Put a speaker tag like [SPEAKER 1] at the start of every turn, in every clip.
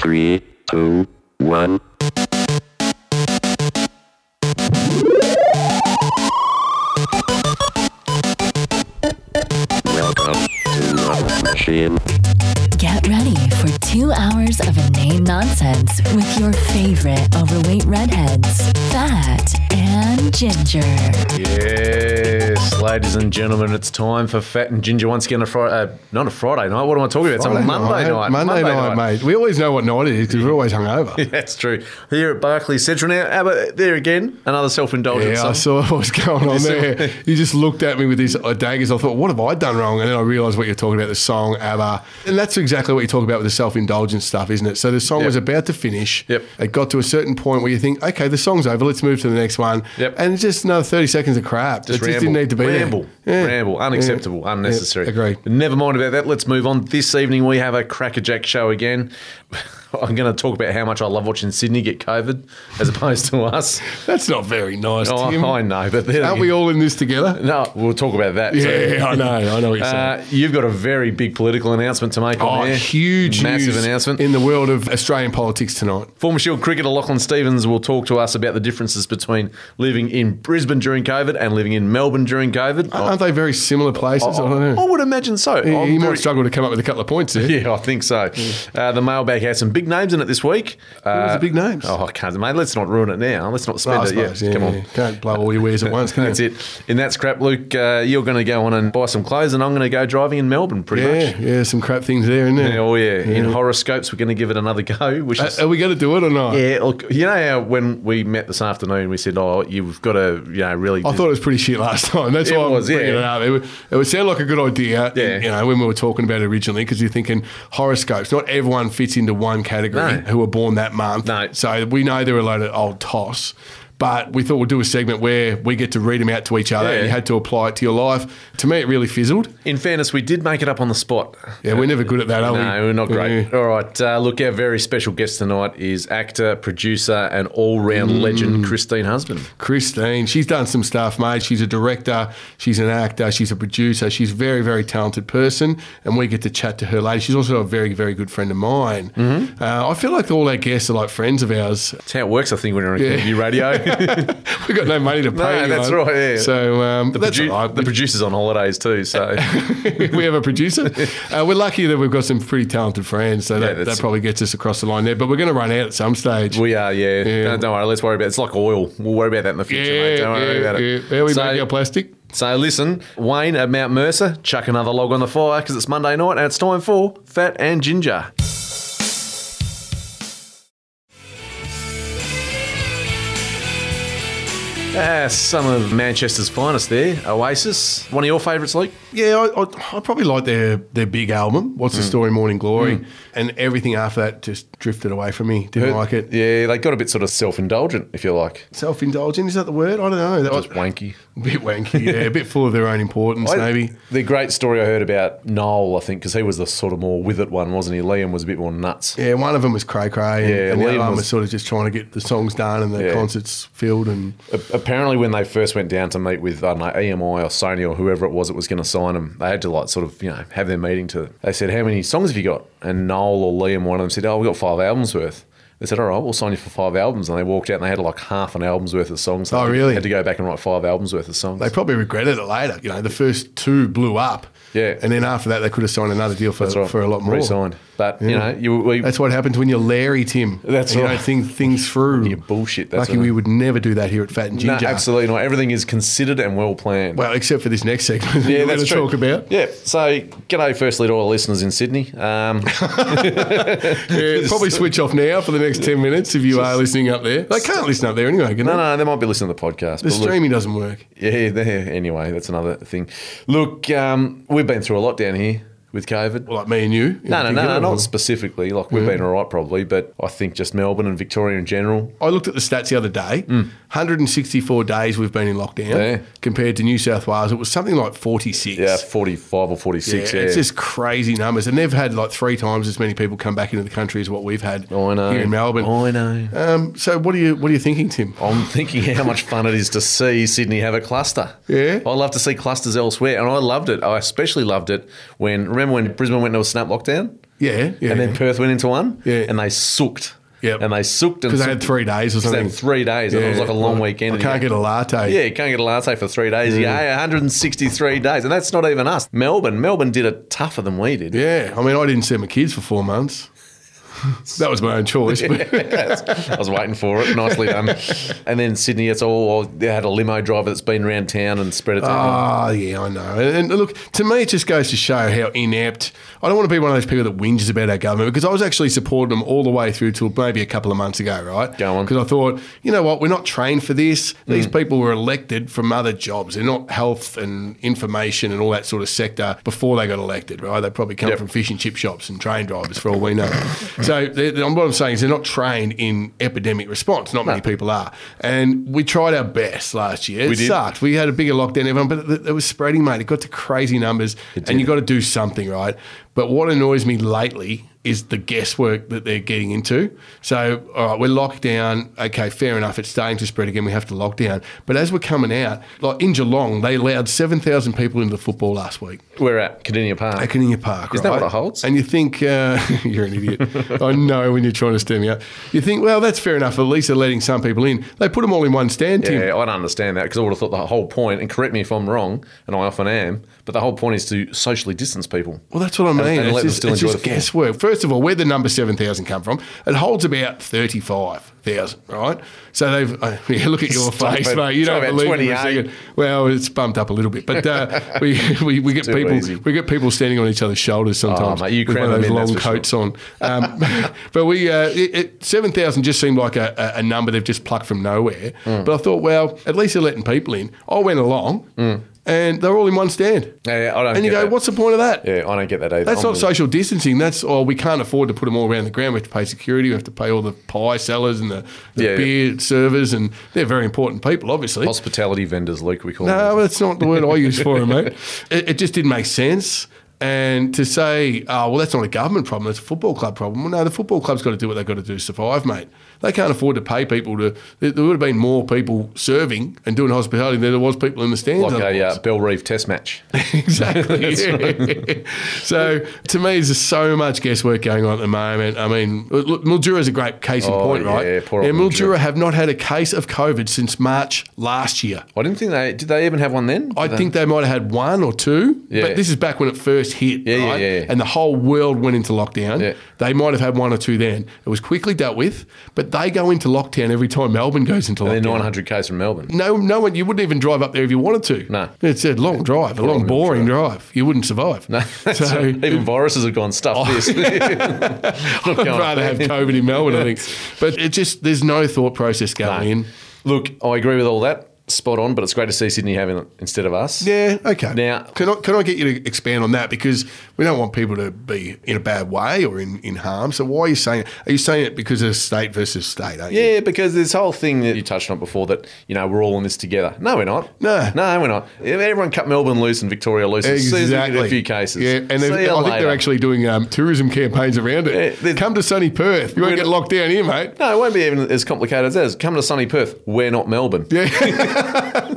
[SPEAKER 1] Three, two, one. Welcome to Love Machine.
[SPEAKER 2] Get ready for two hours of inane nonsense with your favorite overweight redheads, Fat and Ginger.
[SPEAKER 3] Yes, ladies and gentlemen, it's time for Fat and Ginger once again. A Friday, uh, not a Friday night. What am I talking about? it's a Monday night.
[SPEAKER 4] Monday, night, mate. We always know what night it is because we're always hungover.
[SPEAKER 3] That's true. Here at Barclays Central now. Abba, there again, another self-indulgent.
[SPEAKER 4] Yeah, I
[SPEAKER 3] song.
[SPEAKER 4] saw what was going on
[SPEAKER 3] see
[SPEAKER 4] there.
[SPEAKER 3] what-
[SPEAKER 4] You just looked at me with these uh, daggers. I thought, what have I done wrong? And then I realised what you're talking about, the song ABBA. And that's exactly what you talk about with the self-indulgence stuff, isn't it? So the song
[SPEAKER 3] Yep.
[SPEAKER 4] was about to finish.
[SPEAKER 3] Yep.
[SPEAKER 4] It got to a certain point where you think, okay, the song's over. Let's move to the next one.
[SPEAKER 3] Yep.
[SPEAKER 4] And just another 30 seconds of crap.
[SPEAKER 3] Just
[SPEAKER 4] it
[SPEAKER 3] ramble.
[SPEAKER 4] just didn't need to be there.
[SPEAKER 3] ramble,
[SPEAKER 4] Yeah.
[SPEAKER 3] ramble,
[SPEAKER 4] Yeah.
[SPEAKER 3] unacceptable,
[SPEAKER 4] Yeah.
[SPEAKER 3] unnecessary.
[SPEAKER 4] Agreed.
[SPEAKER 3] But never mind about that. Let's move on. This evening we have a crackerjack show again. I'm going to talk about how much I love watching Sydney get COVID as opposed to us.
[SPEAKER 4] That's not very nice,
[SPEAKER 3] Oh,
[SPEAKER 4] Tim.
[SPEAKER 3] I know, but then
[SPEAKER 4] Aren't we all in this together?
[SPEAKER 3] No, we'll talk about that. too.
[SPEAKER 4] Yeah, I know. I know what you're saying.
[SPEAKER 3] Uh, you've got a very big political announcement to make
[SPEAKER 4] Oh,
[SPEAKER 3] on there.
[SPEAKER 4] huge
[SPEAKER 3] massive
[SPEAKER 4] news
[SPEAKER 3] announcement.
[SPEAKER 4] in the world of Australian politics tonight.
[SPEAKER 3] Former Shield cricketer Lachlan Stevens will talk to us about the differences between living in Brisbane during COVID and living in Melbourne during COVID.
[SPEAKER 4] Aren't they very similar places? I don't
[SPEAKER 3] I
[SPEAKER 4] know.
[SPEAKER 3] would imagine so.
[SPEAKER 4] He-
[SPEAKER 3] I'm
[SPEAKER 4] he
[SPEAKER 3] very-
[SPEAKER 4] might struggle to come up with a couple of points there.
[SPEAKER 3] oh, Yeah, I think so. Uh, the mailbag has some big names in it this week.
[SPEAKER 4] was the big names?
[SPEAKER 3] Oh, I can't, mate. Let's not ruin it now. Let's not
[SPEAKER 4] Oh,
[SPEAKER 3] spend
[SPEAKER 4] I
[SPEAKER 3] it yet.
[SPEAKER 4] suppose, yeah,
[SPEAKER 3] Come on.
[SPEAKER 4] yeah. Can't blow all your wares at once, can
[SPEAKER 3] That's
[SPEAKER 4] you?
[SPEAKER 3] it. In that scrap, Luke, uh, you're going to go on and buy some clothes, and I'm going to go driving in Melbourne, pretty much.
[SPEAKER 4] Yeah, yeah, some crap things there, isn't there?
[SPEAKER 3] Yeah, oh yeah. In horoscopes, we're going to give it another go. Which
[SPEAKER 4] Uh,
[SPEAKER 3] is,
[SPEAKER 4] are we going to do it or not?
[SPEAKER 3] yeah, look, you know how when we met this afternoon, we said, "Oh, you've got to, you know, really."
[SPEAKER 4] I thought it was pretty shit last time. That's
[SPEAKER 3] It
[SPEAKER 4] why I'm
[SPEAKER 3] was, yeah.
[SPEAKER 4] bringing it up. It would, it would sound like a good idea,
[SPEAKER 3] Yeah.
[SPEAKER 4] you know, when we were talking about it originally, because you're thinking horoscopes. Not everyone fits into one category
[SPEAKER 3] No.
[SPEAKER 4] who were born that month.
[SPEAKER 3] No.
[SPEAKER 4] So we know they're a load of old toss. But we thought we'd do a segment where we get to read them out to each other
[SPEAKER 3] Yeah.
[SPEAKER 4] and you had to apply it to your life. To me, it really fizzled.
[SPEAKER 3] in fairness, we did make it up on the spot.
[SPEAKER 4] Yeah, we're never good at that, are we?
[SPEAKER 3] No, we're not great.
[SPEAKER 4] Yeah.
[SPEAKER 3] All right, uh, look, our very special guest tonight is actor, producer, and all-round
[SPEAKER 4] Mm.
[SPEAKER 3] legend Christine Husband.
[SPEAKER 4] Christine, she's done some stuff, mate. She's a director, she's an actor, she's a producer, she's a very, very talented person, and we get to chat to her later. She's also a very, very good friend of mine.
[SPEAKER 3] Mm-hmm.
[SPEAKER 4] Uh, I feel like all our guests are like friends of ours.
[SPEAKER 3] That's how it works, I think, when you're on community radio. the,
[SPEAKER 4] We got no money to pay.
[SPEAKER 3] No, that's
[SPEAKER 4] anyone.
[SPEAKER 3] right, yeah.
[SPEAKER 4] So um, that's
[SPEAKER 3] produ-
[SPEAKER 4] all right.
[SPEAKER 3] the producer's on holidays too, so
[SPEAKER 4] we have a producer. Uh, we're lucky that we've got some pretty talented friends, so that,
[SPEAKER 3] that's-
[SPEAKER 4] that probably gets us across the line there. But we're going to run out at some stage.
[SPEAKER 3] we are. Yeah,
[SPEAKER 4] Yeah.
[SPEAKER 3] Don't, don't worry. Let's worry about it. it's like oil. We'll worry about that in the
[SPEAKER 4] yeah,
[SPEAKER 3] future, mate. Don't worry
[SPEAKER 4] yeah,
[SPEAKER 3] about
[SPEAKER 4] yeah.
[SPEAKER 3] it.
[SPEAKER 4] How we
[SPEAKER 3] So-
[SPEAKER 4] make our plastic?
[SPEAKER 3] So listen, Wayne at Mount Mercer, chuck another log on the fire because it's Monday night and it's time for Fat and Ginger. Ah, some of Manchester's finest there, Oasis. One of your favourites, Luke?
[SPEAKER 4] Yeah, I, I, I probably like their their big album, What's the
[SPEAKER 3] Mm.
[SPEAKER 4] Story, Morning Glory, and everything after that just drifted away from me. Didn't like it.
[SPEAKER 3] Yeah, they got a bit sort of self-indulgent, if you like.
[SPEAKER 4] Self indulgent is that the word? I don't know. That was
[SPEAKER 3] Just wanky.
[SPEAKER 4] a bit wanky. Yeah, a bit full of their own importance.
[SPEAKER 3] Oh. I-
[SPEAKER 4] maybe.
[SPEAKER 3] The great story I heard about Noel, I think, because he was the sort of more with it one, wasn't he? Liam was a bit more nuts.
[SPEAKER 4] Yeah, one of them was cray cray, and,
[SPEAKER 3] Yeah,
[SPEAKER 4] and the
[SPEAKER 3] Liam
[SPEAKER 4] other one
[SPEAKER 3] was-
[SPEAKER 4] was sort of just trying to get the songs done and the
[SPEAKER 3] Yeah.
[SPEAKER 4] concerts filled. And
[SPEAKER 3] A- Apparently, when they first went down to meet with I don't know, EMI or Sony or whoever it was that was going to sign them, they had to like sort of you know have their meeting to. They said, "How many songs have you got?" And Noel or Liam, one of them said, "Oh, we have got five albums worth." They said, "All right, we'll sign you for five albums." And they walked out and they had like half an album's worth of songs. They
[SPEAKER 4] Oh,
[SPEAKER 3] had-
[SPEAKER 4] really?
[SPEAKER 3] Had to go back and write five albums worth of songs.
[SPEAKER 4] they probably regretted it later. You know, the first two blew up.
[SPEAKER 3] Yeah.
[SPEAKER 4] and then after that, they could have signed another deal for,
[SPEAKER 3] That's right.
[SPEAKER 4] for a lot more.
[SPEAKER 3] Re-signed, but you know, you we,
[SPEAKER 4] That's what happens when you're Larry Tim.
[SPEAKER 3] That's
[SPEAKER 4] and you
[SPEAKER 3] right.
[SPEAKER 4] don't think things through.
[SPEAKER 3] You bullshit, that's
[SPEAKER 4] Lucky
[SPEAKER 3] what I-
[SPEAKER 4] we would never do that here at Fat and
[SPEAKER 3] no,
[SPEAKER 4] Ginger.
[SPEAKER 3] absolutely not. Everything is considered and well planned.
[SPEAKER 4] Well, except for this next segment that we're going to talk about.
[SPEAKER 3] Yeah. So, g'day, firstly, to all listeners in Sydney. Um,
[SPEAKER 4] Yeah, probably switch off now for the next 10 minutes if you are listening up there. They can't listen up there anyway, can
[SPEAKER 3] no,
[SPEAKER 4] they?
[SPEAKER 3] no, they might be listening to the podcast.
[SPEAKER 4] The
[SPEAKER 3] but look-
[SPEAKER 4] streaming doesn't work.
[SPEAKER 3] Yeah, there. Anyway, that's another thing. Look, um, we've been through a lot down here with COVID.
[SPEAKER 4] Well, like me and you.
[SPEAKER 3] no, no, no, no, not
[SPEAKER 4] Sp-
[SPEAKER 3] specifically. Like we've been all right, probably, but I think just Melbourne and Victoria in general.
[SPEAKER 4] I looked at the stats the other day. 164 days we've been in lockdown
[SPEAKER 3] Hmm. Yeah.
[SPEAKER 4] compared to New South Wales. It was something like 46.
[SPEAKER 3] Yeah, forty-five or
[SPEAKER 4] Yeah,
[SPEAKER 3] forty-six. Yeah,
[SPEAKER 4] it's just crazy numbers, and they've had like three times as many people come back into the country as what we've had
[SPEAKER 3] Oh, I know.
[SPEAKER 4] here in Melbourne.
[SPEAKER 3] I know.
[SPEAKER 4] Um, so, what are you what are you thinking, Tim?
[SPEAKER 3] I'm thinking how much fun it is to see Sydney have a cluster.
[SPEAKER 4] Yeah.
[SPEAKER 3] I love to see clusters elsewhere, and I loved it. I especially loved it when remember when Brisbane went into a snap lockdown.
[SPEAKER 4] Yeah, yeah.
[SPEAKER 3] and then Perth went into one,
[SPEAKER 4] Yeah.
[SPEAKER 3] and they sooked.
[SPEAKER 4] Yep.
[SPEAKER 3] And they sooked and
[SPEAKER 4] because they had
[SPEAKER 3] sooked.
[SPEAKER 4] three days or
[SPEAKER 3] 'Cause they
[SPEAKER 4] something.
[SPEAKER 3] had three days, and it was
[SPEAKER 4] Yeah.
[SPEAKER 3] like a long
[SPEAKER 4] I-
[SPEAKER 3] weekend.
[SPEAKER 4] I
[SPEAKER 3] and
[SPEAKER 4] can't
[SPEAKER 3] you
[SPEAKER 4] get a latte.
[SPEAKER 3] yeah, you can't get a latte for three days. Yeah, 163 days, and that's not even us. Melbourne, Melbourne did it tougher than we did.
[SPEAKER 4] Yeah, I mean, I didn't see my kids for four months. that was my own choice. But
[SPEAKER 3] I was waiting for it. Nicely done. and then Sydney, it's all they had a limo driver that's been around town and spread it. out.
[SPEAKER 4] ah, yeah, I know. And, and look, to me, it just goes to show how inept. I don't want to be one of those people that whinges about our government because I was actually supporting them all the way through till maybe a couple of months ago, right?
[SPEAKER 3] Go on. Mm.
[SPEAKER 4] Because I thought, you know what, we're not trained for this. These people were elected from other jobs. They're not health and information and all that sort of sector before they got elected, right? They probably come
[SPEAKER 3] Yep.
[SPEAKER 4] from fish and chip shops and train drivers for all we know. so they they- what I'm saying is they're not trained in epidemic response. Not many people are. And we tried our best last year. it
[SPEAKER 3] did.
[SPEAKER 4] sucked. We had a bigger lockdown, than everyone, but it- it was spreading, mate. It got to crazy numbers and you got to do something, right? But what annoys me lately is the guesswork that they're getting into. So, all right, we're locked down. Okay, fair enough. It's starting to spread again. We have to lock down. But as we're coming out, like in Geelong, they allowed 7,000 people into the football last week
[SPEAKER 3] We're at Cadinia Park.
[SPEAKER 4] at Caninia Park.
[SPEAKER 3] Isn't that
[SPEAKER 4] right?
[SPEAKER 3] what it holds?
[SPEAKER 4] And you think, uh, you're an idiot. I know when you're trying to stir me up. You think, well, that's fair enough. At least they're letting some people in. They put them all in one stand, Tim.
[SPEAKER 3] Yeah, I don't understand that because I would have thought the whole point, and correct me if I'm wrong, and I often am, but the whole point is to socially distance people.
[SPEAKER 4] Well, that's what I
[SPEAKER 3] And-
[SPEAKER 4] mean.
[SPEAKER 3] and
[SPEAKER 4] it's
[SPEAKER 3] let them
[SPEAKER 4] just,
[SPEAKER 3] still
[SPEAKER 4] it's
[SPEAKER 3] enjoy
[SPEAKER 4] just
[SPEAKER 3] the football.
[SPEAKER 4] guesswork. First of all, where the number 7,000 come from, it holds about 35,000, right? So they've, uh, yeah, look at your
[SPEAKER 3] Stop
[SPEAKER 4] face,
[SPEAKER 3] it.
[SPEAKER 4] mate. You
[SPEAKER 3] Stop it,
[SPEAKER 4] don't believe it for a
[SPEAKER 3] 28.
[SPEAKER 4] second. Well, it's bumped up a little bit, but uh, we, we, we get
[SPEAKER 3] Too
[SPEAKER 4] people
[SPEAKER 3] easy. Oh,
[SPEAKER 4] we get people standing on each other's shoulders sometimes
[SPEAKER 3] mate, you
[SPEAKER 4] with one
[SPEAKER 3] cram them
[SPEAKER 4] of those
[SPEAKER 3] in,
[SPEAKER 4] long
[SPEAKER 3] that's for
[SPEAKER 4] coats on. Um, but we uh, it, it, 7,000 just seemed like a, a a number they've just plucked from nowhere.
[SPEAKER 3] Mm.
[SPEAKER 4] But I thought, well, at least they're letting people in. I went along and they're all in one stand.
[SPEAKER 3] Mm. Yeah, yeah, I don't
[SPEAKER 4] And you
[SPEAKER 3] get
[SPEAKER 4] go,
[SPEAKER 3] that.
[SPEAKER 4] what's the point of that?
[SPEAKER 3] Yeah, I don't get that either.
[SPEAKER 4] That's
[SPEAKER 3] I'm
[SPEAKER 4] not
[SPEAKER 3] with-
[SPEAKER 4] social distancing. That's oh, we can't afford to put them all around the ground. We have to pay security. We have to pay all the pie sellers and the, the
[SPEAKER 3] Yeah, yeah.
[SPEAKER 4] beer servers, and they're very important people, obviously.
[SPEAKER 3] Hospitality vendors, Luke, we call
[SPEAKER 4] No,
[SPEAKER 3] them.
[SPEAKER 4] that's not the word I use for it, mate. It, it just didn't make sense. And to say, oh, well, that's not a government problem, that's a football club problem. Well, no, the football club's got to do what they've got to do to survive, mate. They can't afford to pay people to. There, there would have been more people serving and doing hospitality than there was people in the stands.
[SPEAKER 3] Like a
[SPEAKER 4] otherwise.
[SPEAKER 3] uh, Bell Reeve test match.
[SPEAKER 4] exactly. yeah. so to me, there's so much guesswork going on at the moment. I mean, look, Mildura's a great case in
[SPEAKER 3] Oh,
[SPEAKER 4] point,
[SPEAKER 3] yeah,
[SPEAKER 4] right?
[SPEAKER 3] yeah, poor old
[SPEAKER 4] And Mildura
[SPEAKER 3] Mildura.
[SPEAKER 4] have not had a case of COVID since March last year.
[SPEAKER 3] I didn't think they did. They even have one then.
[SPEAKER 4] I
[SPEAKER 3] Did they-
[SPEAKER 4] think they might have had one or two,
[SPEAKER 3] Yeah.
[SPEAKER 4] but this is back when it first hit,
[SPEAKER 3] Yeah, yeah,
[SPEAKER 4] right?
[SPEAKER 3] yeah, yeah.
[SPEAKER 4] And the whole world went into lockdown.
[SPEAKER 3] Yeah.
[SPEAKER 4] They might have had one or two then. It was quickly dealt with, but they go into lockdown every time Melbourne goes into
[SPEAKER 3] they're
[SPEAKER 4] lockdown.
[SPEAKER 3] 900 k's from Melbourne.
[SPEAKER 4] No, no one. You wouldn't even drive up there if you wanted to.
[SPEAKER 3] No.
[SPEAKER 4] it's a long drive, a long, boring drive. You wouldn't survive. No, so
[SPEAKER 3] Even viruses have gone stuff this. Not
[SPEAKER 4] I'd
[SPEAKER 3] going.
[SPEAKER 4] rather have COVID in Melbourne, I think. But it just there's no thought process going in.
[SPEAKER 3] Look, I agree with all that. Spot on, but it's great to see Sydney having it instead of us.
[SPEAKER 4] Yeah, okay.
[SPEAKER 3] Now-
[SPEAKER 4] can I, can I get you to expand on that because we don't want people to be in a bad way or in, in harm. So why are you saying? Are you saying it because of state versus state? Aren't you?
[SPEAKER 3] Yeah, because this whole thing that you touched on before that, you know, we're all in this together. No, we're not.
[SPEAKER 4] No.
[SPEAKER 3] No, we're not. If Everyone cut Melbourne loose and Victoria loose. As soon as we get a few cases.
[SPEAKER 4] Yeah, and
[SPEAKER 3] See
[SPEAKER 4] they've- I
[SPEAKER 3] ya
[SPEAKER 4] think they're
[SPEAKER 3] later.
[SPEAKER 4] actually doing um, tourism campaigns around it.
[SPEAKER 3] Yeah, there's-
[SPEAKER 4] Come to sunny Perth. You won't
[SPEAKER 3] We're
[SPEAKER 4] get
[SPEAKER 3] not-
[SPEAKER 4] locked down here, mate.
[SPEAKER 3] No, it won't be even as complicated as that. Come to sunny Perth. We're not Melbourne.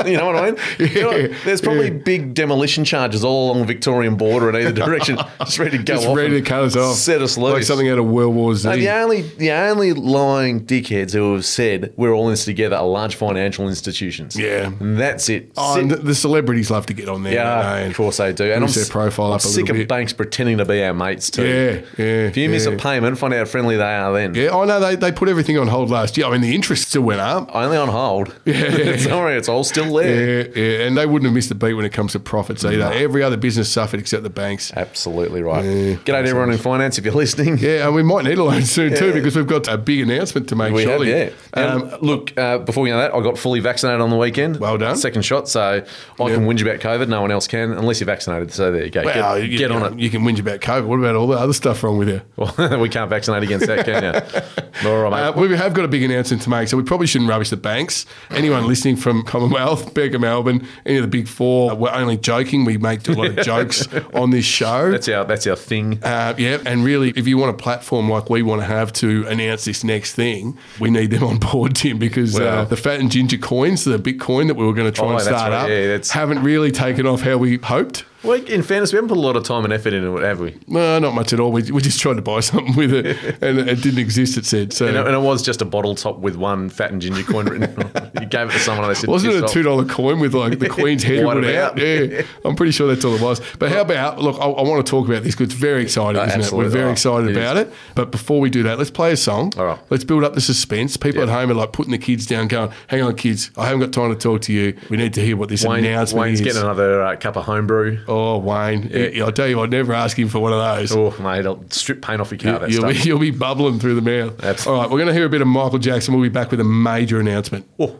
[SPEAKER 3] you know what I mean? You know what?
[SPEAKER 4] Yeah,
[SPEAKER 3] There's probably
[SPEAKER 4] yeah.
[SPEAKER 3] big demolition charges all along the Victorian border in either direction. just ready to go
[SPEAKER 4] Just
[SPEAKER 3] off.
[SPEAKER 4] ready to
[SPEAKER 3] and
[SPEAKER 4] cut us off.
[SPEAKER 3] Set us loose. Oh,
[SPEAKER 4] Like something out of World War Z.
[SPEAKER 3] No, the only the only lying dickheads who have said we're all in this together are large financial institutions.
[SPEAKER 4] Yeah.
[SPEAKER 3] and that's it.
[SPEAKER 4] Oh,
[SPEAKER 3] Sit-
[SPEAKER 4] and the- the celebrities love to get on there.
[SPEAKER 3] yeah,
[SPEAKER 4] don't they?
[SPEAKER 3] of course they do. And
[SPEAKER 4] Boost their
[SPEAKER 3] s-
[SPEAKER 4] profile
[SPEAKER 3] I'm
[SPEAKER 4] up a
[SPEAKER 3] sick of
[SPEAKER 4] little bit.
[SPEAKER 3] banks pretending to be our mates too.
[SPEAKER 4] Yeah, yeah,
[SPEAKER 3] If you miss a
[SPEAKER 4] yeah.
[SPEAKER 3] payment, find out how friendly they are then.
[SPEAKER 4] Yeah, I know they, they put everything on hold last year. I mean, the interest still went up.
[SPEAKER 3] Only on hold. Yeah. Sorry, it's all still
[SPEAKER 4] Yeah,
[SPEAKER 3] there.
[SPEAKER 4] yeah, and they wouldn't have missed a beat when it comes to profits either. Every other business suffered except the banks.
[SPEAKER 3] Absolutely right.
[SPEAKER 4] Yeah.
[SPEAKER 3] G'day to everyone in finance if you're listening.
[SPEAKER 4] Yeah, and we might need a loan soon too because we've got a big announcement to make.
[SPEAKER 3] We have,
[SPEAKER 4] shortly.
[SPEAKER 3] yeah.
[SPEAKER 4] Um,
[SPEAKER 3] Um, look, uh, before you know that, I got fully vaccinated on the weekend.
[SPEAKER 4] Well done.
[SPEAKER 3] Second shot, so I can whinge about COVID. No one else can, unless you're vaccinated. So there you go.
[SPEAKER 4] wow,
[SPEAKER 3] get
[SPEAKER 4] you,
[SPEAKER 3] get on it.
[SPEAKER 4] You can whinge about COVID. What about all the other stuff wrong with you?
[SPEAKER 3] Well, we can't vaccinate against that, can you? All right, mate.
[SPEAKER 4] Uh, we have got a big announcement to make, so we probably shouldn't rubbish the banks. Anyone listening from Commonwealth, Becca Melbourne, any of the big four, uh, we're only joking. We make a lot of jokes on this show.
[SPEAKER 3] that's our that's our thing.
[SPEAKER 4] Uh, yeah, and really, if you want a platform like we want to have to announce this next thing, we need them on board, Tim, because uh,
[SPEAKER 3] Well-
[SPEAKER 4] the fat and ginger coins, the Bitcoin that we were going to try
[SPEAKER 3] Oh,
[SPEAKER 4] and
[SPEAKER 3] that's
[SPEAKER 4] start
[SPEAKER 3] right.
[SPEAKER 4] up,
[SPEAKER 3] Yeah, that's-
[SPEAKER 4] haven't really taken off how we hoped.
[SPEAKER 3] Well, in fairness, we haven't put a lot of time and effort into it, have we?
[SPEAKER 4] No, not much at all. We, we just tried to buy something with it, and it didn't exist. It said so.
[SPEAKER 3] And it, and it was just a bottle top with one fat and ginger coin written on it. You gave it to someone and they said,
[SPEAKER 4] Wasn't it a
[SPEAKER 3] "Piss
[SPEAKER 4] two
[SPEAKER 3] off."
[SPEAKER 4] dollar coin with like the Queen's head
[SPEAKER 3] White
[SPEAKER 4] out?
[SPEAKER 3] it
[SPEAKER 4] out?
[SPEAKER 3] out.
[SPEAKER 4] Yeah, I'm pretty sure that's all it was. But how about look? I, I want to talk about this because it's very exciting,
[SPEAKER 3] Uh,
[SPEAKER 4] isn't it? We're
[SPEAKER 3] absolutely.
[SPEAKER 4] very
[SPEAKER 3] Oh,
[SPEAKER 4] excited
[SPEAKER 3] it
[SPEAKER 4] about it. But before we do that, let's play a song.
[SPEAKER 3] All right.
[SPEAKER 4] Let's build up the suspense. People at
[SPEAKER 3] Yeah.
[SPEAKER 4] home are like putting the kids down, going, "Hang on, kids, I haven't got time to talk to you. We need to hear what this
[SPEAKER 3] Wayne,
[SPEAKER 4] announcement
[SPEAKER 3] Wayne's
[SPEAKER 4] is."
[SPEAKER 3] getting another uh, cup of homebrew.
[SPEAKER 4] oh, Wayne, yeah. I'll tell you, I'd never ask him for one of those.
[SPEAKER 3] Oh, mate, I'll strip paint off your car. That
[SPEAKER 4] You'll be,
[SPEAKER 3] stuff.
[SPEAKER 4] you'll be bubbling through the mouth.
[SPEAKER 3] Absolutely.
[SPEAKER 4] All right, we're going to hear a bit of Michael Jackson. We'll be back with a major announcement.
[SPEAKER 3] Oh.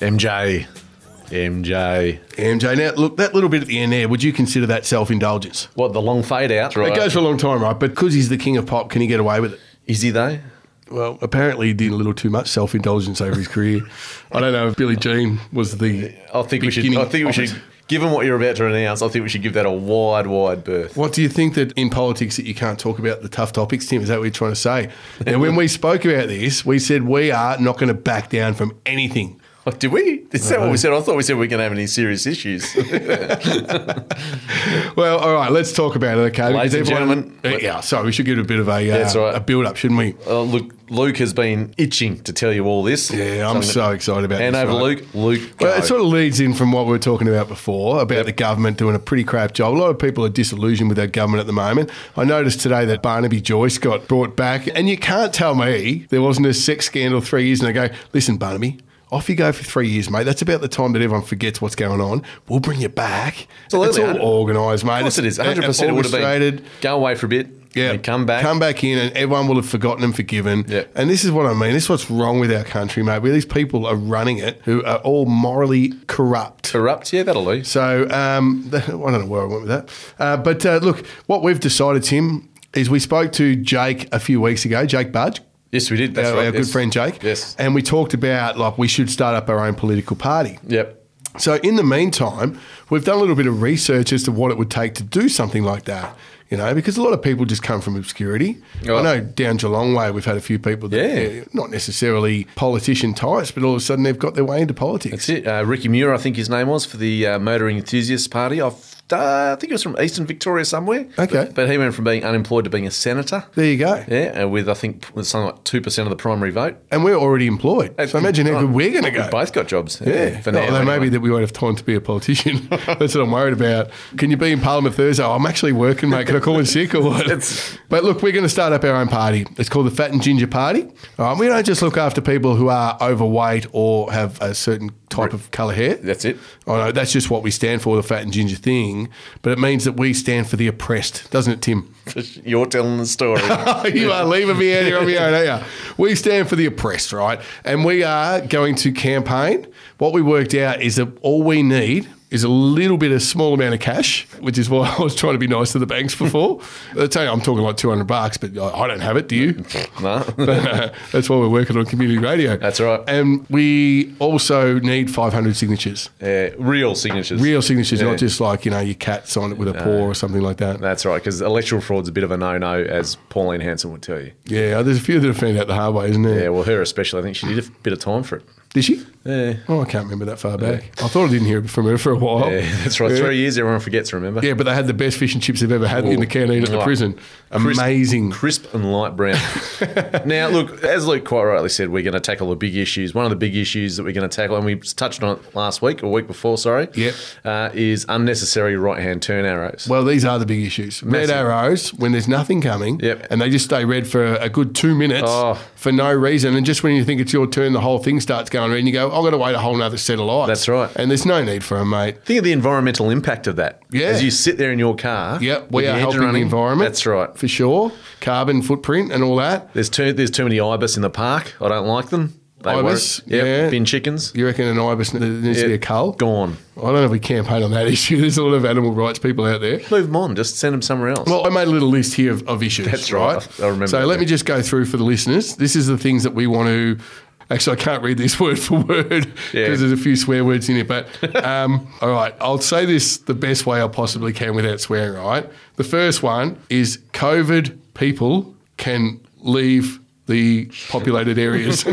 [SPEAKER 3] MJ. MJ.
[SPEAKER 4] MJ, now look, that little bit at the end there, would you consider that self indulgence?
[SPEAKER 3] What, the long fade out? Right.
[SPEAKER 4] It goes for a long time, right? But because he's the king of pop, can he get away with it?
[SPEAKER 3] Is he though?
[SPEAKER 4] Well, apparently he did a little too much self indulgence over his career. I don't know if Billy Jean was the.
[SPEAKER 3] I think we should.
[SPEAKER 4] beginning
[SPEAKER 3] I think we
[SPEAKER 4] of it.
[SPEAKER 3] should. Given what you're about to announce, I think we should give that a wide, wide berth.
[SPEAKER 4] What do you think that in politics that you can't talk about the tough topics, Tim? Is that what you're trying to say? Now, when we spoke about this, we said we are not going to back down from anything.
[SPEAKER 3] Oh, did we? Is that what we said? I thought we said we can have any serious issues.
[SPEAKER 4] Well, all right, let's talk about it, okay?
[SPEAKER 3] Ladies and
[SPEAKER 4] Because everyone- Uh,
[SPEAKER 3] gentlemen.
[SPEAKER 4] yeah, sorry, we should give it a bit of a, uh,
[SPEAKER 3] That's right.
[SPEAKER 4] a build up, shouldn't we?
[SPEAKER 3] uh, look, Luke has been itching to tell you all this.
[SPEAKER 4] Yeah, I'm
[SPEAKER 3] gonna
[SPEAKER 4] so excited about
[SPEAKER 3] Hand
[SPEAKER 4] this,
[SPEAKER 3] over,
[SPEAKER 4] right?
[SPEAKER 3] Luke. Luke,
[SPEAKER 4] Well, it
[SPEAKER 3] go.
[SPEAKER 4] sort of leads in from what we were talking about before about the government doing a pretty crap job. A lot of people are disillusioned with our government at the moment. I noticed today that Barnaby Joyce got brought back, and you can't tell me there wasn't a sex scandal three years ago. Listen, Barnaby. Off you go for three years, mate. That's about the time that everyone forgets what's going on. We'll bring you back.
[SPEAKER 3] Absolutely.
[SPEAKER 4] It's all organised, mate.
[SPEAKER 3] of course it is.
[SPEAKER 4] It's
[SPEAKER 3] 100 percent it would have
[SPEAKER 4] orchestrated.
[SPEAKER 3] been. Go away for a bit.
[SPEAKER 4] Yeah,
[SPEAKER 3] and come back.
[SPEAKER 4] come back in, and everyone will have forgotten and forgiven.
[SPEAKER 3] Yeah.
[SPEAKER 4] and this is what I mean. This is what's wrong with our country, mate. Where these people are running it, who are all morally corrupt.
[SPEAKER 3] Corrupt. Yeah, that'll do.
[SPEAKER 4] So um, I don't know where I went with that, uh, but uh, look, what we've decided, Tim, is we spoke to Jake a few weeks ago, Jake Budge.
[SPEAKER 3] Yes, we did. That's
[SPEAKER 4] our,
[SPEAKER 3] right.
[SPEAKER 4] our
[SPEAKER 3] yes.
[SPEAKER 4] good friend Jake,
[SPEAKER 3] Yes.
[SPEAKER 4] and we talked about like we should start up our own political party.
[SPEAKER 3] Yep.
[SPEAKER 4] So in the meantime, we've done a little bit of research as to what it would take to do something like that. You know, because a lot of people just come from obscurity. I
[SPEAKER 3] Right.
[SPEAKER 4] know down Geelong way, we've had a few people that
[SPEAKER 3] Yeah.
[SPEAKER 4] uh, not necessarily politician types, but all of a sudden they've got their way into politics.
[SPEAKER 3] That's it. Uh, Ricky Muir, I think his name was, for the uh, Motoring Enthusiasts Party. i uh, I think it was from Eastern Victoria somewhere.
[SPEAKER 4] Okay.
[SPEAKER 3] But, but he went from being unemployed to being a senator.
[SPEAKER 4] There you go.
[SPEAKER 3] Yeah, and with, I think, with something like 2% of the primary vote.
[SPEAKER 4] And we're already employed. So imagine how good we're going to
[SPEAKER 3] We
[SPEAKER 4] go.
[SPEAKER 3] both got jobs.
[SPEAKER 4] Yeah.
[SPEAKER 3] for
[SPEAKER 4] No,
[SPEAKER 3] now,
[SPEAKER 4] although maybe
[SPEAKER 3] anyway.
[SPEAKER 4] that we won't have time to be a politician. That's what I'm worried about. Can you be in Parliament Thursday? Oh, I'm actually working, mate. Can I call in sick or what?
[SPEAKER 3] It's-
[SPEAKER 4] but look, we're going to start up our own party. It's called the Fat and Ginger Party. All right, we don't just look after people who are overweight or have a certain type of colour hair.
[SPEAKER 3] That's it.
[SPEAKER 4] I know that's just what we stand for, the fat and ginger thing. But it means that we stand for the oppressed, doesn't it, Tim?
[SPEAKER 3] You're telling the story.
[SPEAKER 4] you are leaving me out here on my own, are you? We stand for the oppressed, right? And we are going to campaign. What we worked out is that all we need is a little bit of small amount of cash, which is why I was trying to be nice to the banks before. I tell you, I'm talking like 200 bucks, but I I don't have it. Do you?
[SPEAKER 3] no.
[SPEAKER 4] That's why we're working on community radio.
[SPEAKER 3] That's right.
[SPEAKER 4] And we also need 500 signatures,
[SPEAKER 3] Yeah, real signatures.
[SPEAKER 4] real signatures,
[SPEAKER 3] Yeah.
[SPEAKER 4] not just like you know your cat signed it with a paw or something like that.
[SPEAKER 3] That's right, because electoral fraud's a bit of a no-no, as Pauline Hanson would tell you.
[SPEAKER 4] Yeah, there's a few that have found out the hard way, isn't there?
[SPEAKER 3] Yeah, well, her especially. I think she did a bit of time for it.
[SPEAKER 4] Did she?
[SPEAKER 3] Yeah.
[SPEAKER 4] Oh, I can't remember that far back. I thought I didn't hear from her for a while.
[SPEAKER 3] Yeah, that's right.
[SPEAKER 4] Yeah.
[SPEAKER 3] Three years, everyone forgets. Remember?
[SPEAKER 4] Yeah, but they had the best fish and chips they've ever had in the canteen at the
[SPEAKER 3] Oh, Right.
[SPEAKER 4] prison.
[SPEAKER 3] Crisp-
[SPEAKER 4] Amazing.
[SPEAKER 3] Crisp and light brown. now, look, as Luke quite rightly said, we're going to tackle the big issues. One of the big issues that we're going to tackle, and we touched on it last week or week before, sorry,
[SPEAKER 4] Yep.
[SPEAKER 3] uh, is unnecessary right-hand turn arrows.
[SPEAKER 4] Well, these are the big issues. Red
[SPEAKER 3] Massive.
[SPEAKER 4] arrows when there's nothing coming,
[SPEAKER 3] Yep.
[SPEAKER 4] and they just stay red for a good two minutes
[SPEAKER 3] Oh.
[SPEAKER 4] for no reason. And just when you think it's your turn, the whole thing starts going red, and you go, "I've got to wait a whole nother set of lights."
[SPEAKER 3] That's right.
[SPEAKER 4] And there's no need for them, mate.
[SPEAKER 3] Think of the environmental impact of that.
[SPEAKER 4] Yeah.
[SPEAKER 3] As you sit there in your car.
[SPEAKER 4] Yep, we
[SPEAKER 3] with
[SPEAKER 4] are
[SPEAKER 3] your engine
[SPEAKER 4] helping the
[SPEAKER 3] running,
[SPEAKER 4] environment.
[SPEAKER 3] That's right.
[SPEAKER 4] for sure. Carbon footprint and all that.
[SPEAKER 3] There's too there's too many ibis in the park. I don't like them. They
[SPEAKER 4] Ibis?
[SPEAKER 3] work. Yep.
[SPEAKER 4] Yeah.
[SPEAKER 3] Bin chickens.
[SPEAKER 4] You reckon an ibis there needs to be
[SPEAKER 3] Yeah.
[SPEAKER 4] a cull?
[SPEAKER 3] Gone.
[SPEAKER 4] I don't know if we campaign on that issue. There's a lot of animal rights people out there.
[SPEAKER 3] Move them on. Just send them somewhere else.
[SPEAKER 4] Well, I made a little list here of, of issues.
[SPEAKER 3] That's right. I remember
[SPEAKER 4] So
[SPEAKER 3] that
[SPEAKER 4] let me
[SPEAKER 3] now.
[SPEAKER 4] just go through for the listeners. This is the things that we want to. Actually, I can't read this word for word because
[SPEAKER 3] Yeah.
[SPEAKER 4] there's a few swear words in it. But um, all right, I'll say this the best way I possibly can without swearing. All right. The first one is COVID people can leave the populated areas.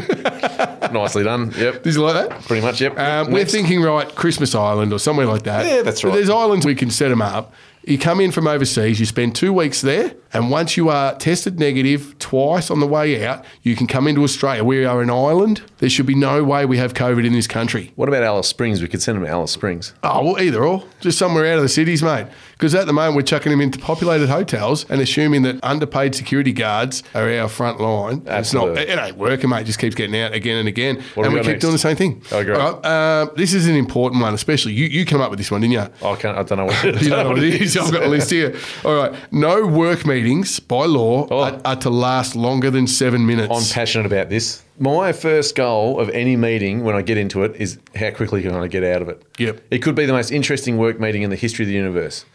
[SPEAKER 3] Nicely done. Yep.
[SPEAKER 4] Did you like that?
[SPEAKER 3] Pretty much. Yep.
[SPEAKER 4] Um, we're
[SPEAKER 3] Next.
[SPEAKER 4] thinking, right, Christmas Island or somewhere like that.
[SPEAKER 3] Yeah, that's
[SPEAKER 4] But
[SPEAKER 3] right.
[SPEAKER 4] There's islands we can set them up. You come in from overseas, you spend two weeks there, and once you are tested negative twice on the way out, you can come into Australia. We are an island. There should be no way we have COVID in this country.
[SPEAKER 3] What about Alice Springs? We could send them to Alice Springs.
[SPEAKER 4] Oh, well, either or. Just somewhere out of the cities, mate. Because at the moment, we're chucking them into populated hotels and assuming that underpaid security guards are our front line. It's not,
[SPEAKER 3] Absolutely.
[SPEAKER 4] it ain't working, mate. It just keeps getting out again and again.
[SPEAKER 3] What have
[SPEAKER 4] and
[SPEAKER 3] we
[SPEAKER 4] we
[SPEAKER 3] got
[SPEAKER 4] keep
[SPEAKER 3] next?
[SPEAKER 4] doing the same thing.
[SPEAKER 3] I agree.
[SPEAKER 4] All right, uh, this is an important one, especially you, you came up with this one, didn't you?
[SPEAKER 3] I can't. I don't know what.
[SPEAKER 4] You don't know what it is. I've got a list here. All right. No work meetings by law
[SPEAKER 3] Oh.
[SPEAKER 4] are, are to last longer than seven minutes.
[SPEAKER 3] I'm passionate about this. My first goal of any meeting when I get into it is how quickly can I get out of it?
[SPEAKER 4] Yep.
[SPEAKER 3] It could be the most interesting work meeting in the history of the universe.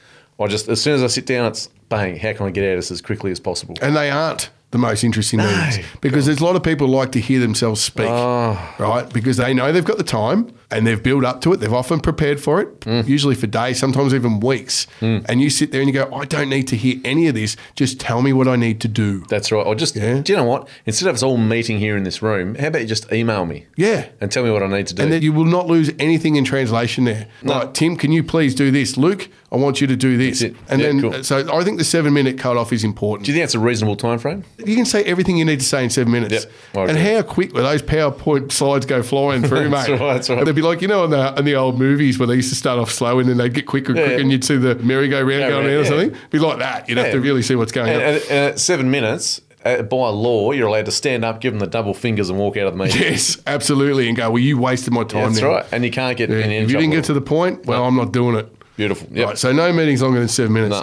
[SPEAKER 3] I just, as soon as I sit down, it's bang, how can I get out of this as quickly as possible?
[SPEAKER 4] and they aren't the most interesting meetings because there's a lot of people like to hear themselves speak,
[SPEAKER 3] Oh.
[SPEAKER 4] right? Because they know they've got the time and they've built up to it. They've often prepared for it,
[SPEAKER 3] Mm.
[SPEAKER 4] usually for days, sometimes even weeks. And you sit there and you go, I don't need to hear any of this. Just tell me what I need to do.
[SPEAKER 3] That's right. Or just,
[SPEAKER 4] Yeah.
[SPEAKER 3] do you know what? Instead of us all meeting here in this room, how about you just email me?
[SPEAKER 4] Yeah.
[SPEAKER 3] And tell me what I need to do.
[SPEAKER 4] And then you will not lose anything in translation there.
[SPEAKER 3] No.
[SPEAKER 4] Like, Tim, can you please do this? Luke, I want you to do this.
[SPEAKER 3] That's it.
[SPEAKER 4] And
[SPEAKER 3] Yeah,
[SPEAKER 4] then, uh,
[SPEAKER 3] cool.
[SPEAKER 4] so I think the seven minute cut off is important.
[SPEAKER 3] do you think that's a reasonable time frame?
[SPEAKER 4] You can say everything you need to say in seven minutes.
[SPEAKER 3] Yep, I
[SPEAKER 4] And
[SPEAKER 3] agree.
[SPEAKER 4] how quick will those PowerPoint slides go flying through,
[SPEAKER 3] That's
[SPEAKER 4] mate?
[SPEAKER 3] right, that's right.
[SPEAKER 4] They'd be like, you know, in the, in the old movies where they used to start off slow and then they'd get quicker and
[SPEAKER 3] Yeah,
[SPEAKER 4] quicker
[SPEAKER 3] yeah.
[SPEAKER 4] and you'd see the merry-go-round
[SPEAKER 3] Yeah,
[SPEAKER 4] going around
[SPEAKER 3] yeah,
[SPEAKER 4] or
[SPEAKER 3] yeah.
[SPEAKER 4] something. be like that. You'd have to
[SPEAKER 3] Yeah.
[SPEAKER 4] really see what's going
[SPEAKER 3] And,
[SPEAKER 4] on.
[SPEAKER 3] and, and at seven minutes, uh, by law, you're allowed to stand up, give them the double fingers, and walk out of the meeting.
[SPEAKER 4] Yes, absolutely. And go, well, you wasted my time
[SPEAKER 3] That's
[SPEAKER 4] there.
[SPEAKER 3] right. And you can't get
[SPEAKER 4] Yeah,
[SPEAKER 3] any
[SPEAKER 4] If you didn't get to the point, well, I'm not doing it.
[SPEAKER 3] Beautiful. Yep.
[SPEAKER 4] Right, so no meetings longer than seven minutes.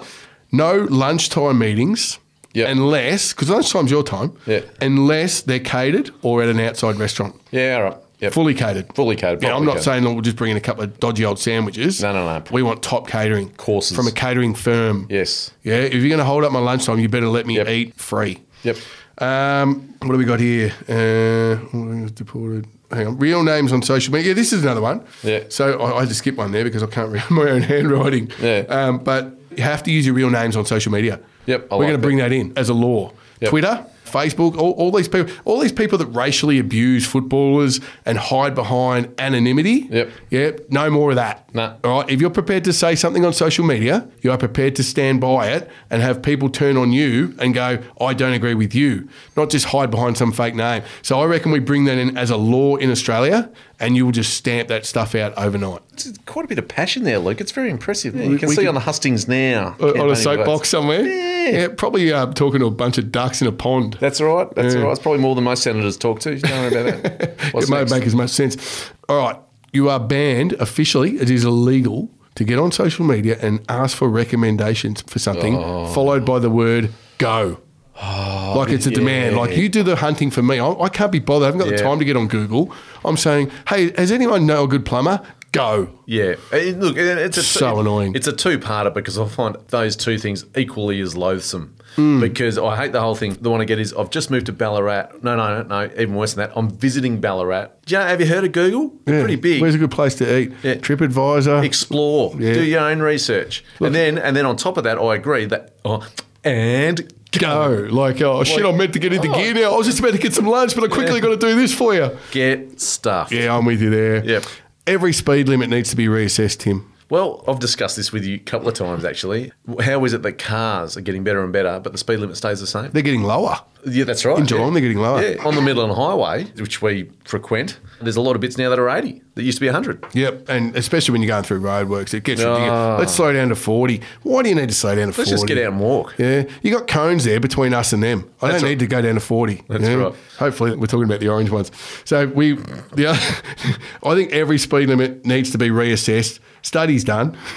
[SPEAKER 4] No lunchtime meetings.
[SPEAKER 3] Yep.
[SPEAKER 4] Unless, because lunchtime's your time,
[SPEAKER 3] Yeah.
[SPEAKER 4] unless they're catered or at an outside restaurant.
[SPEAKER 3] Yeah, all right. Yep.
[SPEAKER 4] Fully catered.
[SPEAKER 3] Fully catered,
[SPEAKER 4] Yeah, I'm
[SPEAKER 3] properly
[SPEAKER 4] not
[SPEAKER 3] catered.
[SPEAKER 4] saying that we'll just bring in a couple of dodgy old sandwiches.
[SPEAKER 3] No, no, no.
[SPEAKER 4] We want top catering.
[SPEAKER 3] Courses.
[SPEAKER 4] From a catering firm.
[SPEAKER 3] Yes.
[SPEAKER 4] Yeah, if you're going to hold up my lunchtime, you better let me
[SPEAKER 3] Yep.
[SPEAKER 4] eat free.
[SPEAKER 3] Yep.
[SPEAKER 4] Um, what do we got here? Uh, what is deported. Hang on. Real names on social media. Yeah, this is another one.
[SPEAKER 3] Yeah.
[SPEAKER 4] So I, I had to skip one there because I can't read my own handwriting.
[SPEAKER 3] Yeah.
[SPEAKER 4] Um, but you have to use your real names on social media.
[SPEAKER 3] Yep, I like
[SPEAKER 4] We're going to
[SPEAKER 3] that.
[SPEAKER 4] bring that in as a law.
[SPEAKER 3] Yep.
[SPEAKER 4] Twitter, Facebook, all, all these people, all these people that racially abuse footballers and hide behind anonymity.
[SPEAKER 3] Yep.
[SPEAKER 4] Yep. No more of that.
[SPEAKER 3] Nah.
[SPEAKER 4] All right. If you're prepared to say something on social media, you are prepared to stand by it and have people turn on you and go, I don't agree with you, not just hide behind some fake name. So I reckon we bring that in as a law in Australia and you will just stamp that stuff out overnight.
[SPEAKER 3] It's quite a bit of passion there, Luke. It's very impressive. you can
[SPEAKER 4] we
[SPEAKER 3] see
[SPEAKER 4] could- Uh,
[SPEAKER 3] on the hustings now.
[SPEAKER 4] On- on
[SPEAKER 3] campaigning
[SPEAKER 4] a
[SPEAKER 3] votes.
[SPEAKER 4] soapbox somewhere?
[SPEAKER 3] Yeah.
[SPEAKER 4] Probably uh, talking to a bunch of ducks in a pond.
[SPEAKER 3] That's all right. That's
[SPEAKER 4] Yeah.
[SPEAKER 3] all right. It's probably more than most senators talk to. Don't worry about that. What's
[SPEAKER 4] it may
[SPEAKER 3] next?
[SPEAKER 4] make as much sense. All right, you are banned officially. It is illegal to get on social media and ask for recommendations for something,
[SPEAKER 3] Oh.
[SPEAKER 4] followed by the word "go." like it's a demand.
[SPEAKER 3] yeah.
[SPEAKER 4] Like you do the hunting for me. I, I can't be bothered. I haven't got the
[SPEAKER 3] Yeah.
[SPEAKER 4] time to get on Google. I'm saying, hey, has anyone know a good plumber? Go.
[SPEAKER 3] yeah. Uh, It- look, it- it's a,
[SPEAKER 4] So annoying.
[SPEAKER 3] It's a two-parter because I find those two things equally as loathsome.
[SPEAKER 4] Hmm.
[SPEAKER 3] Because I hate the whole thing. The one I get is I've just moved to Ballarat. No, no, no, no. Even worse than that. I'm visiting Ballarat. Do you know, have you heard of Google? They're
[SPEAKER 4] Yeah.
[SPEAKER 3] Pretty big.
[SPEAKER 4] Where's a good place to eat?
[SPEAKER 3] Yeah.
[SPEAKER 4] TripAdvisor.
[SPEAKER 3] explore,
[SPEAKER 4] Yeah.
[SPEAKER 3] do your own research, and then and then on top of that, I agree that oh, and
[SPEAKER 4] go. Like, oh shit, I meant to get into
[SPEAKER 3] oh.
[SPEAKER 4] gear now. I was just about to get some lunch, but I quickly
[SPEAKER 3] Yeah.
[SPEAKER 4] got to do this for you.
[SPEAKER 3] get stuff.
[SPEAKER 4] Yeah, I'm with you there.
[SPEAKER 3] Yep.
[SPEAKER 4] Every speed limit needs to be reassessed, Tim.
[SPEAKER 3] Well, I've discussed this with you a couple of times actually. How is it that cars are getting better and better, but the speed limit stays the same?
[SPEAKER 4] They're getting lower.
[SPEAKER 3] Yeah, that's right.
[SPEAKER 4] In Geelong,
[SPEAKER 3] yeah.
[SPEAKER 4] they're getting lower.
[SPEAKER 3] Yeah, on the Midland Highway, which we frequent, there's a lot of bits now that are 80 that used to be 100.
[SPEAKER 4] Yep. And especially when you're going through roadworks, it gets
[SPEAKER 3] Ah.
[SPEAKER 4] ridiculous. Let's slow down to 40. Why do you need to slow down to 40?
[SPEAKER 3] Let's just get out and walk.
[SPEAKER 4] Yeah. You got cones there between us and them. I
[SPEAKER 3] That's right.
[SPEAKER 4] don't need to go down to 40.
[SPEAKER 3] That's
[SPEAKER 4] yeah?
[SPEAKER 3] right.
[SPEAKER 4] Hopefully, we're talking about the orange ones. So, we, the other, I think every speed limit needs to be reassessed. Studies done.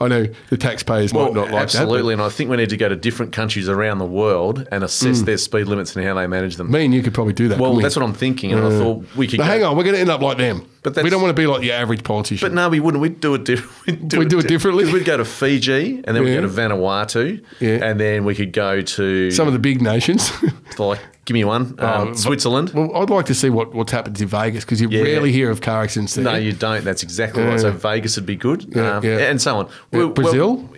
[SPEAKER 4] I know the taxpayers might not like that. but
[SPEAKER 3] absolutely, and I think we need to go to different countries around the world and assess their speed limits and how they manage them.
[SPEAKER 4] Mm. Me and you could probably do that.
[SPEAKER 3] well,
[SPEAKER 4] couldn't we?
[SPEAKER 3] that's what I'm thinking, and I thought we could.
[SPEAKER 4] But
[SPEAKER 3] go-
[SPEAKER 4] hang on, we're going to end up like them.
[SPEAKER 3] But
[SPEAKER 4] we
[SPEAKER 3] that's-
[SPEAKER 4] don't want to be like your average politician.
[SPEAKER 3] But no, we wouldn't. We'd do it, diff- we'd
[SPEAKER 4] We'd do it
[SPEAKER 3] di-
[SPEAKER 4] differently.
[SPEAKER 3] 'cause We'd go to Fiji, and then
[SPEAKER 4] Yeah.
[SPEAKER 3] we'd go to Vanuatu,
[SPEAKER 4] Yeah.
[SPEAKER 3] and then we could go to
[SPEAKER 4] Some of the big nations.
[SPEAKER 3] like give me one um,
[SPEAKER 4] Oh,
[SPEAKER 3] Switzerland.
[SPEAKER 4] well, I'd like to see what, what's happened in Vegas because you
[SPEAKER 3] Yeah.
[SPEAKER 4] rarely hear of car accidents there.
[SPEAKER 3] no, you don't. That's exactly right. So Vegas would be good,
[SPEAKER 4] Yeah,
[SPEAKER 3] um,
[SPEAKER 4] yeah.
[SPEAKER 3] and so on.
[SPEAKER 4] Yeah,
[SPEAKER 3] We're-
[SPEAKER 4] Brazil?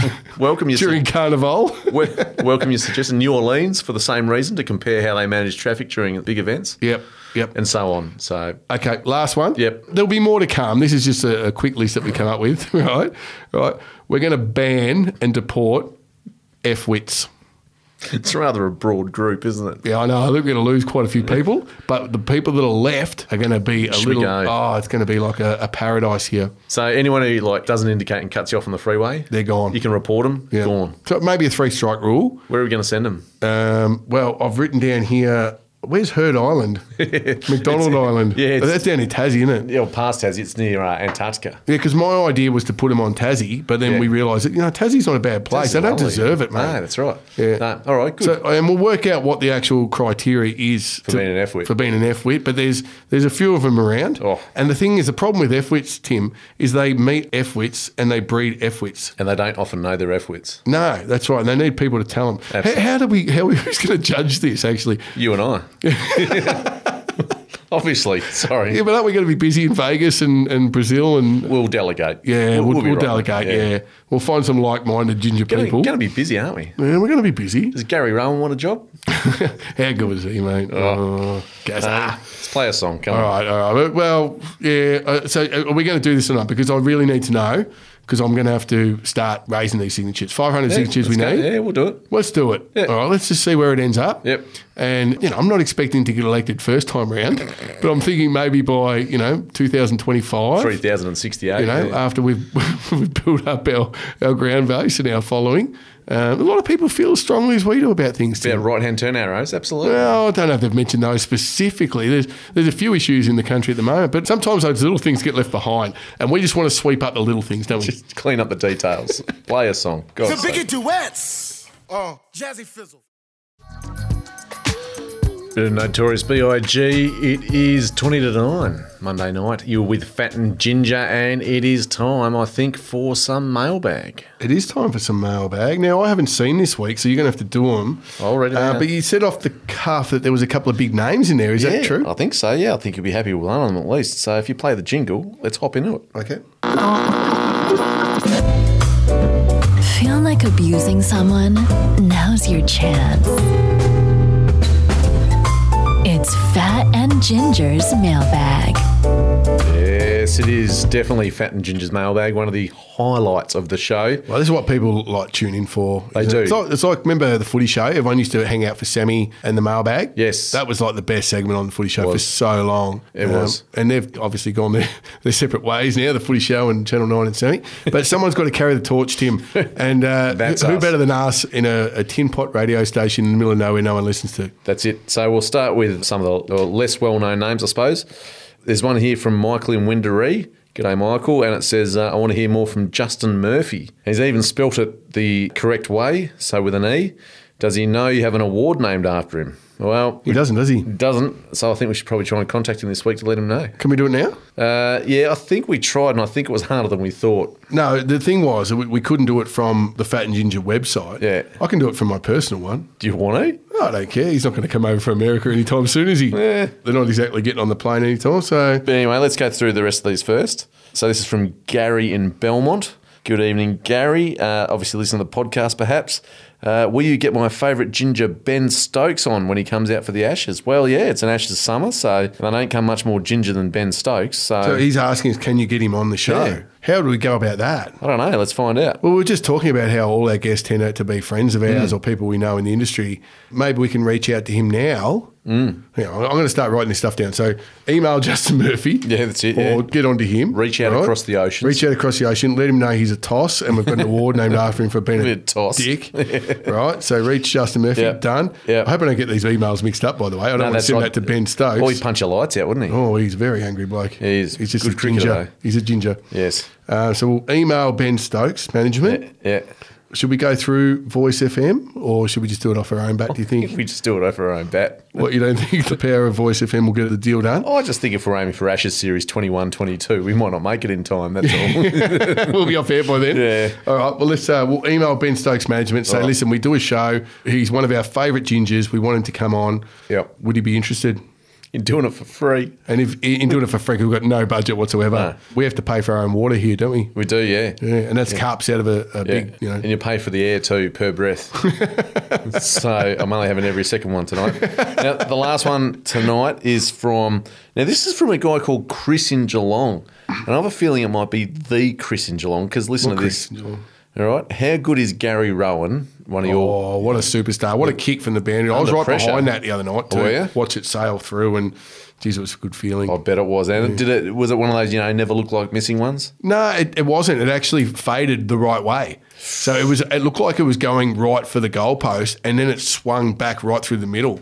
[SPEAKER 3] We're, Welcome your
[SPEAKER 4] during Carnival.
[SPEAKER 3] we- welcome your suggestion. New Orleans for the same reason to compare how they manage traffic during big events.
[SPEAKER 4] yep, yep.
[SPEAKER 3] And so on. So
[SPEAKER 4] Okay, last one.
[SPEAKER 3] Yep.
[SPEAKER 4] There'll be more to come. This is just a, a quick list that we come up with, right? Right. We're going to ban and deport F wits.
[SPEAKER 3] it's rather a broad group, isn't it?
[SPEAKER 4] Yeah, I know. I think we're going to lose quite a few people, but the people that are left are going to be a
[SPEAKER 3] Should we
[SPEAKER 4] little.
[SPEAKER 3] go?
[SPEAKER 4] Oh, it's going to be like a, a paradise here.
[SPEAKER 3] So anyone who like doesn't indicate and cuts you off on the freeway,
[SPEAKER 4] They're gone.
[SPEAKER 3] You can report them.
[SPEAKER 4] Yeah.
[SPEAKER 3] Gone.
[SPEAKER 4] So maybe a three strike rule.
[SPEAKER 3] Where are we going to send them?
[SPEAKER 4] Um, well, I've written down here. Where's Heard Island? McDonald Island.
[SPEAKER 3] yeah, it's-
[SPEAKER 4] that's down in Tassie, isn't it?
[SPEAKER 3] Yeah, well, past Tassie, it's near uh, Antarctica.
[SPEAKER 4] Yeah, because my idea was to put them on Tassie, but then
[SPEAKER 3] Yeah.
[SPEAKER 4] we realised that you know Tassie's not a bad
[SPEAKER 3] That's
[SPEAKER 4] place. they don't
[SPEAKER 3] lovely.
[SPEAKER 4] deserve it, mate.
[SPEAKER 3] No, that's right.
[SPEAKER 4] Yeah.
[SPEAKER 3] No, all right, good.
[SPEAKER 4] So, and we'll work out what the actual criteria is for
[SPEAKER 3] being an F-wit.
[SPEAKER 4] For being an F wit, but there's there's a few of them around.
[SPEAKER 3] Oh.
[SPEAKER 4] And the thing is, the problem with F wits, Tim, is they meet F wits and they breed F wits.
[SPEAKER 3] and they don't often know their F wits.
[SPEAKER 4] No, that's right. And they need people to tell them. How,
[SPEAKER 3] Absolutely.
[SPEAKER 4] how do we? How who's going to judge this? Actually,
[SPEAKER 3] You and I. Obviously, sorry.
[SPEAKER 4] yeah, but aren't we going to be busy in Vegas and, and Brazil and
[SPEAKER 3] We'll delegate.
[SPEAKER 4] yeah, we'll, we'll,
[SPEAKER 3] be right.
[SPEAKER 4] delegate. Yeah. we'll find some like-minded ginger
[SPEAKER 3] Gonna,
[SPEAKER 4] people.
[SPEAKER 3] gonna be busy, aren't we?
[SPEAKER 4] yeah, we're going to be busy.
[SPEAKER 3] Does Gary Rowan want a job?
[SPEAKER 4] How good was he, mate? Oh, Gazza.
[SPEAKER 3] Ah, let's play a song. Come
[SPEAKER 4] All
[SPEAKER 3] on.
[SPEAKER 4] right, all right. Well, yeah. Uh, so, are we going to do this or not? Because I really need to know. Because I'm going to have to start raising these signatures. 500
[SPEAKER 3] Yeah,
[SPEAKER 4] signatures we
[SPEAKER 3] let's go.
[SPEAKER 4] need.
[SPEAKER 3] Yeah, we'll do it.
[SPEAKER 4] Let's do it.
[SPEAKER 3] Yeah.
[SPEAKER 4] All right. Let's just see where it ends up.
[SPEAKER 3] Yep.
[SPEAKER 4] And you know, I'm not expecting to get elected first time round, but I'm thinking maybe by you know 2025.
[SPEAKER 3] 3068.
[SPEAKER 4] You know,
[SPEAKER 3] yeah.
[SPEAKER 4] after we've we've built up our, our ground base and our following, um, a lot of people feel as strongly as we do about things. Tim.
[SPEAKER 3] yeah, right hand turn arrows. Absolutely.
[SPEAKER 4] Well, I don't know if they've mentioned those specifically. There's there's a few issues in the country at the moment, but sometimes those little things get left behind, and we just want to sweep up the little things, don't we?
[SPEAKER 3] Just clean up the details. play a song. God,
[SPEAKER 5] The bigger duets. Oh, Jazzy Fizzle.
[SPEAKER 3] Bit of Notorious B.I.G. It is 20 to 9, Monday night. You're with Fat and Ginger, and it is time, I think, for some mailbag.
[SPEAKER 4] It is time for some mailbag. Now I haven't seen this week, so you're going to have to do them.
[SPEAKER 3] I'll read it
[SPEAKER 4] Uh,
[SPEAKER 3] out.
[SPEAKER 4] but you said off the cuff that there was a couple of big names in there. Is that true?
[SPEAKER 3] I think so, yeah. I think you'll be happy with one of them at least. So if you play the jingle, let's hop into it.
[SPEAKER 4] Okay.
[SPEAKER 2] Feel like abusing someone? Now's your chance. It's Fat and Ginger's mailbag.
[SPEAKER 3] Yes, it is definitely Fat and Ginger's mailbag, one of the highlights of the show.
[SPEAKER 4] Well, this is what people like tune in for.
[SPEAKER 3] They
[SPEAKER 4] isn't it?
[SPEAKER 3] do.
[SPEAKER 4] It's like, it's like remember the footy show? Everyone used to hang out for Sammy and the mailbag.
[SPEAKER 3] Yes.
[SPEAKER 4] that was like the best segment on the footy show for
[SPEAKER 3] was.
[SPEAKER 4] so long. Um,
[SPEAKER 3] It was.
[SPEAKER 4] and they've obviously gone their, their separate ways now. The footy show and Channel Nine and Sammy, but someone's got to carry the torch, Tim. And uh,
[SPEAKER 3] That's
[SPEAKER 4] who, who
[SPEAKER 3] us.
[SPEAKER 4] better than us in a, a tin pot radio station in the middle of nowhere? No one listens to.
[SPEAKER 3] That's it. So we'll start with some of the less well known names, I suppose. There's one here from Michael in Windaree. G'day, Michael. And it says, uh, I want to hear more from Justin Murphy. He's even spelt it the correct way, so with an E. Does he know you have an award named after him? Well,
[SPEAKER 4] He doesn't, does he?
[SPEAKER 3] doesn't. So I think we should probably try and contact him this week to let him know.
[SPEAKER 4] Can we do it now?
[SPEAKER 3] Uh, yeah, I think we tried, and I think it was harder than we thought.
[SPEAKER 4] No, the thing was that we, we couldn't do it from the Fat and Ginger website.
[SPEAKER 3] Yeah.
[SPEAKER 4] I can do it from my personal one.
[SPEAKER 3] Do you want to?
[SPEAKER 4] I don't care. He's not going to come over from America anytime soon, is he?
[SPEAKER 3] Yeah.
[SPEAKER 4] They're not exactly getting on the plane anytime. So,
[SPEAKER 3] But anyway, let's go through the rest of these first. So this is from Gary in Belmont. Good evening, Gary. Uh, obviously, listen to the podcast, perhaps. Uh, will you get my favourite ginger, Ben Stokes, on when he comes out for the Ashes? Well, yeah, it's an Ashes summer, so they don't come much more ginger than Ben Stokes. So,
[SPEAKER 4] so he's asking us, can you get him on the show?
[SPEAKER 3] Yeah.
[SPEAKER 4] How do we go about that?
[SPEAKER 3] I don't know. Let's find out.
[SPEAKER 4] Well, we were just talking about how all our guests tend out to be friends of
[SPEAKER 3] Mm.
[SPEAKER 4] ours or people we know in the industry. Maybe we can reach out to him now. Mm. You know, I'm going to start writing this stuff down. So email Justin Murphy.
[SPEAKER 3] Yeah, that's it,
[SPEAKER 4] Or
[SPEAKER 3] yeah.
[SPEAKER 4] get onto him.
[SPEAKER 3] Reach out
[SPEAKER 4] right?
[SPEAKER 3] across the oceans.
[SPEAKER 4] Reach out across the ocean. Let him know he's a toss, and we've got an award named after him for being a,
[SPEAKER 3] Bit toss.
[SPEAKER 4] dick. right. So reach Justin Murphy.
[SPEAKER 3] Yep.
[SPEAKER 4] Done.
[SPEAKER 3] Yep.
[SPEAKER 4] I hope I don't get these emails mixed up. By the way, I don't want to
[SPEAKER 3] that's
[SPEAKER 4] send
[SPEAKER 3] right.
[SPEAKER 4] that to Ben Stokes.
[SPEAKER 3] Or he'd punch your lights out, wouldn't he?
[SPEAKER 4] Oh, he's a very angry bloke.
[SPEAKER 3] He is.
[SPEAKER 4] He's just
[SPEAKER 3] Good
[SPEAKER 4] a
[SPEAKER 3] cricketer,
[SPEAKER 4] ginger.
[SPEAKER 3] though.
[SPEAKER 4] He's a ginger.
[SPEAKER 3] Yes.
[SPEAKER 4] Uh, so we'll email Ben Stokes management.
[SPEAKER 3] Yeah.
[SPEAKER 4] Should we go through Voice FM or should we just do it off our own back? Do you think?
[SPEAKER 3] Oh, We just do it over our own bat.
[SPEAKER 4] what you don't think the power of Voice FM will get the deal done?
[SPEAKER 3] I just think if we're aiming for Ashes Series 21 22, we might not make it in time. That's all.
[SPEAKER 4] we'll be off air by then.
[SPEAKER 3] Yeah.
[SPEAKER 4] All right. Well, let's uh, we'll email Ben Stokes management. Say,
[SPEAKER 3] All right.
[SPEAKER 4] listen, we do a show. He's one of our favourite gingers. We want him to come on.
[SPEAKER 3] Yep.
[SPEAKER 4] Would he be interested?
[SPEAKER 3] You're doing it for free.
[SPEAKER 4] And if in doing it for free, we've got no budget whatsoever.
[SPEAKER 3] No.
[SPEAKER 4] We have to pay for our own water here, don't we?
[SPEAKER 3] We do, yeah.
[SPEAKER 4] Yeah, and that's cups out of a, a
[SPEAKER 3] Yeah.
[SPEAKER 4] big, you know.
[SPEAKER 3] And you pay for the air too per breath. so I'm only having every second one tonight. Now, the last one tonight is from, now this is from a guy called Chris in Geelong. And I have a feeling it might be the Chris in Geelong because listen
[SPEAKER 4] What
[SPEAKER 3] to this.
[SPEAKER 4] Chris in Geelong?
[SPEAKER 3] All right. How good is Gary Rowan? One of your.
[SPEAKER 4] Oh, what a superstar! What a kick from the band! I was
[SPEAKER 3] Under
[SPEAKER 4] right
[SPEAKER 3] pressure. Oh,
[SPEAKER 4] behind that the other night too.
[SPEAKER 3] Were you?
[SPEAKER 4] Watch it sail through, and geez, it was a good feeling.
[SPEAKER 3] I bet it was. And did it was it one of those, you know, never look like missing ones?
[SPEAKER 4] No, it, it wasn't. It actually faded the right way. So it was. It looked like it was going right for the goalpost, and then it swung back right through the middle.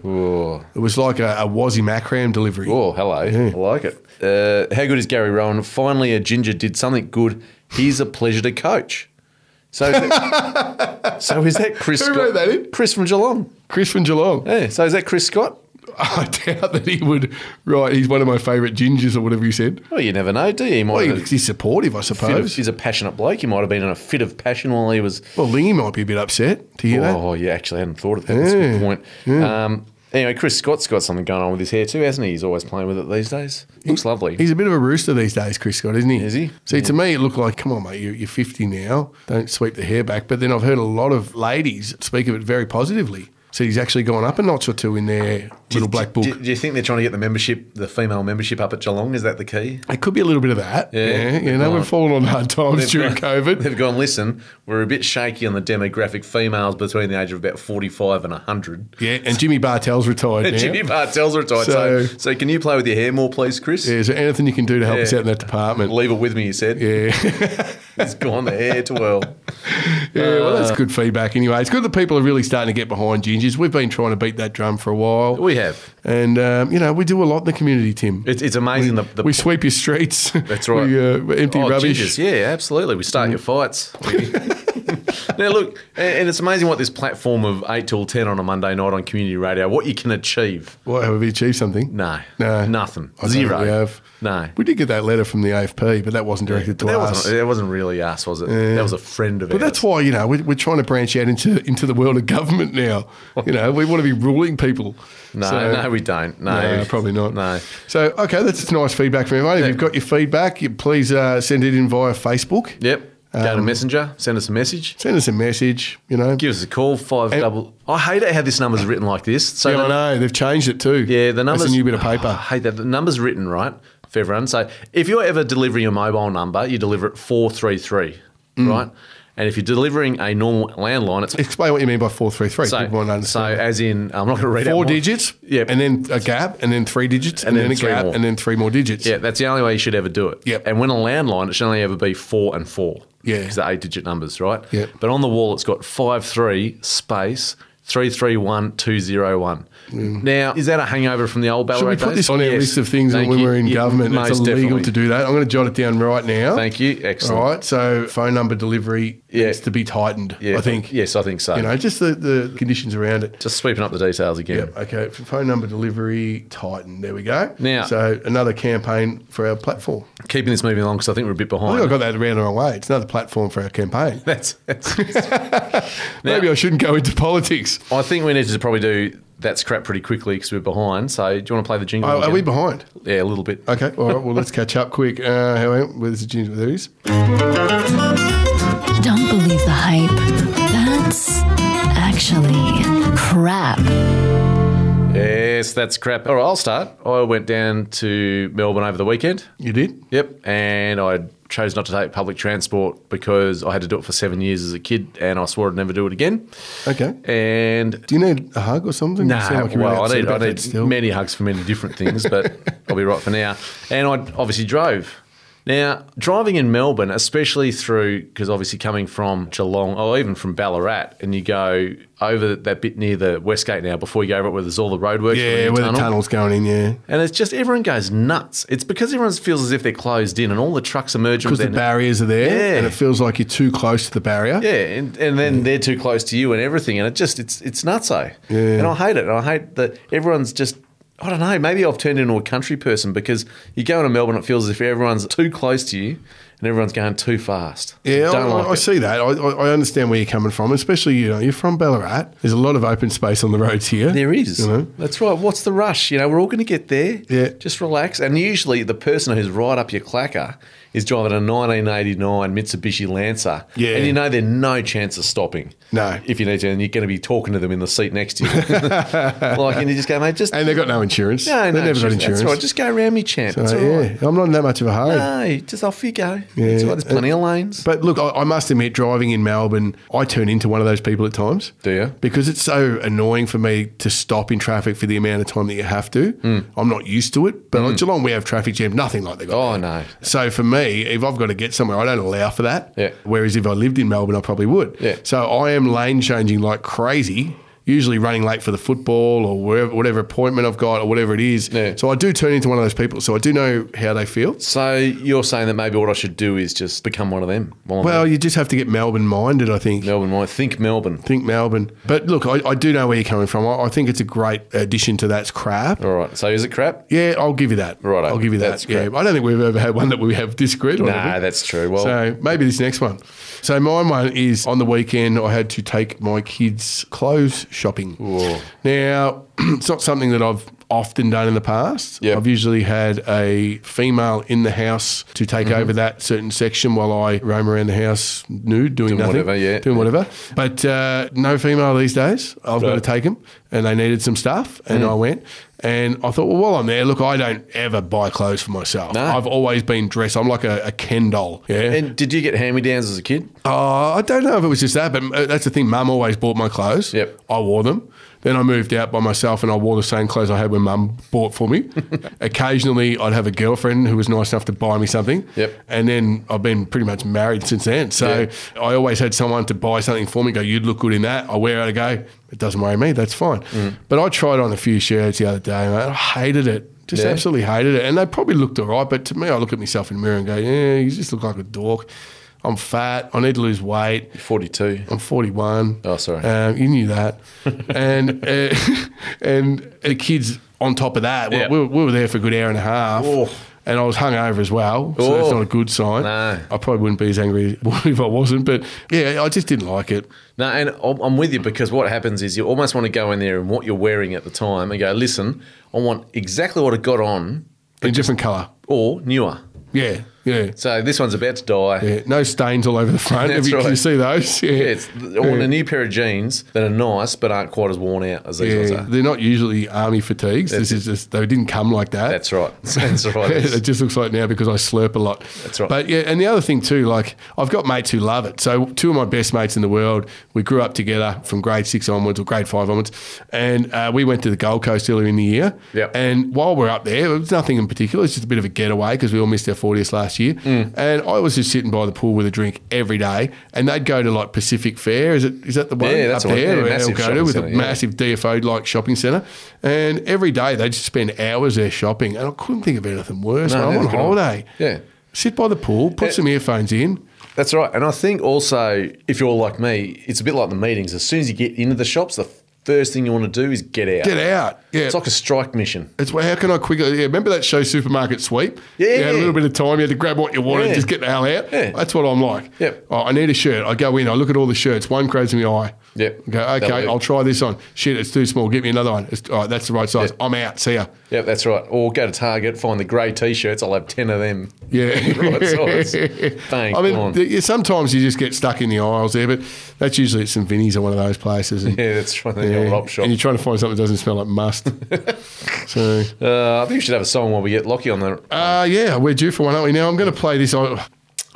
[SPEAKER 4] It was like a, a Wazzy Macram delivery.
[SPEAKER 3] Oh, hello. I like it. Uh, how good is Gary Rowan? Finally, a ginger did something good. He's a pleasure to coach. So, is that, so is that Chris?
[SPEAKER 4] Who
[SPEAKER 3] Scott?
[SPEAKER 4] wrote that in?
[SPEAKER 3] Chris from Geelong.
[SPEAKER 4] Chris from Geelong.
[SPEAKER 3] Yeah. So is that Chris Scott?
[SPEAKER 4] I doubt that he would. Right, he's one of my favourite gingers, or whatever you said.
[SPEAKER 3] Well, you never know, do you? He might
[SPEAKER 4] Well,
[SPEAKER 3] have
[SPEAKER 4] he- he's supportive, I
[SPEAKER 3] a fit of-
[SPEAKER 4] suppose.
[SPEAKER 3] he's a passionate bloke. He might have been in a fit of passion while he was.
[SPEAKER 4] well, Lingy might be a bit upset to hear that.
[SPEAKER 3] Oh, yeah. Actually, I hadn't thought of that. That's a good point. Um, anyway, Chris Scott's got something going on with his hair too, hasn't he? He's always playing with it these days. Looks lovely.
[SPEAKER 4] He's a bit of a rooster these days, Chris Scott, isn't he?
[SPEAKER 3] Is he?
[SPEAKER 4] See, to me, it looked like, come on, mate, you, you're 50 now. Don't sweep the hair back. But then I've heard a lot of ladies speak of it very positively. So he's actually gone up a notch or two in their little black book.
[SPEAKER 3] Do, do you think they're trying to get the membership, the female membership up at Geelong? Is that the key?
[SPEAKER 4] it could be a little bit of that.
[SPEAKER 3] Yeah.
[SPEAKER 4] yeah, yeah they were
[SPEAKER 3] Right.
[SPEAKER 4] falling on hard times during
[SPEAKER 3] gone-
[SPEAKER 4] COVID.
[SPEAKER 3] They've gone, listen, we're a bit shaky on the demographic females between the age of about 45 and 100.
[SPEAKER 4] Yeah, and Jimmy Bartell's retired now.
[SPEAKER 3] Jimmy Bartels retired. So,
[SPEAKER 4] So-
[SPEAKER 3] so, can you play with your hair more, please, Chris?
[SPEAKER 4] Yeah, is there anything you can do to help us
[SPEAKER 3] Yeah.
[SPEAKER 4] out in that department?
[SPEAKER 3] Leave it with me, he said.
[SPEAKER 4] Yeah.
[SPEAKER 3] He's gone the hair twirl.
[SPEAKER 4] Yeah, well, that's good feedback anyway. It's good that people are really starting to get behind gingers. We've been trying to beat that drum for a while.
[SPEAKER 3] We have.
[SPEAKER 4] And, um, you know, we do a lot in the community, Tim.
[SPEAKER 3] It's, it's amazing the, the
[SPEAKER 4] we sweep your streets.
[SPEAKER 3] That's right.
[SPEAKER 4] We uh, we empty
[SPEAKER 3] Oh,
[SPEAKER 4] rubbish.
[SPEAKER 3] gingers. Yeah, absolutely. We start your fights. We- now, look, and and it's amazing what this platform of 8 till 10 on a Monday night on community radio, what you can achieve.
[SPEAKER 4] What, have we achieved something?
[SPEAKER 3] No.
[SPEAKER 4] No.
[SPEAKER 3] Nothing.
[SPEAKER 4] I don't think
[SPEAKER 3] Zero.
[SPEAKER 4] We have.
[SPEAKER 3] No.
[SPEAKER 4] We did get that letter from the AFP, but that wasn't directed to
[SPEAKER 3] That
[SPEAKER 4] us.
[SPEAKER 3] wasn't, that wasn't really us, was it? That was a friend of
[SPEAKER 4] but
[SPEAKER 3] ours.
[SPEAKER 4] that's why, you know, we're, we're trying to branch out into, into the world of government now. You know, we want to be ruling people.
[SPEAKER 3] No,
[SPEAKER 4] So-
[SPEAKER 3] no, we don't. No,
[SPEAKER 4] No, probably not.
[SPEAKER 3] No.
[SPEAKER 4] So, okay, that's just nice feedback from everyone. If you've got your feedback, you please uh, send it in via Facebook.
[SPEAKER 3] Yep. Go to
[SPEAKER 4] Um,
[SPEAKER 3] Messenger, send us a message.
[SPEAKER 4] Send us a message, you know.
[SPEAKER 3] Give us a call, five
[SPEAKER 4] And-
[SPEAKER 3] double. I hate it how this number's written like this. So
[SPEAKER 4] yeah,
[SPEAKER 3] the,
[SPEAKER 4] I know. They've changed it too.
[SPEAKER 3] yeah, the number's
[SPEAKER 4] That's a new bit of
[SPEAKER 3] I
[SPEAKER 4] paper.
[SPEAKER 3] hate that. The number's written right for everyone. So if you're ever delivering your mobile number, you deliver it four three three,
[SPEAKER 4] Mm.
[SPEAKER 3] right? And if you're delivering a normal landline, it's
[SPEAKER 4] Explain what you mean by 433.
[SPEAKER 3] so,
[SPEAKER 4] People won't
[SPEAKER 3] so
[SPEAKER 4] understand.
[SPEAKER 3] as in I'm not going to read out more.
[SPEAKER 4] Four digits,
[SPEAKER 3] Yeah.
[SPEAKER 4] and then a gap, and then three digits,
[SPEAKER 3] And
[SPEAKER 4] and, then,
[SPEAKER 3] then
[SPEAKER 4] a
[SPEAKER 3] three
[SPEAKER 4] gap,
[SPEAKER 3] more.
[SPEAKER 4] and then three more digits.
[SPEAKER 3] Yeah, that's the only way you should ever do it.
[SPEAKER 4] Yep.
[SPEAKER 3] And when a landline, it should only ever be four and four.
[SPEAKER 4] Yeah.
[SPEAKER 3] Because they're eight digit numbers, right?
[SPEAKER 4] Yep.
[SPEAKER 3] But on the wall, it's got five three space. 331201. Now, is that a hangover from the old Ballarat
[SPEAKER 4] Mm. Should we put
[SPEAKER 3] days?
[SPEAKER 4] this on our
[SPEAKER 3] Yes.
[SPEAKER 4] list of things that
[SPEAKER 3] Thank
[SPEAKER 4] when
[SPEAKER 3] you.
[SPEAKER 4] we're in
[SPEAKER 3] Yeah,
[SPEAKER 4] government? It's
[SPEAKER 3] most
[SPEAKER 4] illegal
[SPEAKER 3] definitely.
[SPEAKER 4] to do that. I'm going to jot it down right now.
[SPEAKER 3] Thank you. Excellent.
[SPEAKER 4] All right. So phone number delivery
[SPEAKER 3] Yeah.
[SPEAKER 4] needs to be tightened.
[SPEAKER 3] Yeah,
[SPEAKER 4] I think.
[SPEAKER 3] Yes, I think so.
[SPEAKER 4] You know, just the, the conditions around it.
[SPEAKER 3] Just sweeping up the details again.
[SPEAKER 4] Yep. Okay. f- Phone number delivery tightened. There we go.
[SPEAKER 3] Now-
[SPEAKER 4] so another campaign for our platform.
[SPEAKER 3] Keeping this moving along because I think we're a bit
[SPEAKER 4] I
[SPEAKER 3] behind.
[SPEAKER 4] think I got that around the wrong way. It's another platform for our campaign.
[SPEAKER 3] that's, that's,
[SPEAKER 4] Maybe I shouldn't go into politics.
[SPEAKER 3] I think we need to probably do that's crap pretty quickly because we're behind. So, do you want to play the jingle?
[SPEAKER 4] Oh, are
[SPEAKER 3] again?
[SPEAKER 4] we behind?
[SPEAKER 3] Yeah, a little bit.
[SPEAKER 4] Okay. All right. Well, let's catch up quick. Uh, how Where's the ginger? There he is.
[SPEAKER 2] Don't believe the hype. That's actually crap.
[SPEAKER 3] Yes, that's crap. All right, I'll start. I went down to Melbourne over the weekend.
[SPEAKER 4] You did.
[SPEAKER 3] Yep. And I chose not to take public transport because I had to do it for seven years as a kid and I swore I'd never do it again.
[SPEAKER 4] Okay.
[SPEAKER 3] And.
[SPEAKER 4] Do you need a hug or something? You
[SPEAKER 3] Eh. Nah,
[SPEAKER 4] sound like you're really
[SPEAKER 3] well,
[SPEAKER 4] upset
[SPEAKER 3] I need, I
[SPEAKER 4] about that
[SPEAKER 3] need
[SPEAKER 4] still.
[SPEAKER 3] many hugs for many different things, but I'll be right for now. And I obviously drove. Now, driving in Melbourne, especially through, because obviously coming from Geelong or even from Ballarat, and you go over that bit near the Westgate now before you go over it where there's all the roadworks. for
[SPEAKER 4] Yeah,
[SPEAKER 3] new
[SPEAKER 4] where the
[SPEAKER 3] tunnel.
[SPEAKER 4] tunnel's going in. Yeah.
[SPEAKER 3] And it's just everyone goes nuts. It's because everyone feels as if they're closed in, and all the trucks are merging.
[SPEAKER 4] Because
[SPEAKER 3] with
[SPEAKER 4] the
[SPEAKER 3] their-
[SPEAKER 4] barriers are there,
[SPEAKER 3] Yeah.
[SPEAKER 4] and it feels like you're too close to the barrier.
[SPEAKER 3] yeah, and, and then they're too close to you and everything, and it just it's it's nutso.
[SPEAKER 4] Yeah.
[SPEAKER 3] And I hate it. And I hate that everyone's just. I don't know. Maybe I've turned into a country person because you go into Melbourne, it feels as if everyone's too close to you, and everyone's going too fast.
[SPEAKER 4] Yeah,
[SPEAKER 3] Don't
[SPEAKER 4] I,
[SPEAKER 3] like
[SPEAKER 4] I
[SPEAKER 3] it.
[SPEAKER 4] see that. I, I I understand where you're coming from, especially you know you're from Ballarat. There's a lot of open space on the roads here.
[SPEAKER 3] There is.
[SPEAKER 4] you know.
[SPEAKER 3] That's right. What's the rush? You know, we're all going to get there.
[SPEAKER 4] Yeah.
[SPEAKER 3] Just relax. And usually the person who's right up your clacker is driving a 1989 Mitsubishi Lancer.
[SPEAKER 4] Yeah.
[SPEAKER 3] And you know there's no chance of stopping.
[SPEAKER 4] No.
[SPEAKER 3] If you need to. And you're going to be talking to them in the seat next to you. like, and you just go, mate, just.
[SPEAKER 4] And they've got no insurance.
[SPEAKER 3] no,
[SPEAKER 4] they've
[SPEAKER 3] no,
[SPEAKER 4] never got
[SPEAKER 3] just-
[SPEAKER 4] insurance.
[SPEAKER 3] That's right. Just go around me, champ.
[SPEAKER 4] So,
[SPEAKER 3] That's all
[SPEAKER 4] yeah,
[SPEAKER 3] right.
[SPEAKER 4] I'm not in that much of a hurry.
[SPEAKER 3] No, just off you go. That's right. There's plenty of lanes.
[SPEAKER 4] But look, I, I must admit, driving in Melbourne, I turn into one of those people at times.
[SPEAKER 3] Do you?
[SPEAKER 4] Because it's so annoying for me to stop in traffic for the amount of time that you have to.
[SPEAKER 3] Hmm.
[SPEAKER 4] I'm not used to it. But on Geelong, we have traffic jams, nothing like they got.
[SPEAKER 3] Oh,
[SPEAKER 4] there.
[SPEAKER 3] no.
[SPEAKER 4] So for me, if I've got to get somewhere, I don't allow for that.
[SPEAKER 3] Yeah.
[SPEAKER 4] Whereas if I lived in Melbourne, I probably would.
[SPEAKER 3] Yeah.
[SPEAKER 4] So I am lane changing like crazy. Usually running late for the football or wherever, whatever appointment I've got or whatever it is.
[SPEAKER 3] Yeah.
[SPEAKER 4] So I do turn into one of those people. So I do know how they feel.
[SPEAKER 3] So you're saying that maybe what I should do is just become one of them. While I'm
[SPEAKER 4] Well, you just have to get Melbourne minded, I think.
[SPEAKER 3] Melbourne, right? Think Melbourne.
[SPEAKER 4] Think Melbourne. But look, I, I do know where you're coming from. I, I think it's a great addition to that crap.
[SPEAKER 3] All right. So is it crap?
[SPEAKER 4] Yeah, I'll give you that.
[SPEAKER 3] Righto.
[SPEAKER 4] I'll give you that.
[SPEAKER 3] That's
[SPEAKER 4] Yeah,
[SPEAKER 3] crap.
[SPEAKER 4] I don't think we've ever had one that we have disagreed on.
[SPEAKER 3] No,
[SPEAKER 4] have we?
[SPEAKER 3] that's true. Well,
[SPEAKER 4] So maybe this next one. So my one is on the weekend I had to take my kids clothes shopping. Now it's not something that I've often done in the past.
[SPEAKER 3] Yep.
[SPEAKER 4] I've usually had a female in the house to take
[SPEAKER 3] Mm-hmm.
[SPEAKER 4] over that certain section while I roam around the house nude doing, nothing,
[SPEAKER 3] whatever, yeah.
[SPEAKER 4] doing whatever. But uh, no female these days. I've got to
[SPEAKER 3] Right. Mm-hmm.
[SPEAKER 4] take them, and they needed some stuff, and I went. And I thought, well, while I'm there, look, I don't ever buy clothes for myself.
[SPEAKER 3] No.
[SPEAKER 4] I've always been dressed. I'm like a, a Ken doll. Yeah.
[SPEAKER 3] and did you get hand me downs as a kid?
[SPEAKER 4] Uh, I don't know if it was just that, but uh, that's the thing. Mum always bought my clothes.
[SPEAKER 3] Yep.
[SPEAKER 4] I wore them. Then I moved out by myself and I wore the same clothes I had when mum bought for me. Occasionally, I'd have a girlfriend who was nice enough to buy me something.
[SPEAKER 3] Yep.
[SPEAKER 4] And then I've been pretty much married since then. So I always had someone to buy something for me, go, you'd look good in that. I wear it, I go, it doesn't worry me, that's fine.
[SPEAKER 3] Mm.
[SPEAKER 4] But I tried on a few shirts the other day and I hated it. Just
[SPEAKER 3] Yeah.
[SPEAKER 4] absolutely hated it. And they probably looked all right, but to me, I look at myself in the mirror and go, yeah, you just look like a dork. I'm fat. I need to lose weight.
[SPEAKER 3] 42.
[SPEAKER 4] I'm 41.
[SPEAKER 3] Oh, sorry.
[SPEAKER 4] Um, you knew that. and uh, and the kids on top of that, well,
[SPEAKER 3] Yeah.
[SPEAKER 4] we, were, we were there for a good hour and a half.
[SPEAKER 3] Oh.
[SPEAKER 4] And I was hungover as well, so that's
[SPEAKER 3] Oh.
[SPEAKER 4] not a good sign.
[SPEAKER 3] No.
[SPEAKER 4] I probably wouldn't be as angry if I wasn't, but yeah, I just didn't like it.
[SPEAKER 3] No, and I'm I'm with you because what happens is you almost want to go in there and what you're wearing at the time and go, listen, I want exactly what I got on
[SPEAKER 4] In a different colour.
[SPEAKER 3] or newer.
[SPEAKER 4] Yeah, yeah.
[SPEAKER 3] So this one's about to die.
[SPEAKER 4] yeah. No stains all over the front.
[SPEAKER 3] That's
[SPEAKER 4] Have you, Can you
[SPEAKER 3] right.
[SPEAKER 4] see those? Yeah.
[SPEAKER 3] It's, I want a new pair of jeans that are nice but aren't quite as worn out as these ones
[SPEAKER 4] yeah.
[SPEAKER 3] are.
[SPEAKER 4] They're not usually army fatigues. this is just, they didn't come like that.
[SPEAKER 3] That's right. That's right.
[SPEAKER 4] it just looks like now because I slurp a lot.
[SPEAKER 3] That's right.
[SPEAKER 4] But yeah, and the other thing too, like I've got mates who love it. So two of my best mates in the world, we grew up together from grade six onwards or grade five onwards, and uh, we went to the Gold Coast earlier in the year.
[SPEAKER 3] Yep.
[SPEAKER 4] And while we're up there, it was nothing in particular. It's just a bit of a getaway because we all missed our fortieth last year.
[SPEAKER 3] Mm.
[SPEAKER 4] And I was just sitting by the pool with a drink every day, and they'd go to like Pacific Fair. Is it is that the one
[SPEAKER 3] Yeah, that's
[SPEAKER 4] up
[SPEAKER 3] the one.
[SPEAKER 4] there?
[SPEAKER 3] Yeah,
[SPEAKER 4] where
[SPEAKER 3] massive
[SPEAKER 4] they'll go to
[SPEAKER 3] shopping
[SPEAKER 4] with a
[SPEAKER 3] centre, yeah.
[SPEAKER 4] massive massive DFO like shopping centre, and every day they just spend hours there shopping. And I couldn't think of anything worse.
[SPEAKER 3] No,
[SPEAKER 4] man. I'm on
[SPEAKER 3] neither could I.
[SPEAKER 4] holiday.
[SPEAKER 3] Yeah.
[SPEAKER 4] Sit by the pool, put
[SPEAKER 3] Yeah.
[SPEAKER 4] some earphones in.
[SPEAKER 3] That's right. And I think also, if you're like me, it's a bit like the meetings. As soon as you get into the shops, the first thing you want to do is get out.
[SPEAKER 4] Get out. Yeah.
[SPEAKER 3] It's like a strike mission.
[SPEAKER 4] It's well, how can I quickly? Yeah, remember that show, Supermarket Sweep?
[SPEAKER 3] Yeah.
[SPEAKER 4] you had a little bit of time. You had to grab what you wanted,
[SPEAKER 3] Yeah.
[SPEAKER 4] just get the hell out.
[SPEAKER 3] Yeah.
[SPEAKER 4] That's what I'm like.
[SPEAKER 3] Yep.
[SPEAKER 4] Oh, I need a shirt. I go in. I look at all the shirts. One grabs me eye.
[SPEAKER 3] Yep.
[SPEAKER 4] I go, okay,
[SPEAKER 3] That'll do.
[SPEAKER 4] I'll try this on. Shit, it's too small. Get me another one. It's, all right, that's the right size. I'm out. See ya.
[SPEAKER 3] Yep, that's right. Or go to Target, find the grey t-shirts. I'll have ten of them.
[SPEAKER 4] Yeah.
[SPEAKER 3] Right size. Bang,
[SPEAKER 4] I mean,
[SPEAKER 3] on.
[SPEAKER 4] th- yeah, sometimes you just get stuck in the aisles there, but that's usually at St. Vinny's or one of those places. And,
[SPEAKER 3] yeah, that's right. The old op shop.
[SPEAKER 4] And you're trying to find something that doesn't smell like must. so,
[SPEAKER 3] Uh, I think we should have a song while we get Lockie on the.
[SPEAKER 4] uh, yeah, we're due for one, aren't we? Now, I'm going to play this. I,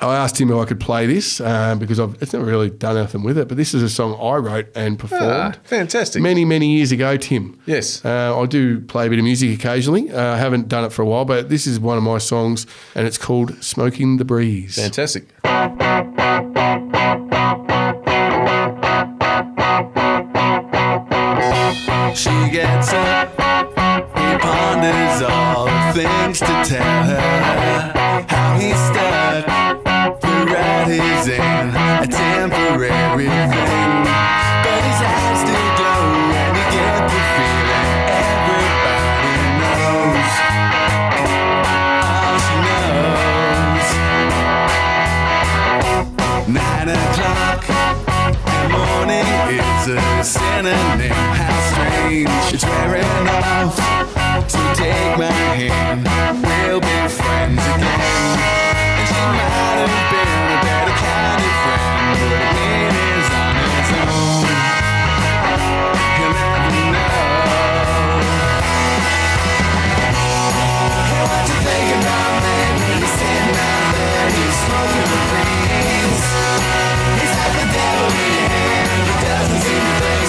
[SPEAKER 4] I asked him if I could play this uh, because I've, it's never really done anything with it, but this is a song I wrote and performed.
[SPEAKER 3] Ah, fantastic.
[SPEAKER 4] Many, many years ago, Tim.
[SPEAKER 3] Yes.
[SPEAKER 4] Uh, I do play a bit of music occasionally. Uh, I haven't done it for a while, but this is one of my songs, and it's called Smoking the Breeze.
[SPEAKER 3] Fantastic.
[SPEAKER 6] She gets up, he ponders all the things to tell her. How he stuck, the rat is in a temporary thing. But his eyes still glow, and you get the feeling everybody knows. All she knows. synonym. How strange. It's wearing off. So take my hand. We'll be friends again. And she might have been a better kind of friend. But it is on its own. You'll never know. What you think about me when you're sitting out there and you're smoking the breeze? He's got the devil in your hand, but doesn't seem to think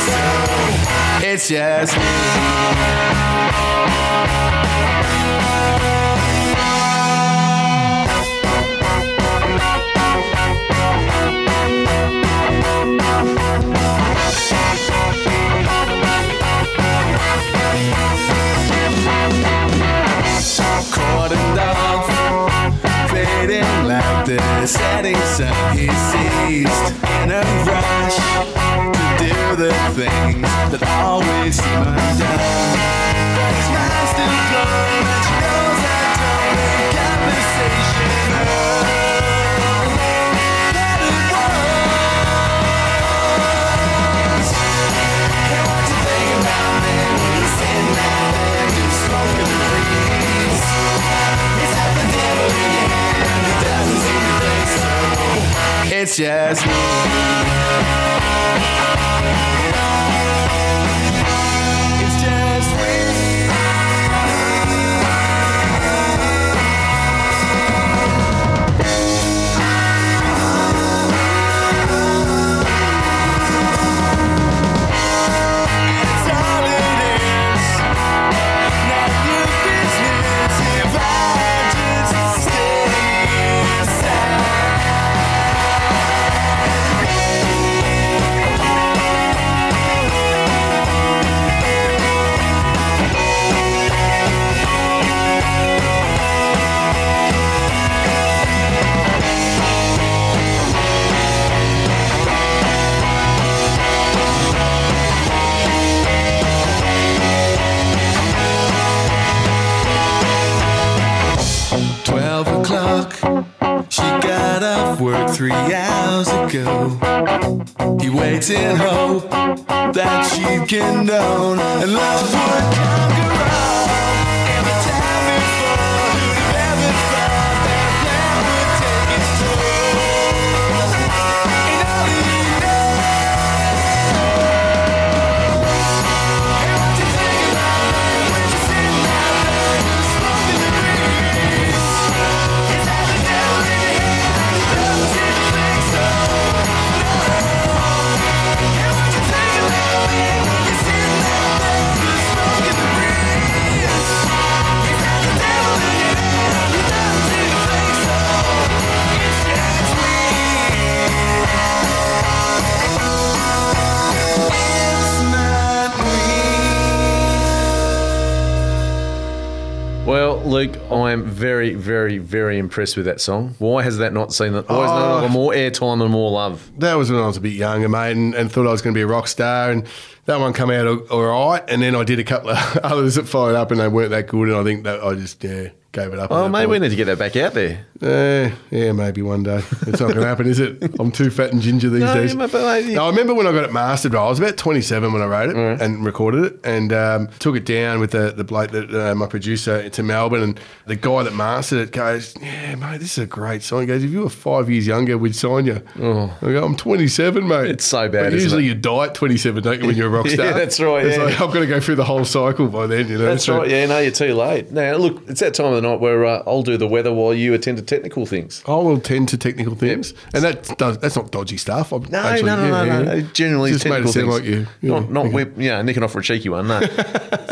[SPEAKER 6] so. It's just me. cordoned off, fading like the setting sun. He seized in a rush to do the things that always seem undone. But his mind's still blown, and she knows I don't make conversation. Oh, that it was. And what you think about me when you're sitting out there just smoking the breeze? It's just me. It's just me. It's all it is. Not your business if I just stay inside. Twelve o'clock. She got off work three hours ago. He waits in hope that she'd condone and love would conquer all. Every time before, who'd have ever thought that plan would take its toll? And all he knows, and what you think about it when you're sitting out there just smoking the breeze? It's like the devil in your hand, the devil seems to think so. And what you think about me when you're sitting out there just smoking the breeze? It's like the devil in your hand, the devil seems to think so. It's just me. It's not me.
[SPEAKER 3] Well, Luke, I am very, very, very impressed with that song. Why has that not seen that? Why has that not got more airtime and more love?
[SPEAKER 4] That was when I was a bit younger, mate, and, and thought I was going to be a rock star. And that one come out all- all right. And then I did a couple of others that followed up, and they weren't that good. And I think that I just yeah gave it up. at
[SPEAKER 3] Oh,
[SPEAKER 4] that
[SPEAKER 3] maybe we
[SPEAKER 4] point.
[SPEAKER 3] need to get that back out there.
[SPEAKER 4] Eh, yeah, maybe one day. It's not going to happen, is it? I'm too fat and ginger these
[SPEAKER 3] No,
[SPEAKER 4] days.
[SPEAKER 3] you might- but, like, you-
[SPEAKER 4] No, I remember when I got it mastered. bro, I was about 27 when I wrote it and recorded it, and um, took it down with the the bloke that uh, my producer to Melbourne, and the guy that mastered it goes, "Yeah, mate, this is a great song." He goes, "If you were five years younger, we'd sign you." I go, "I'm 27, mate.
[SPEAKER 3] Oh. It's so bad,
[SPEAKER 4] But
[SPEAKER 3] isn't
[SPEAKER 4] usually
[SPEAKER 3] it?
[SPEAKER 4] you die at 27, don't you, when you're a rock
[SPEAKER 3] Yeah,
[SPEAKER 4] star?
[SPEAKER 3] that's right,
[SPEAKER 4] It's
[SPEAKER 3] yeah.
[SPEAKER 4] like, I've got to go through the whole cycle by then, you know.
[SPEAKER 3] That's
[SPEAKER 4] so-
[SPEAKER 3] right. Yeah, no, you're too late. Now, look, it's that time of the night where uh, I'll do the weather while you attend to technical things.
[SPEAKER 4] I will tend to technical things, and that does, that's not dodgy stuff. I'm
[SPEAKER 3] No, no, no, no, no, no. Generally,
[SPEAKER 4] just made
[SPEAKER 3] technical
[SPEAKER 4] it sound
[SPEAKER 3] things.
[SPEAKER 4] like you. Yeah,
[SPEAKER 3] Not, not
[SPEAKER 4] okay.
[SPEAKER 3] whip, yeah, nicking off for a cheeky one. No.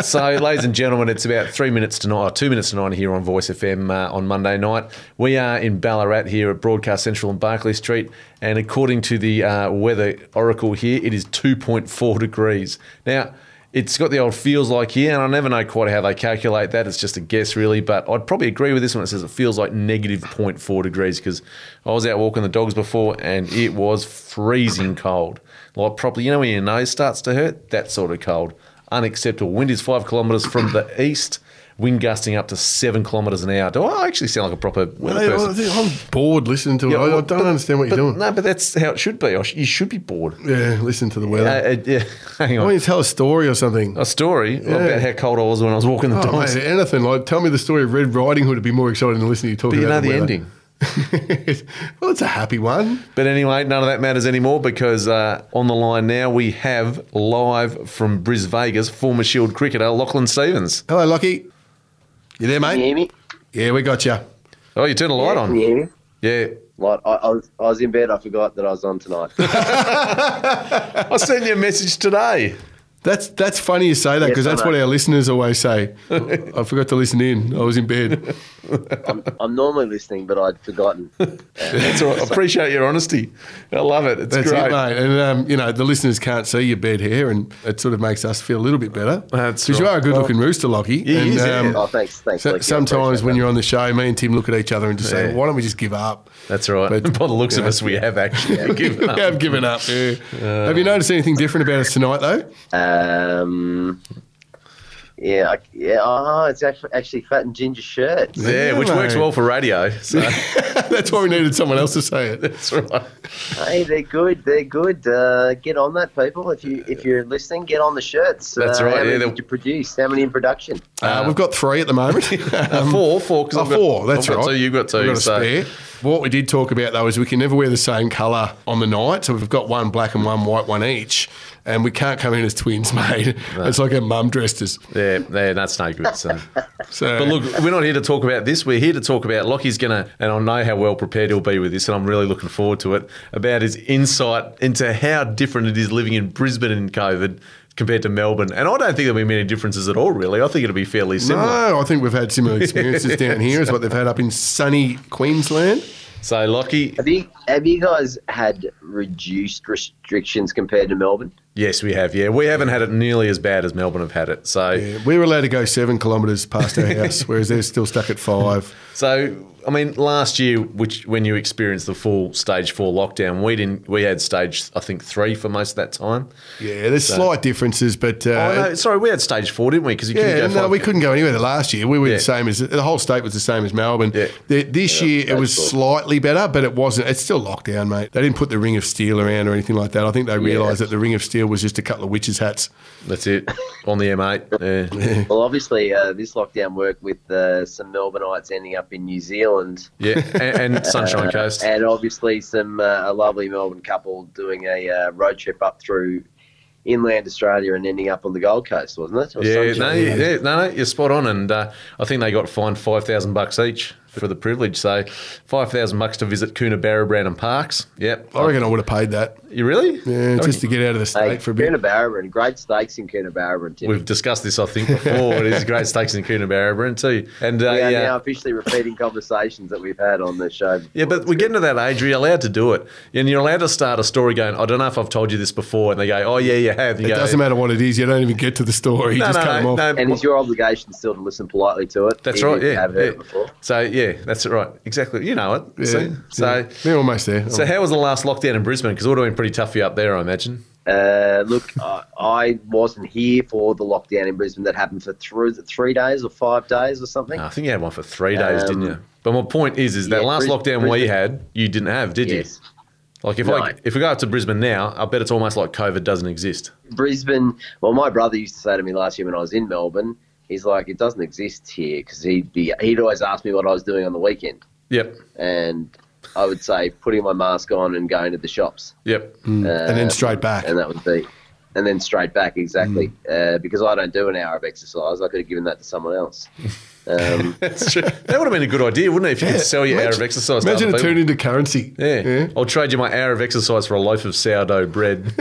[SPEAKER 3] so, ladies and gentlemen, it's about three minutes to nine, or two minutes to nine here on Voice FM uh, on Monday night. We are in Ballarat here at Broadcast Central and Barclay Street, and according to the uh, weather oracle here, it is two point four degrees now. It's got the old feels like here, and I never know quite how they calculate that. It's just a guess, really. But I'd probably agree with this one. It says it feels like negative 0.4 degrees because I was out walking the dogs before and it was freezing cold. Like, properly, you know, when your nose starts to hurt? That sort of cold. Unacceptable. Wind is five kilometres from the east wind gusting up to seven kilometres an hour. Do I actually sound like a proper
[SPEAKER 4] Well,
[SPEAKER 3] weather
[SPEAKER 4] I-
[SPEAKER 3] person?
[SPEAKER 4] I, am bored listening to it.
[SPEAKER 3] Yeah,
[SPEAKER 4] I, I
[SPEAKER 3] well,
[SPEAKER 4] don't understand what
[SPEAKER 3] but
[SPEAKER 4] you're doing.
[SPEAKER 3] No, but that's how it should be. Or sh- You should be bored.
[SPEAKER 4] Yeah, listen to the weather.
[SPEAKER 3] Uh, uh, yeah, Oh, hang
[SPEAKER 4] Why
[SPEAKER 3] on.
[SPEAKER 4] don't you tell a story or something?
[SPEAKER 3] a story about how cold I was when I was walking the
[SPEAKER 4] Oh,
[SPEAKER 3] dogs.
[SPEAKER 4] mate, anything like tell me the story of Red Riding Hood would be more exciting than listening to you talk
[SPEAKER 3] but you know
[SPEAKER 4] about
[SPEAKER 3] the
[SPEAKER 4] weather.
[SPEAKER 3] ending.
[SPEAKER 4] well, it's a happy one.
[SPEAKER 3] But anyway, none of that matters anymore because uh, on the line now we have live from Bris Vegas former Shield cricketer Lachlan Stevens.
[SPEAKER 4] Hello, Lockie. You there, mate?
[SPEAKER 7] Can you hear me?
[SPEAKER 4] Yeah, we got you.
[SPEAKER 3] Oh, you turned the light
[SPEAKER 7] Can you
[SPEAKER 3] on.
[SPEAKER 7] hear me?
[SPEAKER 3] Yeah,
[SPEAKER 7] Like, I, I, was, I was in bed. I forgot that I was on tonight.
[SPEAKER 3] I sent you a message today.
[SPEAKER 4] That's that's funny you say that
[SPEAKER 7] Yes,
[SPEAKER 4] because
[SPEAKER 7] I
[SPEAKER 4] that's what
[SPEAKER 7] know.
[SPEAKER 4] our listeners always say. I forgot to listen in. I was in bed.
[SPEAKER 7] I'm normally listening, but I'd forgotten.
[SPEAKER 3] That's all right. I appreciate your honesty. I love it. It's
[SPEAKER 4] That's
[SPEAKER 3] great.
[SPEAKER 4] it, mate. And um, you know the listeners can't see your bed hair, and it sort of makes us feel a little bit better.
[SPEAKER 3] That's
[SPEAKER 4] because you
[SPEAKER 3] right.
[SPEAKER 4] are a good-looking rooster, Lockie.
[SPEAKER 3] he
[SPEAKER 4] and, um,
[SPEAKER 3] is, yeah.
[SPEAKER 7] Oh, thanks, thanks.
[SPEAKER 4] so-
[SPEAKER 7] Lucky, I
[SPEAKER 4] sometimes
[SPEAKER 7] appreciate
[SPEAKER 4] when
[SPEAKER 7] that.
[SPEAKER 4] you're on the show, me and Tim look at each other and just say,
[SPEAKER 3] Yeah.
[SPEAKER 4] "Why don't we just give up?"
[SPEAKER 3] That's right.
[SPEAKER 4] But-
[SPEAKER 3] By the looks of us, we have actually given
[SPEAKER 4] We
[SPEAKER 3] up.
[SPEAKER 4] have given up. yeah. have you noticed anything different about us tonight, though?
[SPEAKER 7] Um, yeah, I, yeah. Oh, it's actually, actually fat and ginger shirts.
[SPEAKER 3] Yeah, which works
[SPEAKER 4] mate.
[SPEAKER 3] well for radio. So
[SPEAKER 4] That's why we needed someone else to say it.
[SPEAKER 3] that's right.
[SPEAKER 7] Hey, they're good. They're good. Uh, get on that, people. If you if you're listening, get on the shirts.
[SPEAKER 3] That's
[SPEAKER 7] Uh,
[SPEAKER 3] right,
[SPEAKER 7] How
[SPEAKER 3] yeah,
[SPEAKER 7] many
[SPEAKER 3] they'll-
[SPEAKER 7] did you produce? How many in production?
[SPEAKER 4] Uh, we've got three at the moment.
[SPEAKER 3] Uh, four, four, because
[SPEAKER 4] Oh, four. That's
[SPEAKER 3] I've got
[SPEAKER 4] right.
[SPEAKER 3] Two, you've got 2
[SPEAKER 4] We've got a
[SPEAKER 3] so
[SPEAKER 4] spare. What we did talk about though is we can never wear the same colour on the night, so we've got one black and one white, one each, and we can't come in as twins, mate. It's like our mum dressed us.
[SPEAKER 3] yeah, yeah, that's no good. So.
[SPEAKER 4] So
[SPEAKER 3] But look, we're not here to talk about this. We're here to talk about Lockie's going to, and I know how well prepared he'll be with this, and I'm really looking forward to it, about his insight into how different it is living in Brisbane in COVID compared to Melbourne. And I don't think there'll be many differences at all, really. I think it'll be fairly similar.
[SPEAKER 4] no, I think we've had similar experiences down here as what they've had up in sunny Queensland.
[SPEAKER 3] So, Lockie,
[SPEAKER 7] Have you have you guys had reduced restrictions compared to Melbourne?
[SPEAKER 3] yes, we have. Yeah, we haven't had it nearly as bad as Melbourne have had it. So,
[SPEAKER 4] Yeah, we were allowed to go seven kilometres past our house, whereas they're still stuck at five.
[SPEAKER 3] So, I mean, last year, which when you experienced the full stage four lockdown, we didn't. We had stage, I think, three for most of that time.
[SPEAKER 4] Yeah, there's slight differences, but uh,
[SPEAKER 3] oh no, sorry, we had stage four, didn't we? Because you
[SPEAKER 4] Yeah,
[SPEAKER 3] couldn't go.
[SPEAKER 4] no,
[SPEAKER 3] five-
[SPEAKER 4] we couldn't go anywhere the last year. We were
[SPEAKER 3] Yeah.
[SPEAKER 4] the same as the whole state was the same as Melbourne.
[SPEAKER 3] Yeah.
[SPEAKER 4] The- this year it was
[SPEAKER 7] cool.
[SPEAKER 4] slightly better, but it wasn't. It's still lockdown, mate. They didn't put the ring of steel around or anything like that. I think they realised that the ring of steel was just a couple of witches' hats.
[SPEAKER 3] That's it on the M8. Yeah,
[SPEAKER 7] Well, obviously, uh, this lockdown worked with uh, some Melbourneites ending up in New Zealand,
[SPEAKER 3] yeah. And, and Sunshine Coast.
[SPEAKER 7] and obviously some uh, a lovely Melbourne couple doing a uh, road trip up through inland Australia and ending up on the Gold Coast, wasn't it? Or
[SPEAKER 3] Yeah,
[SPEAKER 7] some-
[SPEAKER 3] no, you- yeah, no, no, you're spot on, and uh, I think they got fined five thousand bucks each for the privilege. So, five thousand bucks to visit Coonabarra, Brandon Parks. Yep,
[SPEAKER 4] I reckon I would have paid that.
[SPEAKER 3] you really?
[SPEAKER 4] Oh, Yeah, just to get out of the state
[SPEAKER 7] Hey,
[SPEAKER 4] for a bit.
[SPEAKER 7] Coonabarra and great stakes in Coonabarra and Tim.
[SPEAKER 3] We've discussed this, I think, before. it is great stakes in Coonabarra, and too, and uh,
[SPEAKER 7] we are
[SPEAKER 3] yeah,
[SPEAKER 7] now officially repeating conversations that we've had on the show.
[SPEAKER 3] Yeah, but we're getting to that age where you're allowed to do it. And you're allowed to start a story going, I don't know if I've told you this before. And they go, Oh, yeah, you have. You
[SPEAKER 4] It
[SPEAKER 3] go,
[SPEAKER 4] doesn't matter what it is. You don't even get to the story. You
[SPEAKER 3] No,
[SPEAKER 4] just
[SPEAKER 3] no,
[SPEAKER 4] cut them
[SPEAKER 3] no,
[SPEAKER 4] off.
[SPEAKER 3] no.
[SPEAKER 7] And it's your obligation still to listen politely to it.
[SPEAKER 3] That's
[SPEAKER 7] even
[SPEAKER 3] right.
[SPEAKER 7] if you
[SPEAKER 3] Yeah.
[SPEAKER 7] have heard
[SPEAKER 3] yeah.
[SPEAKER 7] it before.
[SPEAKER 3] So, yeah, that's right. Exactly. You know it.
[SPEAKER 4] Yeah,
[SPEAKER 3] See?
[SPEAKER 4] yeah.
[SPEAKER 3] So,
[SPEAKER 4] they're almost there.
[SPEAKER 3] so how was the last lockdown in Brisbane? Because it would have been pretty tough for you up there, I imagine.
[SPEAKER 7] Uh, look, I, I wasn't here for the lockdown in Brisbane that happened for three, three days or five days or something.
[SPEAKER 3] No, I think you had one for three days,
[SPEAKER 7] Um,
[SPEAKER 3] didn't you? But my point is, is that
[SPEAKER 7] yeah,
[SPEAKER 3] last
[SPEAKER 7] Bris-
[SPEAKER 3] lockdown we
[SPEAKER 7] Brisbane-
[SPEAKER 3] had, you didn't have, did
[SPEAKER 7] yes.
[SPEAKER 3] you? Like if I
[SPEAKER 7] No.
[SPEAKER 3] if we go up to Brisbane now, I bet it's almost like COVID doesn't exist.
[SPEAKER 7] Brisbane, well, my brother used to say to me last year when I was in Melbourne, he's like, it doesn't exist here because he'd, be, he'd always ask me what I was doing on the weekend.
[SPEAKER 3] Yep,
[SPEAKER 7] And I would say, putting my mask on and going to the shops.
[SPEAKER 3] yep.
[SPEAKER 4] and then straight back.
[SPEAKER 7] and that would be, and then straight back exactly
[SPEAKER 3] Mm.
[SPEAKER 7] uh, because I don't do an hour of exercise. I could have given that to someone else. Um,
[SPEAKER 3] That's true. that would have been a good idea, wouldn't it? If you could sell your hour of exercise. to
[SPEAKER 4] Imagine
[SPEAKER 3] other
[SPEAKER 4] it
[SPEAKER 3] people?
[SPEAKER 4] turned into currency.
[SPEAKER 3] Yeah. I'll trade you my hour of exercise for a loaf of sourdough bread.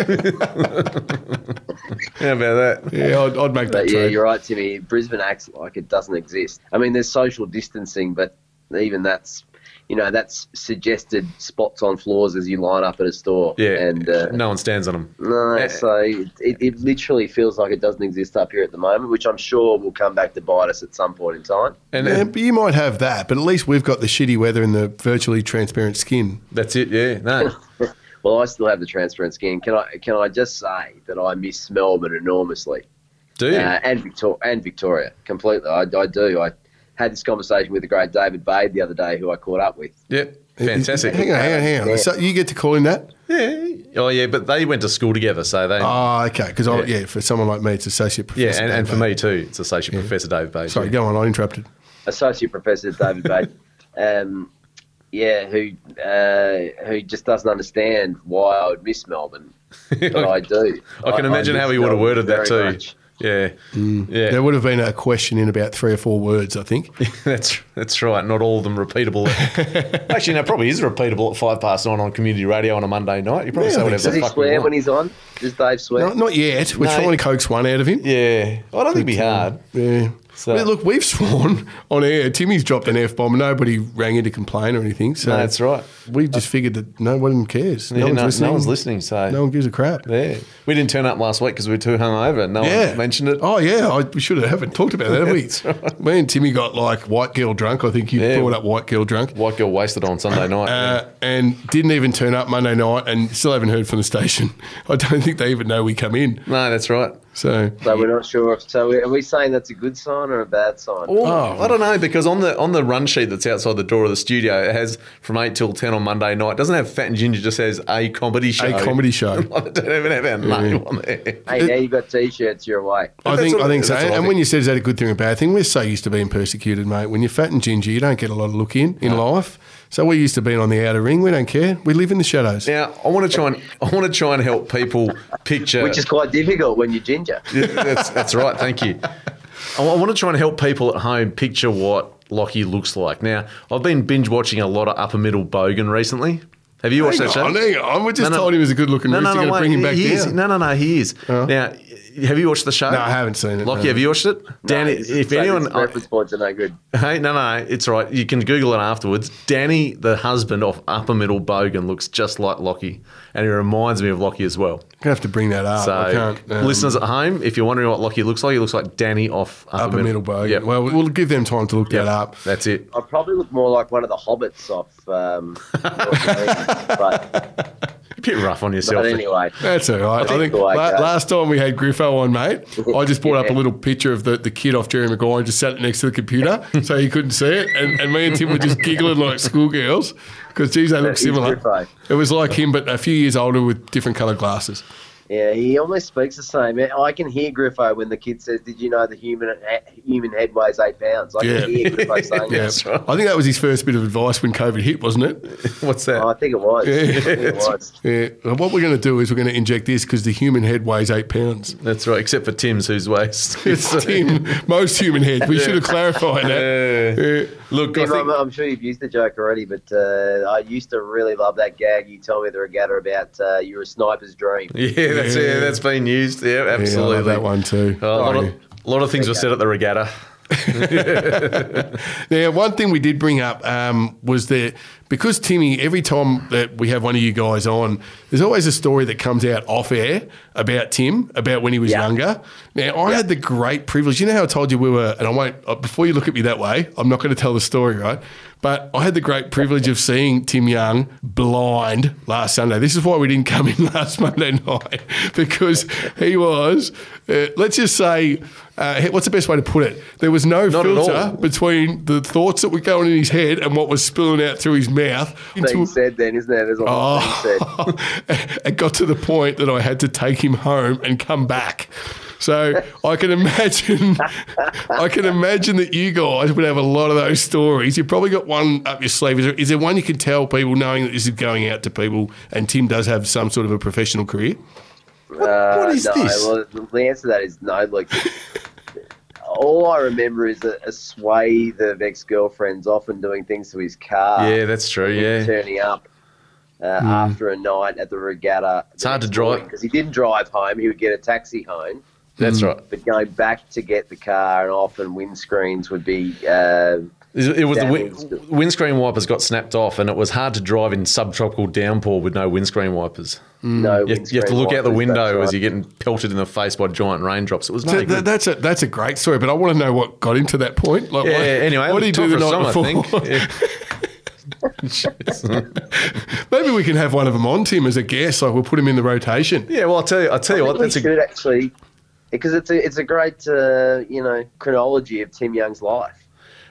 [SPEAKER 3] How about that?
[SPEAKER 4] Yeah, I'd, I'd make that
[SPEAKER 7] but yeah,
[SPEAKER 4] trade.
[SPEAKER 7] you're right, Timmy. Brisbane acts like it doesn't exist. I mean, there's social distancing, but even that's. You know that's suggested spots on floors as you line up at a store.
[SPEAKER 3] Yeah.
[SPEAKER 7] and uh,
[SPEAKER 3] no one stands on them.
[SPEAKER 7] no, so it, it, it literally feels like it doesn't exist up here at the moment, which I'm sure will come back to bite us at some point in time.
[SPEAKER 3] And,
[SPEAKER 4] Yeah,
[SPEAKER 3] and
[SPEAKER 4] but you might have that, but at least we've got the shitty weather and the virtually transparent skin.
[SPEAKER 3] that's it. Yeah. No.
[SPEAKER 7] Well, I still have the transparent skin. Can I can I just say that I miss Melbourne enormously?
[SPEAKER 3] Do you?
[SPEAKER 7] uh, and Victoria, and Victoria, completely. I, I do. I had this conversation with the great David Bade the other day, who I caught up with.
[SPEAKER 3] yep. Fantastic.
[SPEAKER 4] Hang on, hang on, hang on.
[SPEAKER 7] Yeah.
[SPEAKER 4] So you get to call him that?
[SPEAKER 3] Yeah. Oh, yeah, but they went to school together, so they.
[SPEAKER 4] Ah, okay. Because yeah.
[SPEAKER 3] Yeah.
[SPEAKER 4] for someone like me, it's associate professor.
[SPEAKER 3] yeah, and, and for
[SPEAKER 4] Dave.
[SPEAKER 3] me too, it's Associate Professor Dave Bates.
[SPEAKER 4] Sorry, go on. I interrupted.
[SPEAKER 7] associate professor David Bate, um, yeah, who uh, who just doesn't understand why I would miss Melbourne, but I do.
[SPEAKER 3] I can imagine how
[SPEAKER 7] miss
[SPEAKER 3] he would have
[SPEAKER 7] Melbourne
[SPEAKER 3] worded that
[SPEAKER 7] very
[SPEAKER 3] too.
[SPEAKER 7] much.
[SPEAKER 3] Yeah, yeah,
[SPEAKER 4] Mm. There would have been a question in about three or four words, I think.
[SPEAKER 3] that's that's right. Not all of them repeatable. Actually, no, probably is repeatable at five past nine on community radio on a Monday night. You probably
[SPEAKER 4] Yeah,
[SPEAKER 3] say
[SPEAKER 4] I
[SPEAKER 3] whatever
[SPEAKER 4] think so.
[SPEAKER 3] the
[SPEAKER 7] Does he
[SPEAKER 3] fuck you
[SPEAKER 7] swear
[SPEAKER 3] want.
[SPEAKER 7] when he's on? Does Dave swear?
[SPEAKER 4] No, not yet. We're
[SPEAKER 3] No.
[SPEAKER 4] trying to coax one out of him.
[SPEAKER 3] Yeah, Oh, I don't think it'd be
[SPEAKER 4] uh,
[SPEAKER 3] hard.
[SPEAKER 4] Yeah.
[SPEAKER 3] So-
[SPEAKER 4] Well, look, we've sworn on air. Timmy's dropped an F bomb. Nobody rang in to complain or anything. So
[SPEAKER 3] No, that's right.
[SPEAKER 4] We just figured that no one cares. No,
[SPEAKER 3] Yeah,
[SPEAKER 4] one's,
[SPEAKER 3] no,
[SPEAKER 4] listening.
[SPEAKER 3] no one's listening. So
[SPEAKER 4] No one gives a crap.
[SPEAKER 3] yeah, we didn't turn up last week because we were too hungover. No
[SPEAKER 4] Yeah.
[SPEAKER 3] one mentioned it.
[SPEAKER 4] Oh, yeah. I, we should have haven't talked about that, have we?
[SPEAKER 3] That's right.
[SPEAKER 4] Me and Timmy got like white girl drunk. I think you
[SPEAKER 3] Yeah.
[SPEAKER 4] brought up white girl drunk.
[SPEAKER 3] White girl wasted on Sunday night.
[SPEAKER 4] Uh, and didn't even turn up Monday night and still haven't heard from the station. I don't think they even know we come in.
[SPEAKER 3] no, that's right.
[SPEAKER 4] So,
[SPEAKER 7] so we're not sure. If, so are we saying that's a good sign or a bad sign?
[SPEAKER 4] Oh.
[SPEAKER 3] Or, I don't know because on the on the run sheet that's outside the door of the studio, it has from eight till ten on Monday night. It doesn't have Fat and Ginger, just says a comedy show.
[SPEAKER 4] a comedy show.
[SPEAKER 3] I don't even have our name on there.
[SPEAKER 7] hey, now you've got t-shirts, you're away.
[SPEAKER 4] I
[SPEAKER 3] That's
[SPEAKER 4] think
[SPEAKER 3] what-
[SPEAKER 4] I think so.
[SPEAKER 3] that's
[SPEAKER 4] And
[SPEAKER 3] what I
[SPEAKER 4] when
[SPEAKER 3] think.
[SPEAKER 4] you said is that a good thing or a bad thing, we're so used to being persecuted, mate. When you're fat and ginger, you don't get a lot of look in in life. So we're used to being on the outer ring. We don't care. We live in the shadows.
[SPEAKER 3] Now I want to try and I want to try and help people picture.
[SPEAKER 7] Which is quite difficult when you're ginger.
[SPEAKER 3] Yeah, that's, that's right. Thank you. I, want to try and help people at home picture what Lockie looks like. Now I've been binge watching a lot of Upper Middle Bogan recently. Have you watched
[SPEAKER 4] Hang
[SPEAKER 3] that show?
[SPEAKER 4] on, hang on. We just told him he was a good-looking
[SPEAKER 3] No, no,
[SPEAKER 4] rooster.
[SPEAKER 3] no,
[SPEAKER 4] Gonna
[SPEAKER 3] wait,
[SPEAKER 4] bring him back
[SPEAKER 3] he is.
[SPEAKER 4] down.
[SPEAKER 3] No, no, no. He is. Now, have you watched the show?
[SPEAKER 4] No, I haven't seen it,
[SPEAKER 3] Lockie,
[SPEAKER 4] no.
[SPEAKER 3] have you watched it? Dan,
[SPEAKER 7] No,
[SPEAKER 3] if
[SPEAKER 7] so
[SPEAKER 3] anyone,
[SPEAKER 7] these reference points are no good.
[SPEAKER 3] Hey, no, no, it's all right. You can Google it afterwards. Danny, the husband of Upper Middle Bogan, looks just like Lockie, and he reminds me of Lockie as well.
[SPEAKER 4] Gonna have to bring that up.
[SPEAKER 3] So,
[SPEAKER 4] I can't. um,
[SPEAKER 3] listeners at home, if you're wondering what Lockie looks like, he looks like Danny off Upper,
[SPEAKER 4] Upper middle bogan.
[SPEAKER 3] Yep.
[SPEAKER 4] Well, we'll give them time to look
[SPEAKER 3] Yep.
[SPEAKER 4] that up.
[SPEAKER 3] That's it.
[SPEAKER 7] I probably look more like one of the hobbits off. Um, but,
[SPEAKER 3] A bit rough on yourself.
[SPEAKER 7] but anyway,
[SPEAKER 4] That's all right. I think,
[SPEAKER 7] the way it
[SPEAKER 4] la-
[SPEAKER 7] goes.
[SPEAKER 4] last time we had Griffo on, mate, I just brought up a
[SPEAKER 7] Yeah.
[SPEAKER 4] little picture of the, the kid off Jerry Maguire and just sat next to the computer so he couldn't see it. And, and me and Tim were just giggling like schoolgirls because, geez, they look
[SPEAKER 7] is
[SPEAKER 4] similar.
[SPEAKER 7] Griffo.
[SPEAKER 4] It was like him, but a few years older with different coloured glasses.
[SPEAKER 7] yeah, he almost speaks the same. I can hear Griffo when the kid says, "Did you know the human uh, human head weighs eight pounds?" I
[SPEAKER 4] Yeah.
[SPEAKER 7] can hear Griffo saying
[SPEAKER 4] Yeah.
[SPEAKER 7] that.
[SPEAKER 4] I think that was his first bit of advice when COVID hit, wasn't it?
[SPEAKER 3] What's that?
[SPEAKER 7] Oh, I think it was. I think it was.
[SPEAKER 4] Yeah. Well, What we're going to do is we're going to inject this because the human head weighs eight pounds.
[SPEAKER 3] That's right. Except for Tim's, whose waist.
[SPEAKER 4] It's Tim, most human head. We should have clarified that. Yeah.
[SPEAKER 3] Look, I
[SPEAKER 7] Steve, I'm,
[SPEAKER 3] think,
[SPEAKER 7] I'm sure you've used the joke already, but uh, I used to really love that gag you told me the regatta about. Uh, you're a sniper's dream.
[SPEAKER 3] yeah, that's yeah, that's been used. Yeah,
[SPEAKER 4] Yeah, I
[SPEAKER 3] absolutely. Oh,
[SPEAKER 4] love that one too.
[SPEAKER 3] A lot, of, a lot of things were said at the regatta.
[SPEAKER 4] Now, one thing we did bring up um, was that because Timmy, every time that we have one of you guys on, there's always a story that comes out off air about Tim, about when he was
[SPEAKER 7] Yeah.
[SPEAKER 4] younger. Now, I had the great privilege. You know how I told you we were, and I won't, uh, before you look at me that way, I'm not going to tell the story, right? But I had the great privilege of seeing Tim Young blind last Sunday. This is why we didn't come in last Monday night because he was, uh, let's just say, uh, what's the best way to put it? There was no
[SPEAKER 3] Not at all.
[SPEAKER 4] filter between the thoughts that were going in his head and what was spilling out through his mouth.
[SPEAKER 7] Being
[SPEAKER 4] Into-
[SPEAKER 7] said, then isn't it? There's a lot oh. said.
[SPEAKER 4] it got to the point that I had to take him home and come back. So I can imagine, I can imagine that you guys would have a lot of those stories. You've probably got one up your sleeve. Is there, is there one you can tell people, knowing that this is going out to people? And Tim does have some sort of a professional career.
[SPEAKER 3] Oh, what is
[SPEAKER 7] Uh, no,
[SPEAKER 3] this?
[SPEAKER 7] Well, the answer to that is no. Like, all I remember is a, a swathe of ex-girlfriends often doing things to his car.
[SPEAKER 3] Yeah, that's true.
[SPEAKER 7] and
[SPEAKER 3] Yeah. Hmm.
[SPEAKER 7] turning up uh, after a night at the regatta. It's
[SPEAKER 3] hard to drive.
[SPEAKER 7] because he didn't drive home. He would get a taxi home,
[SPEAKER 3] That's right.
[SPEAKER 7] but going back to get the car, and often windscreens would be. Uh,
[SPEAKER 3] It it was the
[SPEAKER 7] That
[SPEAKER 3] win-
[SPEAKER 7] windscreen.
[SPEAKER 3] windscreen wipers got snapped off, and it was hard to drive in subtropical downpour with no windscreen wipers.
[SPEAKER 7] No,
[SPEAKER 3] You, you have to
[SPEAKER 7] windscreen
[SPEAKER 3] look out the
[SPEAKER 7] wipers,
[SPEAKER 3] window
[SPEAKER 7] that's
[SPEAKER 3] as you're getting pelted in the face by giant raindrops. It was
[SPEAKER 4] So
[SPEAKER 3] really
[SPEAKER 4] th-
[SPEAKER 3] good.
[SPEAKER 4] that's a that's a great story, but I want to know what got him to that point. Like,
[SPEAKER 3] yeah,
[SPEAKER 4] what,
[SPEAKER 3] anyway,
[SPEAKER 4] what did he do the
[SPEAKER 3] for
[SPEAKER 4] night
[SPEAKER 3] some, I
[SPEAKER 4] before?
[SPEAKER 3] think. Yeah.
[SPEAKER 4] Maybe we can have one of them on Tim as a guest. Like we'll put him in the rotation.
[SPEAKER 3] Yeah, well, I'll tell you, I'll tell you
[SPEAKER 7] I
[SPEAKER 3] what,
[SPEAKER 7] think we
[SPEAKER 3] that's a,
[SPEAKER 7] should actually. because it's a it's a great uh, you know chronology of Tim Young's life.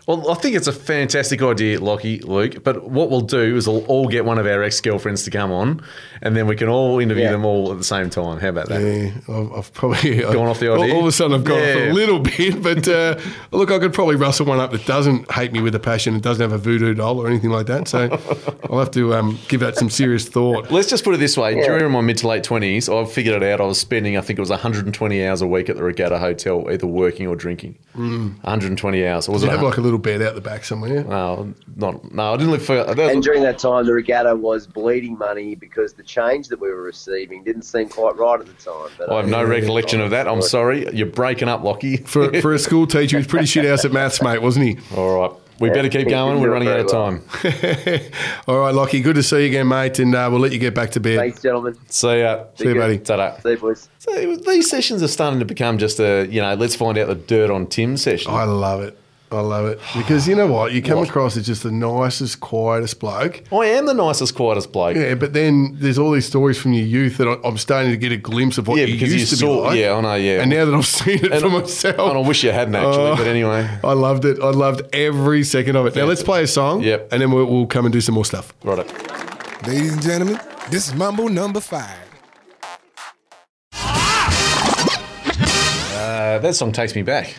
[SPEAKER 3] Well, I think it's a fantastic idea, Lockie, Luke. But what we'll do is we'll all get one of our ex girlfriends to come on, and then we can all interview
[SPEAKER 7] Yeah.
[SPEAKER 3] them all at the same time. How about that?
[SPEAKER 4] Yeah, I've, I've probably I've-
[SPEAKER 3] off the old
[SPEAKER 4] all-
[SPEAKER 3] ear?
[SPEAKER 4] All of a sudden, I've gone off
[SPEAKER 3] Yeah.
[SPEAKER 4] a little bit, but uh, look, I could probably rustle one up that doesn't hate me with a passion and doesn't have a voodoo doll or anything like that. So I'll have to um, give that some serious thought.
[SPEAKER 3] Let's just put it this way:
[SPEAKER 7] Yeah.
[SPEAKER 3] during my mid to late twenties, I figured it out. I was spending, I think it was 120 hours a week at the Regatta Hotel, either working or drinking. 120 hours. Or Was
[SPEAKER 4] Mm. You
[SPEAKER 3] it?
[SPEAKER 4] have
[SPEAKER 3] a-
[SPEAKER 4] like a little bed out the back somewhere.
[SPEAKER 3] no, not no. I didn't live for. that was-
[SPEAKER 7] And during that time, the regatta was bleeding money because the change that we were receiving didn't seem quite right at the time. But uh,
[SPEAKER 3] I have no
[SPEAKER 7] Yeah.
[SPEAKER 3] recollection of that. I'm sorry. You're breaking up, Lockie.
[SPEAKER 4] For, for a school teacher, he was pretty shit house at maths, mate, wasn't he?
[SPEAKER 3] all right. We better keep
[SPEAKER 7] Yeah,
[SPEAKER 3] going.
[SPEAKER 7] you're
[SPEAKER 3] We're running out
[SPEAKER 7] very
[SPEAKER 3] of time.
[SPEAKER 4] All right, Lockie, good to see you again, mate, and uh, we'll let you get back to bed.
[SPEAKER 7] Thanks, gentlemen.
[SPEAKER 3] See ya.
[SPEAKER 4] See you,
[SPEAKER 7] you.
[SPEAKER 4] buddy.
[SPEAKER 3] Ta-da.
[SPEAKER 7] See you, boys.
[SPEAKER 3] So it was- these sessions are starting to become just a, you know, let's find out the dirt on Tim session.
[SPEAKER 4] I
[SPEAKER 3] I,
[SPEAKER 4] love it. I love it because you know what? You come across as just the nicest, quietest bloke.
[SPEAKER 3] am the nicest, quietest bloke. Yeah,
[SPEAKER 4] Yeah, but then there's all these stories from your youth that I- I'm starting to get a glimpse of what you
[SPEAKER 3] because you,
[SPEAKER 4] used to be
[SPEAKER 3] saw.
[SPEAKER 4] like.
[SPEAKER 3] yeah, I know. Yeah,
[SPEAKER 4] And now that I've seen it
[SPEAKER 3] And
[SPEAKER 4] for
[SPEAKER 3] I-
[SPEAKER 4] myself,
[SPEAKER 3] and I wish you hadn't actually.
[SPEAKER 4] Oh.
[SPEAKER 3] but anyway,
[SPEAKER 4] I loved it. I loved every second of it. Now let's play a song.
[SPEAKER 3] Yep.
[SPEAKER 4] And then we'll, we'll come and do some more stuff.
[SPEAKER 3] right. It.
[SPEAKER 5] Ladies and gentlemen, this is Mumble number five.
[SPEAKER 3] Uh, that song takes me back.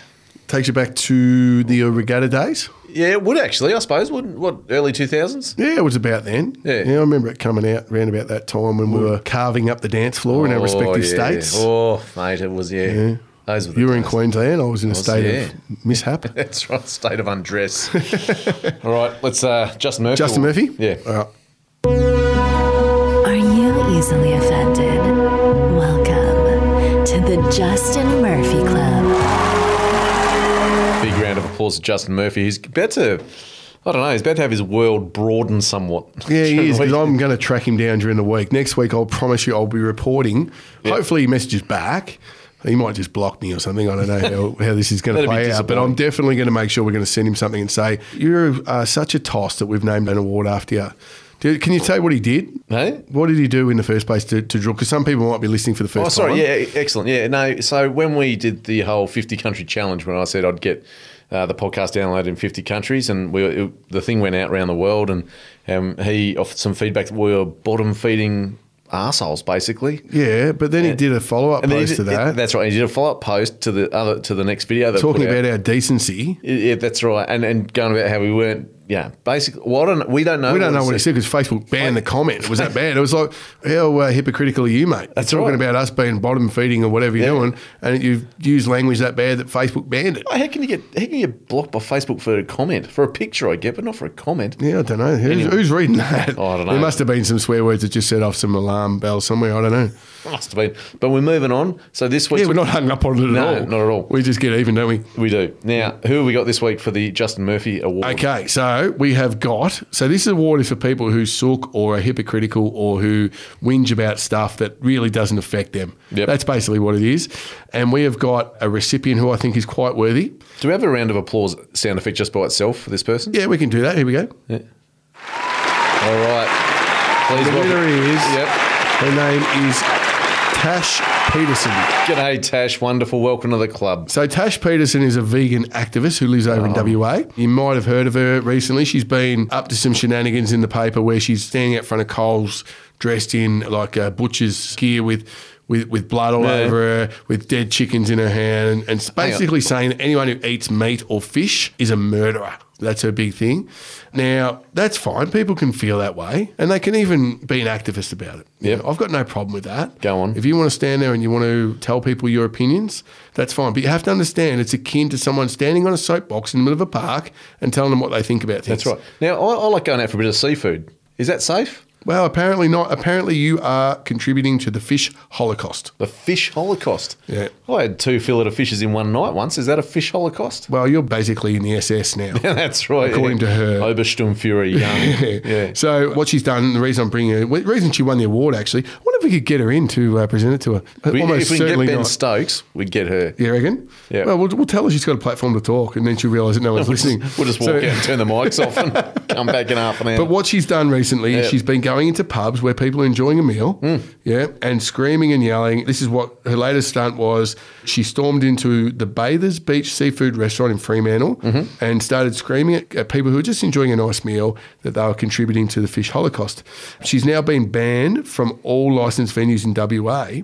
[SPEAKER 4] Takes you back to the regatta days.
[SPEAKER 3] Yeah, it would actually. I suppose wouldn't. What early two thousands?
[SPEAKER 4] Yeah, it was about then.
[SPEAKER 3] Yeah.
[SPEAKER 4] I remember it coming out around about that time when we were carving up the dance floor in our respective states.
[SPEAKER 3] Oh, mate, it was yeah. Those were the
[SPEAKER 4] You were in
[SPEAKER 3] days.
[SPEAKER 4] Queensland. I was in a
[SPEAKER 3] was,
[SPEAKER 4] state
[SPEAKER 3] yeah.
[SPEAKER 4] of mishap.
[SPEAKER 3] That's right. State of undress. All right, let's uh, Justin Murphy.
[SPEAKER 4] Justin Murphy?
[SPEAKER 3] Yeah.
[SPEAKER 4] All right.
[SPEAKER 2] Are you easily offended? Welcome to the Justin Murphy Club.
[SPEAKER 3] Big round of applause to Justin Murphy. He's about to, I don't know, he's about to have his world broaden somewhat.
[SPEAKER 4] Yeah, he is.
[SPEAKER 3] Shouldn't we?
[SPEAKER 4] 'cause I'm going to track him down during the week. Next week, I'll promise you, I'll be reporting. Hopefully, he messages back. He might just block me or something. I don't know how, how this is going to
[SPEAKER 3] That'd be
[SPEAKER 4] play out, but
[SPEAKER 3] disappointing.
[SPEAKER 4] I'm definitely going to make sure we're going to send him something and say, You're uh, such a toss that we've named an award after you. Do, can you tell what he did?
[SPEAKER 3] No?
[SPEAKER 4] What did he do in the first place to, to draw? Because some people might be listening for the first
[SPEAKER 3] Oh,
[SPEAKER 4] time.
[SPEAKER 3] sorry. Yeah, excellent. Yeah, no. So when we did the whole 50 country challenge, when I said I'd get uh, the podcast downloaded in 50 countries, and we it, the thing went out around the world, and um, he offered some feedback that we were bottom feeding arseholes, basically.
[SPEAKER 4] Yeah, but then he did a follow up
[SPEAKER 3] then he
[SPEAKER 4] post
[SPEAKER 3] did-
[SPEAKER 4] to that,
[SPEAKER 3] That's right. He did a follow up post to the other to the next video. That I
[SPEAKER 4] talking
[SPEAKER 3] put out.
[SPEAKER 4] about our decency.
[SPEAKER 3] Yeah, Yeah, that's right. And and going about how we weren't. Yeah, basically, well, I don't, we don't know.
[SPEAKER 4] We don't know what he said because Facebook banned the comment. It was that bad. It was like, how uh, hypocritical are you, mate?
[SPEAKER 3] That's
[SPEAKER 4] You're talking
[SPEAKER 3] right.
[SPEAKER 4] about us being bottom feeding or whatever you're
[SPEAKER 3] Yeah.
[SPEAKER 4] doing, and you've used language that bad that Facebook banned it.
[SPEAKER 3] Oh, How can you get? How can you get blocked by Facebook for a comment? For a picture, I get, but not for a comment.
[SPEAKER 4] Yeah, I don't know. Who's,
[SPEAKER 3] Anyway.
[SPEAKER 4] who's reading that?
[SPEAKER 3] Oh, I don't know.
[SPEAKER 4] There must have been some swear words that just set off some alarm bells somewhere. I don't know.
[SPEAKER 3] Must have been. But we're moving on. So this week,
[SPEAKER 4] Yeah, we're not hung up on it at
[SPEAKER 3] No,
[SPEAKER 4] all.
[SPEAKER 3] not at all.
[SPEAKER 4] We just get even, don't we?
[SPEAKER 3] We do now. Who have we got this week for the Justin Murphy Award?
[SPEAKER 4] Okay, so we have got so this award is for people who sook or are hypocritical or who whinge about stuff that really doesn't affect them.
[SPEAKER 3] Yep.
[SPEAKER 4] That's basically what it is. And we have got a recipient who I think is quite worthy.
[SPEAKER 3] Do we have a round of applause sound effect just by itself for this person?
[SPEAKER 4] Yeah, we can do that. Here we go.
[SPEAKER 3] All right. Please
[SPEAKER 4] The winner
[SPEAKER 3] welcome.
[SPEAKER 4] is
[SPEAKER 3] Yep.
[SPEAKER 4] her name is Tash Peterson.
[SPEAKER 3] G'day, Tash. Wonderful. Welcome to the club.
[SPEAKER 4] So Tash Peterson is a vegan activist who lives
[SPEAKER 3] Oh.
[SPEAKER 4] over in WA. You might have heard of her recently. She's been up to some shenanigans in the paper where she's standing out front of Coles dressed in like a butcher's gear with with, with blood all
[SPEAKER 3] Yeah.
[SPEAKER 4] over her, with dead chickens in her hand, and, and basically saying that anyone who eats meat or fish is a murderer. That's her big thing. Now, that's fine. People can feel that way, and they can even be an activist about it.
[SPEAKER 3] Yep.
[SPEAKER 4] I've got no problem with that.
[SPEAKER 3] Go on.
[SPEAKER 4] If you want to stand there and you want to tell people your opinions, that's fine. But you have to understand it's akin to someone standing on a soapbox in the middle of a park and telling them what they think about things.
[SPEAKER 3] That's right. Now I, I like going out for a bit of seafood. Is that safe?
[SPEAKER 4] Well, apparently not. Apparently you are contributing to the fish holocaust.
[SPEAKER 3] The fish holocaust.
[SPEAKER 4] Yeah.
[SPEAKER 3] I had two fillet of fishes in one night once. Is that a fish holocaust?
[SPEAKER 4] Well, you're basically in the SS now.
[SPEAKER 3] That's right.
[SPEAKER 4] According to her.
[SPEAKER 3] Obersturmfuhrer Young. yeah.
[SPEAKER 4] So what she's done, the reason I'm bringing her, the reason she won the award actually, I wonder if we could get her in to uh, present it to her.
[SPEAKER 3] We, if
[SPEAKER 4] Almost
[SPEAKER 3] we can get
[SPEAKER 4] certainly
[SPEAKER 3] Ben
[SPEAKER 4] not.
[SPEAKER 3] Stokes, we'd get her.
[SPEAKER 4] you reckon?
[SPEAKER 3] Yeah.
[SPEAKER 4] Well, well, we'll tell her she's got a platform to talk, and then she'll realise that no one's
[SPEAKER 3] We'll just,
[SPEAKER 4] listening.
[SPEAKER 3] we'll just walk
[SPEAKER 4] So-
[SPEAKER 3] out and turn the mics off and come back in half an hour.
[SPEAKER 4] But what she's done recently is
[SPEAKER 3] Yeah.
[SPEAKER 4] she's been going into pubs where people are enjoying a meal, yeah, and screaming and yelling. This is what her latest stunt was. She stormed into the Bathers Beach seafood restaurant in Fremantle and started screaming at, at people who were just enjoying a nice meal that they were contributing to the fish holocaust. She's now been banned from all licensed venues in WA,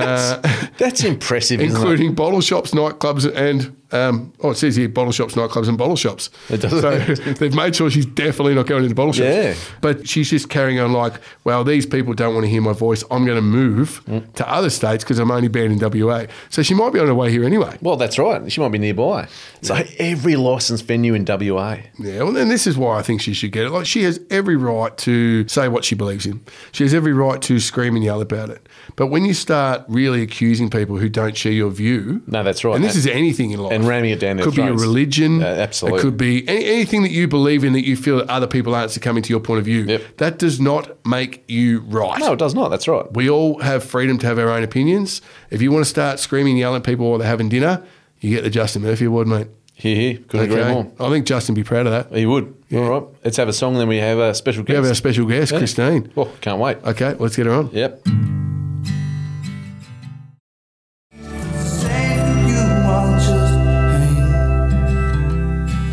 [SPEAKER 3] That's impressive, isn't it?
[SPEAKER 4] including bottle shops, nightclubs, and um, oh, it says here bottle shops, nightclubs, and bottle shops.
[SPEAKER 3] It does.
[SPEAKER 4] So they've made sure she's definitely not going into bottle shops.
[SPEAKER 3] Yeah.
[SPEAKER 4] But she's just carrying on like, well, these people don't want to hear my voice. I'm going to move
[SPEAKER 3] Mm.
[SPEAKER 4] to other states because I'm only banned in WA. So she might be on her way here anyway.
[SPEAKER 3] Well, that's right. She might be nearby. So every licensed venue in WA.
[SPEAKER 4] Yeah, well, and this is why I think she should get it. Like, she has every right to say what she believes in. She has every right to scream and yell about it. But when you start really accusing people who don't share your view,
[SPEAKER 3] No, that's right.
[SPEAKER 4] and this
[SPEAKER 3] And-
[SPEAKER 4] is anything in life,
[SPEAKER 3] and ramming it down their
[SPEAKER 4] could
[SPEAKER 3] throats.
[SPEAKER 4] be a religion,
[SPEAKER 3] Yeah, absolutely.
[SPEAKER 4] It could be any, anything that you believe in that you feel that other people aren't succumbing to your point of view.
[SPEAKER 3] Yep.
[SPEAKER 4] That does not make you right.
[SPEAKER 3] No, it does not. That's right.
[SPEAKER 4] We all have freedom to have our own opinions. If you want to start screaming, yelling at people while they're having dinner, you get the Justin Murphy Award, mate.
[SPEAKER 3] Here, here. Couldn't agree more.
[SPEAKER 4] I think Justin would be proud of that.
[SPEAKER 3] He would. All right. Let's have a song, then we have a special
[SPEAKER 4] We
[SPEAKER 3] guest.
[SPEAKER 4] have Uh, our special guest,
[SPEAKER 3] Yeah.
[SPEAKER 4] Christine.
[SPEAKER 3] Oh, can't wait.
[SPEAKER 4] Okay, let's get her on.
[SPEAKER 3] Yep.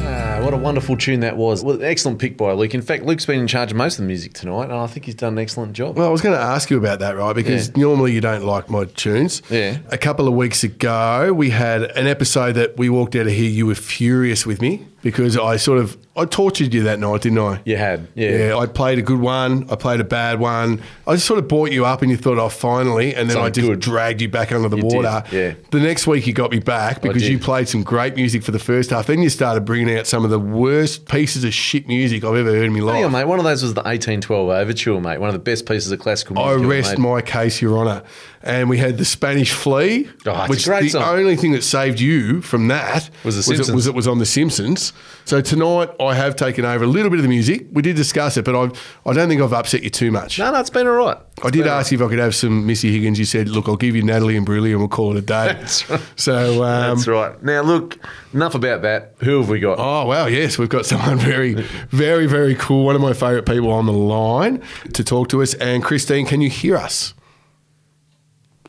[SPEAKER 3] Ah, What a wonderful tune that was. Well, excellent pick by Luke. In fact, Luke's been in charge of most of the music tonight, and I think he's done an excellent job.
[SPEAKER 4] Well, I was going to ask you about that, right? Because
[SPEAKER 3] Yeah.
[SPEAKER 4] normally you don't like my tunes.
[SPEAKER 3] Yeah.
[SPEAKER 4] A couple of weeks ago, we had an episode that we walked out of here. You were furious with me because I sort of I tortured you that night, didn't I?
[SPEAKER 3] you had. Yeah.
[SPEAKER 4] Yeah, I played a good one. I played a bad one. I just sort of brought you up, and you thought, "Oh, finally!" And then I
[SPEAKER 3] Something
[SPEAKER 4] just
[SPEAKER 3] good.
[SPEAKER 4] dragged you back under the
[SPEAKER 3] did,
[SPEAKER 4] water.
[SPEAKER 3] yeah.
[SPEAKER 4] The next week, you got me back because
[SPEAKER 3] did.
[SPEAKER 4] you played some great music for the first half. Then you started bringing out some of the worst pieces of shit music I've ever heard in my life.
[SPEAKER 3] Hang on, mate. One of those was the 1812 Overture, mate. One of the best pieces of classical
[SPEAKER 4] I
[SPEAKER 3] music. ever
[SPEAKER 4] rest
[SPEAKER 3] made.
[SPEAKER 4] my case, Your Honour. And we had the Spanish Flea,
[SPEAKER 3] Oh, it's a
[SPEAKER 4] which
[SPEAKER 3] great
[SPEAKER 4] the
[SPEAKER 3] song.
[SPEAKER 4] only thing that saved you from that
[SPEAKER 3] Was The
[SPEAKER 4] it,
[SPEAKER 3] Simpsons.
[SPEAKER 4] was it was on The Simpsons. So tonight I have taken over a little bit of the music. We did discuss it, but I've, I don't think I've upset you too much.
[SPEAKER 3] No, no, it's been all right.
[SPEAKER 4] I did ask you if I could have some Missy Higgins. You said, "Look, I'll give you Natalie and Brulee, and we'll call it a day."
[SPEAKER 3] That's right.
[SPEAKER 4] So um,
[SPEAKER 3] That's right. Now, look, enough about that. Who have we got?
[SPEAKER 4] Oh wow, yes, we've got someone very, very, very cool. One of my favourite people on the line to talk to us. And Christine, can you hear us?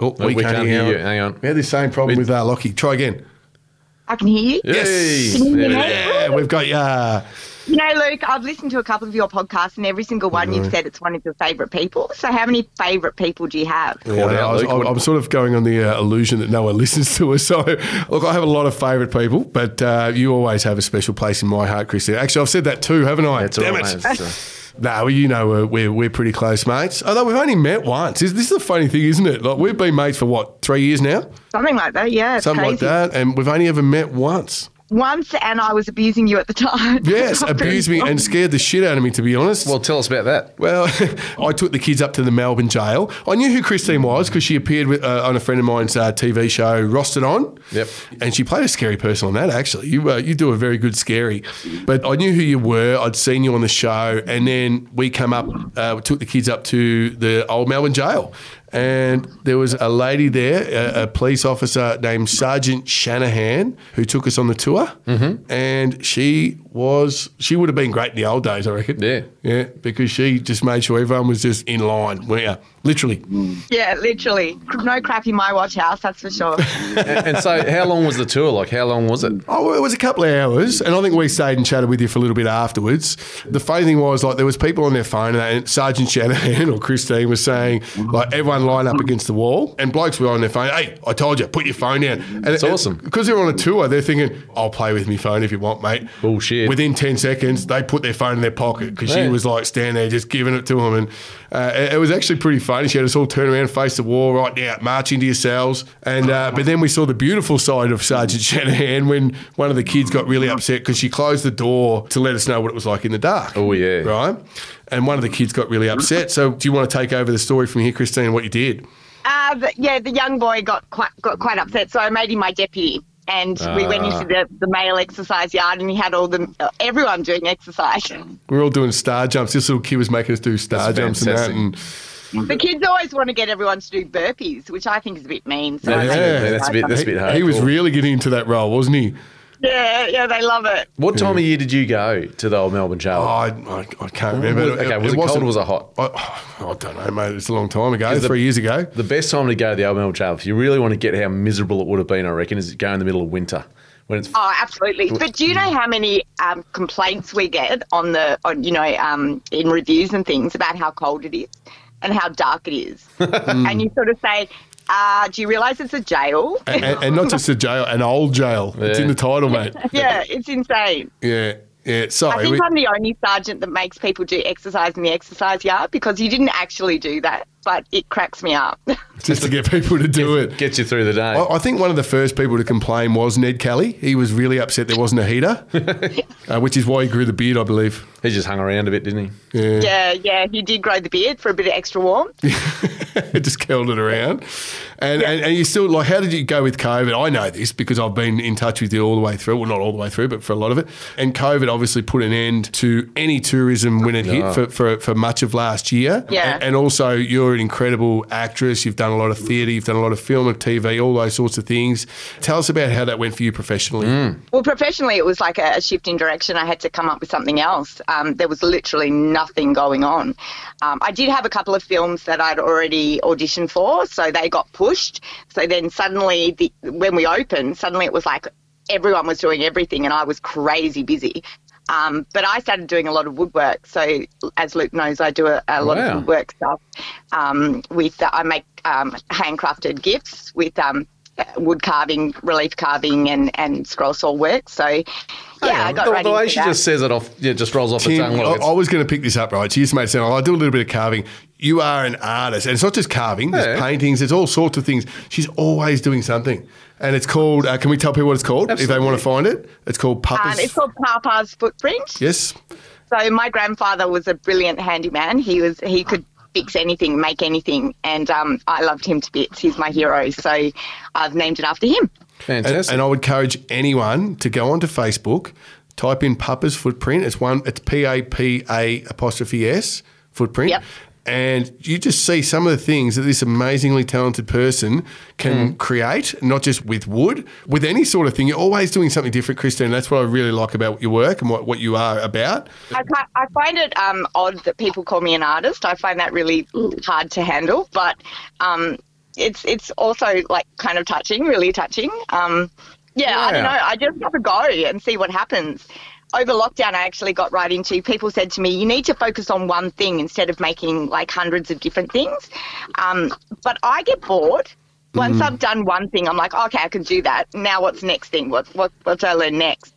[SPEAKER 4] Oh,
[SPEAKER 3] No, we can't hear you. Hang on.
[SPEAKER 4] We had the same problem
[SPEAKER 3] We-
[SPEAKER 4] with uh, Lockie. Try again.
[SPEAKER 8] I can hear you.
[SPEAKER 3] Yes.
[SPEAKER 8] Can you hear me?
[SPEAKER 4] Yeah, we've got yeah.
[SPEAKER 8] You know, Luke, I've listened to a couple of your podcasts, and every single one you've said it's one of your favourite people. So, how many favourite people do you have?
[SPEAKER 4] Yeah,
[SPEAKER 3] out,
[SPEAKER 4] I was,
[SPEAKER 3] Luke.
[SPEAKER 4] I'm,
[SPEAKER 3] What-
[SPEAKER 4] I'm sort of going on the uh, illusion that no one listens to us. So, look, I have a lot of favourite people, but uh, you always have a special place in my heart, Christine. Actually, I've said that too, haven't I?
[SPEAKER 3] That's
[SPEAKER 4] Damn
[SPEAKER 3] all right,
[SPEAKER 4] it.
[SPEAKER 3] mate. It's, uh,
[SPEAKER 4] No, well, you know we're, we're we're pretty close mates. Although we've only met once. This, this is a funny thing, isn't it? Like we've been mates for what three years now,
[SPEAKER 8] Something like that, yeah. It's
[SPEAKER 4] something like
[SPEAKER 8] crazy.
[SPEAKER 4] that, and we've only ever met once.
[SPEAKER 8] Once, and I was abusing you at the time.
[SPEAKER 4] Yes,
[SPEAKER 8] I'm pretty
[SPEAKER 4] abused me
[SPEAKER 8] sure.
[SPEAKER 4] and scared the shit out of me, to be honest.
[SPEAKER 3] well, tell us about that.
[SPEAKER 4] Well, I took the kids up to the Melbourne jail. I knew who Christine was because she appeared with, uh, on a friend of mine's uh, TV show, Rostered On.
[SPEAKER 3] Yep.
[SPEAKER 4] And she played a scary person on that, actually. You, uh, you do a very good scary. But I knew who you were. I'd seen you on the show. And then we come up, uh, we took the kids up to the old Melbourne jail. And there was a lady there, a, a police officer named Sergeant Shanahan, who took us on the tour. Mm-hmm. And she was, she would have been great in the old days, I reckon.
[SPEAKER 3] Yeah.
[SPEAKER 4] Yeah, because she just made sure everyone was just in line. Yeah, literally.
[SPEAKER 8] Yeah, literally. No crap in my watch house, that's for sure.
[SPEAKER 3] and so, how long was the tour? Like, how long was it?
[SPEAKER 4] Oh, well, it was a couple of hours, and I think we stayed and chatted with you for a little bit afterwards. The funny thing was, like, there was people on their phone, and Sergeant Shanahan or Christine was saying, like, everyone line up against the wall, and blokes were on their phone. Hey, I told you, put your phone down. And
[SPEAKER 3] It's awesome.
[SPEAKER 4] because they're on a tour. They're thinking, I'll play with my phone if you want, mate.
[SPEAKER 3] Bullshit.
[SPEAKER 4] Within ten seconds, they put their phone in their pocket because she
[SPEAKER 3] Yeah.
[SPEAKER 4] was like standing there just giving it to them, and uh, it, it was actually pretty funny. She had us all turn around, face the wall, right now, march into yourselves, and uh, but then we saw the beautiful side of Sergeant Shanahan when one of the kids got really upset because she closed the door to let us know what it was like in the dark.
[SPEAKER 3] Oh, yeah.
[SPEAKER 4] right. And one of the kids got really upset. So, do you want to take over the story from here, Christine? What you did?
[SPEAKER 8] Uh, the, yeah, the young boy got quite got quite upset, so I made him my deputy, and we went
[SPEAKER 4] Ah.
[SPEAKER 8] into the, the male exercise yard, and he had all the everyone doing exercise.
[SPEAKER 4] Mm-hmm. We were all doing star jumps. This little kid was making us do star
[SPEAKER 3] That's
[SPEAKER 4] jumps
[SPEAKER 3] fantastic.
[SPEAKER 4] and that. And
[SPEAKER 8] The kids always want to get everyone to do burpees, which I think is a bit mean. So I
[SPEAKER 3] That's,
[SPEAKER 8] make
[SPEAKER 4] Yeah.
[SPEAKER 8] them
[SPEAKER 3] that's a bit. That's a bit hard.
[SPEAKER 4] He was really getting into that role, wasn't he?
[SPEAKER 8] Yeah, yeah, they love it.
[SPEAKER 3] What time of year did you go to the old Melbourne
[SPEAKER 4] Oh,
[SPEAKER 3] jail?
[SPEAKER 4] I, I, I can't remember.
[SPEAKER 3] okay, was it, cold
[SPEAKER 4] wasn't-
[SPEAKER 3] or was it hot?
[SPEAKER 4] I, I don't know, mate. It's a long time ago,
[SPEAKER 3] Is the-
[SPEAKER 4] three years ago.
[SPEAKER 3] The best time to go to the old Melbourne jail, if you really want to get how miserable it would have been, I reckon, is go in the middle of winter when it's
[SPEAKER 8] Oh, absolutely. But do you know how many um, complaints we get on the, on, you know, um, in reviews and things about how cold it is and how dark it is?
[SPEAKER 4] Hmm.
[SPEAKER 8] and you sort of say, uh, do you realise it's a jail?
[SPEAKER 4] And, and not just a jail, an old jail. It's
[SPEAKER 3] Yeah.
[SPEAKER 4] in the title, mate.
[SPEAKER 8] yeah, it's insane.
[SPEAKER 4] Yeah, yeah. Sorry.
[SPEAKER 8] I think
[SPEAKER 4] we-
[SPEAKER 8] I'm the only sergeant that makes people do exercise in the exercise yard because you didn't actually do that, but it cracks me up.
[SPEAKER 4] just to get people to do it.
[SPEAKER 3] gets you through the day.
[SPEAKER 4] I, I think one of the first people to complain was Ned Kelly. He was really upset there wasn't a heater, uh, which is why he grew the beard, I believe.
[SPEAKER 3] He just hung around a bit, didn't he?
[SPEAKER 8] yeah, yeah, he did grow the beard for a bit of extra warmth.
[SPEAKER 4] It just curled it around. And, and and you still like, how did you go with COVID? I know this because I've been in touch with you all the way through. Well, not all the way through, but for a lot of it. And COVID obviously put an end to any tourism when it hit for, for for much of last year.
[SPEAKER 8] Yeah.
[SPEAKER 4] And, and also, you're an incredible actress. You've done a lot of theatre. You've done a lot of film and TV, all those sorts of things. Tell us about how that went for you professionally.
[SPEAKER 8] Well, professionally, it was like a, a shift in direction. I had to come up with something else. Um, there was literally nothing going on. Um, I did have a couple of films that I'd already auditioned for, so they got pushed. So then suddenly, the, when we opened, suddenly it was like everyone was doing everything, and I was crazy busy. Um, but I started doing a lot of woodwork. So, as Luke knows, I do a, a lot
[SPEAKER 3] Wow.
[SPEAKER 8] of woodwork stuff. Um, with I make um, handcrafted gifts with um, wood carving, relief carving, and and scroll saw work. So, yeah, I got
[SPEAKER 3] the,
[SPEAKER 8] right
[SPEAKER 3] the
[SPEAKER 8] into
[SPEAKER 3] way she
[SPEAKER 8] that.
[SPEAKER 3] just says it off, yeah, just rolls off the
[SPEAKER 4] Tim,
[SPEAKER 3] tongue.
[SPEAKER 4] I,
[SPEAKER 3] Like
[SPEAKER 4] I
[SPEAKER 3] it's-
[SPEAKER 4] was going to pick this up, right? She just made it sound like I do a little bit of carving. You are an artist, and it's not just carving. There's
[SPEAKER 3] Yeah.
[SPEAKER 4] paintings. There's all sorts of things. She's always doing something, and it's called. Uh, can we tell people what it's called if they want to find it? It's called Papa's.
[SPEAKER 8] um, it's called Papa's footprint.
[SPEAKER 4] yes,
[SPEAKER 8] So my grandfather was a brilliant handyman. He was he could fix anything, make anything, and um, I loved him to bits. He's my hero. So I've named it after him.
[SPEAKER 4] and,
[SPEAKER 3] fantastic.
[SPEAKER 4] and I would encourage anyone to go onto Facebook, type in Papa's footprint. It's one. It's P A P A apostrophe S footprint.
[SPEAKER 8] Yep.
[SPEAKER 4] And you just see some of the things that this amazingly talented person can create, not just with wood, with any sort of thing. You're always doing something different, Christine. That's what I really like about your work and what, what you are about.
[SPEAKER 8] I, can't- I find it um, odd that people call me an artist. I find that really hard to handle, but um, it's it's also like kind of touching, really touching. Um, yeah, I don't know. I just have a go and see what happens. Over lockdown, I actually got right into people said to me, "You need to focus on one thing instead of making like hundreds of different things." Um, but I get bored. Once I've done one thing, I'm like, okay, I can do that. Now, what's next thing? What what what do I learn next?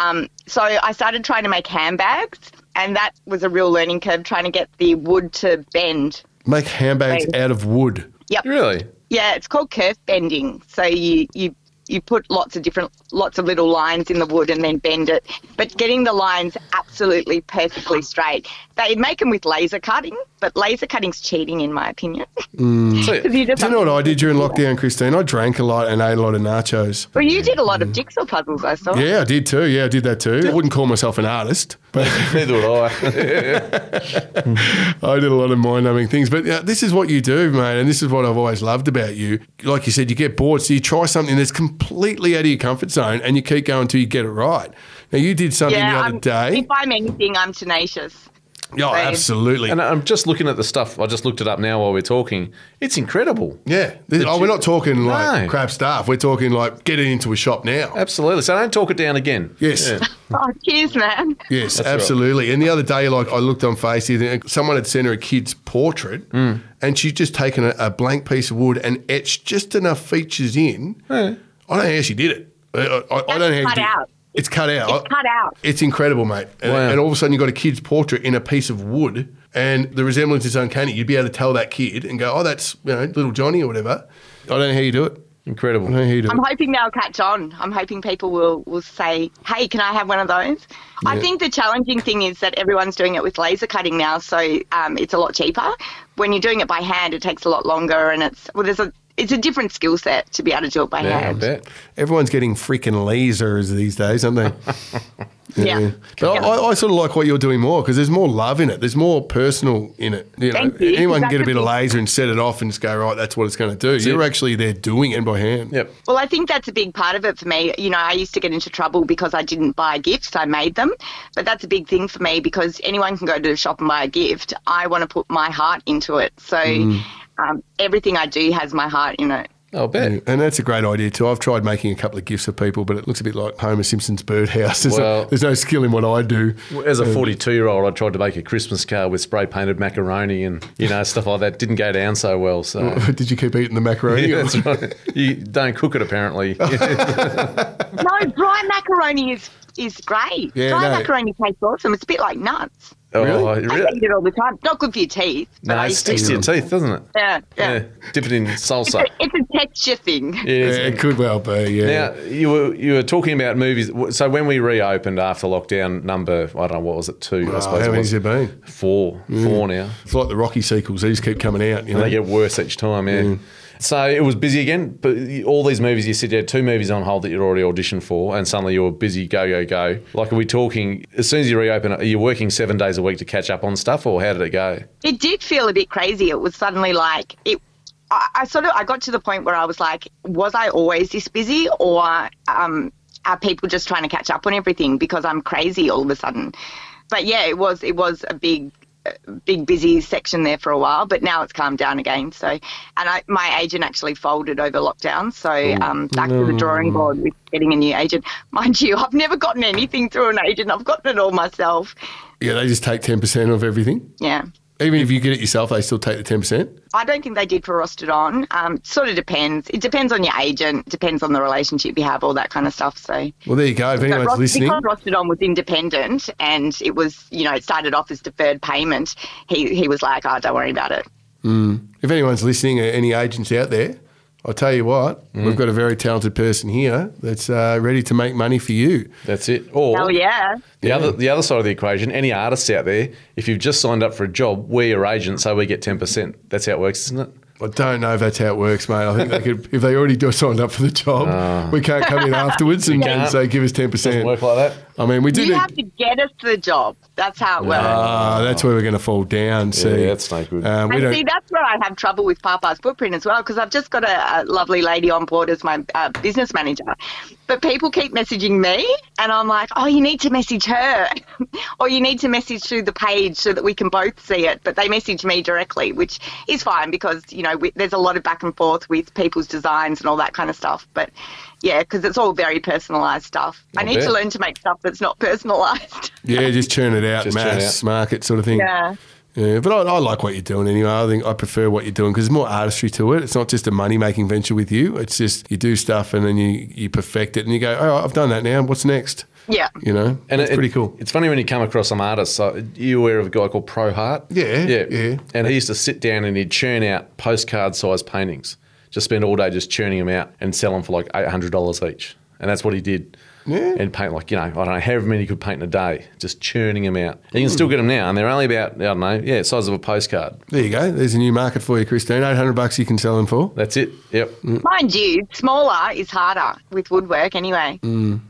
[SPEAKER 8] Um, so I started trying to make handbags, and that was a real learning curve trying to get the wood to bend.
[SPEAKER 4] Make handbags
[SPEAKER 8] Right.
[SPEAKER 4] out of wood.
[SPEAKER 8] Yep.
[SPEAKER 3] really?
[SPEAKER 8] Yeah, it's called kerf bending. So you you you put lots of different lots of little lines in the wood and then bend it, but getting the lines absolutely perfectly straight. They make them with laser cutting, but laser cutting's cheating in my opinion.
[SPEAKER 3] So,
[SPEAKER 8] 'Cause you just
[SPEAKER 4] Do you know what I did during lockdown, Christine? I drank a lot and ate a lot of nachos.
[SPEAKER 8] Well, you did a lot of jigsaw puzzles, I saw.
[SPEAKER 4] Yeah, I did too. Yeah, I did that too. I wouldn't call myself an artist, but
[SPEAKER 3] neither would I.
[SPEAKER 4] I did a lot of mind numbing things, but uh, this is what you do, mate, and this is what I've always loved about you. Like you said, you get bored, so you try something that's completely out of your comfort zone, and you keep going until you get it right. Now you did something
[SPEAKER 8] Yeah,
[SPEAKER 4] the
[SPEAKER 8] I'm,
[SPEAKER 4] other day.
[SPEAKER 8] if I'm anything, I'm tenacious.
[SPEAKER 4] Yeah, oh, absolutely.
[SPEAKER 3] and I'm just looking at the stuff. I just looked it up now while we're talking. It's incredible.
[SPEAKER 4] yeah, This- oh,
[SPEAKER 3] you-
[SPEAKER 4] we're not talking like
[SPEAKER 3] No.
[SPEAKER 4] crap stuff. We're talking like get it into a shop now.
[SPEAKER 3] Absolutely. So don't talk it down again.
[SPEAKER 4] Yes.
[SPEAKER 8] Oh, cheers, man.
[SPEAKER 4] Yes,
[SPEAKER 3] right.
[SPEAKER 4] absolutely. And the other day, like I looked on Facebook, and someone had sent her a kid's portrait,
[SPEAKER 3] Mm.
[SPEAKER 4] and she'd just taken a, a blank piece of wood and etched just enough features in. I don't know how she did it. I, I, I don't know how
[SPEAKER 8] That's
[SPEAKER 4] she
[SPEAKER 8] cut
[SPEAKER 4] did it.
[SPEAKER 8] out.
[SPEAKER 4] It's cut out.
[SPEAKER 8] It's cut out.
[SPEAKER 4] It's incredible, mate. And,
[SPEAKER 3] Wow.
[SPEAKER 4] and all of a sudden, you've got a kid's portrait in a piece of wood, and the resemblance is uncanny. You'd be able to tell that kid and go, "Oh, that's you know, little Johnny or whatever." I don't know how you do it. I don't know
[SPEAKER 3] Incredible.
[SPEAKER 4] how you do
[SPEAKER 8] I'm
[SPEAKER 4] it.
[SPEAKER 8] hoping they'll catch on. I'm hoping people will, will say, hey, can I have one of those? I think the challenging thing is that everyone's doing it with laser cutting now, so um, it's a lot cheaper. When you're doing it by hand, it takes a lot longer, and it's well, there's a it's a different skill set to be able to do it by
[SPEAKER 3] Yeah, I
[SPEAKER 8] hand.
[SPEAKER 3] bet.
[SPEAKER 4] Everyone's getting freaking lasers these days, aren't they?
[SPEAKER 8] Yeah.
[SPEAKER 4] But
[SPEAKER 8] Yeah.
[SPEAKER 4] I, I sort of like what you're doing more because there's more love in it. There's more personal in it. You know,
[SPEAKER 8] Thank you,
[SPEAKER 4] anyone can
[SPEAKER 8] 'cause
[SPEAKER 4] get a
[SPEAKER 8] that
[SPEAKER 4] bit of
[SPEAKER 8] could be-
[SPEAKER 4] laser and set it off and just go right. That's what it's going to do. You're
[SPEAKER 3] it.
[SPEAKER 4] actually there doing it by hand.
[SPEAKER 3] Yep.
[SPEAKER 8] Well, I think that's a big part of it for me. You know, I used to get into trouble because I didn't buy gifts, I made them. But that's a big thing for me because anyone can go to the shop and buy a gift. I want to put my heart into it. So
[SPEAKER 3] Mm.
[SPEAKER 8] um, everything I do has my heart in it.
[SPEAKER 3] I'll bet.
[SPEAKER 4] And that's a great idea too. I've tried making a couple of gifts for people, but it looks a bit like Homer Simpson's birdhouse. There's,
[SPEAKER 3] Well-
[SPEAKER 4] no, there's no skill in what I do.
[SPEAKER 3] As a 42 year old, I tried to make a Christmas card with spray painted macaroni and you know stuff like that. Didn't go down so well. So
[SPEAKER 4] Did you keep eating the macaroni?
[SPEAKER 3] Yeah, that's right. You don't cook it apparently.
[SPEAKER 8] no, dry macaroni is is great.
[SPEAKER 4] Yeah,
[SPEAKER 8] dry
[SPEAKER 4] no.
[SPEAKER 8] macaroni tastes awesome. It's a bit like nuts.
[SPEAKER 3] Oh, I-
[SPEAKER 8] I eat it all the time. Not good for your teeth. but
[SPEAKER 3] No,
[SPEAKER 8] I
[SPEAKER 3] it
[SPEAKER 8] used
[SPEAKER 3] sticks to your teeth, doesn't it?
[SPEAKER 8] Yeah, yeah.
[SPEAKER 3] Dip it in
[SPEAKER 8] It's,
[SPEAKER 3] salsa.
[SPEAKER 8] a, it's a texture thing.
[SPEAKER 3] It
[SPEAKER 4] Yeah,
[SPEAKER 3] is.
[SPEAKER 4] it could well be. Yeah.
[SPEAKER 3] Now you were you were talking about movies. So when we reopened after lockdown, number I don't know what was it two? I
[SPEAKER 4] Oh,
[SPEAKER 3] suppose
[SPEAKER 4] how
[SPEAKER 3] it
[SPEAKER 4] many's
[SPEAKER 3] was
[SPEAKER 4] there been?
[SPEAKER 3] four, four now.
[SPEAKER 4] It's like the Rocky sequels; these keep coming out.
[SPEAKER 3] And
[SPEAKER 4] You know?
[SPEAKER 3] they get worse each time, yeah. So it was busy again, but all these movies you said you had two movies on hold that you'd already auditioned for, and suddenly you were busy, go, go, go. Like, are we talking, as soon as you reopen, are you working seven days a week to catch up on stuff, or how did it go?
[SPEAKER 8] it did feel a bit crazy. It was suddenly like it. I, I sort of I got to the point where I was like, was I always this busy, or um, are people just trying to catch up on everything because I'm crazy all of a sudden? But yeah, it was it was a big. a Big busy section there for a while, but now it's calmed down again. So, and I, my agent actually folded over lockdown, so um, back to the drawing board with getting a new agent. Mind you, I've never gotten anything through an agent. I've gotten it all myself.
[SPEAKER 4] yeah, they just take ten percent of everything.
[SPEAKER 8] Yeah.
[SPEAKER 4] Even if you get it yourself, they still take the ten percent.
[SPEAKER 8] I don't think they did for Rostodon. Um, sort of depends. It depends on your agent, depends on the relationship you have, all that kind of stuff. So,
[SPEAKER 4] Well, there you go. If anyone's
[SPEAKER 8] Ros-
[SPEAKER 4] listening,
[SPEAKER 8] because Rostodon was independent and it was, you know, it started off as deferred payment, he, he was like, oh, don't worry about it.
[SPEAKER 4] if anyone's listening, uh, any agents out there, I'll tell you what,
[SPEAKER 3] Mm.
[SPEAKER 4] we've got a very talented person here that's uh, ready to make money for you.
[SPEAKER 3] That's it. Or
[SPEAKER 8] Oh, yeah.
[SPEAKER 3] the other the other side of the equation, any artists out there, if you've just signed up for a job, we're your agent, so we get ten percent. That's how it works, isn't it?
[SPEAKER 4] I don't know if that's how it works, mate. I think they could, if they already do signed up for the job, we can't come in afterwards and, and
[SPEAKER 3] Ah. can't.
[SPEAKER 4] say give us ten
[SPEAKER 3] Doesn't
[SPEAKER 4] percent.
[SPEAKER 3] work like that.
[SPEAKER 4] I mean, we do.
[SPEAKER 8] You
[SPEAKER 4] need-
[SPEAKER 8] have to get us the job. That's how it works.
[SPEAKER 4] Ah, that's where we're going to fall down. see,
[SPEAKER 3] that's no good.
[SPEAKER 4] Uh, we
[SPEAKER 8] and
[SPEAKER 4] don't,
[SPEAKER 8] see, that's where I have trouble with Papa's footprint as well, because I've just got a, a lovely lady on board as my uh, business manager. But people keep messaging me, and I'm like, oh, you need to message her, or you need to message through the page so that we can both see it. But they message me directly, which is fine because, you know, we, there's a lot of back and forth with people's designs and all that kind of stuff. But yeah, because it's all very personalised stuff. I,
[SPEAKER 3] I
[SPEAKER 8] need
[SPEAKER 3] bet.
[SPEAKER 8] to learn to make stuff that's not personalised.
[SPEAKER 4] yeah, just churn it out,
[SPEAKER 3] Just churn it
[SPEAKER 4] mass
[SPEAKER 3] out.
[SPEAKER 4] market sort of thing.
[SPEAKER 8] yeah.
[SPEAKER 4] Yeah, but I, I like what you're doing anyway. I think I prefer what you're doing because there's more artistry to it. It's not just a money making venture with you. It's just you do stuff and then you, you perfect it and you go, oh, I've done that now. What's next?
[SPEAKER 8] Yeah.
[SPEAKER 4] You know, and it's
[SPEAKER 3] it-
[SPEAKER 4] pretty cool.
[SPEAKER 3] It's funny when you come across some artists. So you aware of a guy called Pro Hart?
[SPEAKER 4] Yeah,
[SPEAKER 3] yeah,
[SPEAKER 4] yeah.
[SPEAKER 3] And he used to sit down and he'd churn out postcard size paintings. Just spend all day just churning them out and sell them for like eight hundred dollars each. And that's what he did.
[SPEAKER 4] Yeah.
[SPEAKER 3] And paint like you know I don't know however many you could paint in a day, just churning them out. And you can still get them now, and they're only about I don't know yeah size of a postcard.
[SPEAKER 4] There you go. There's a new market for you, Christine. 800 bucks you can sell them for.
[SPEAKER 3] That's it. Yep.
[SPEAKER 8] Mind you, smaller is harder with woodwork anyway.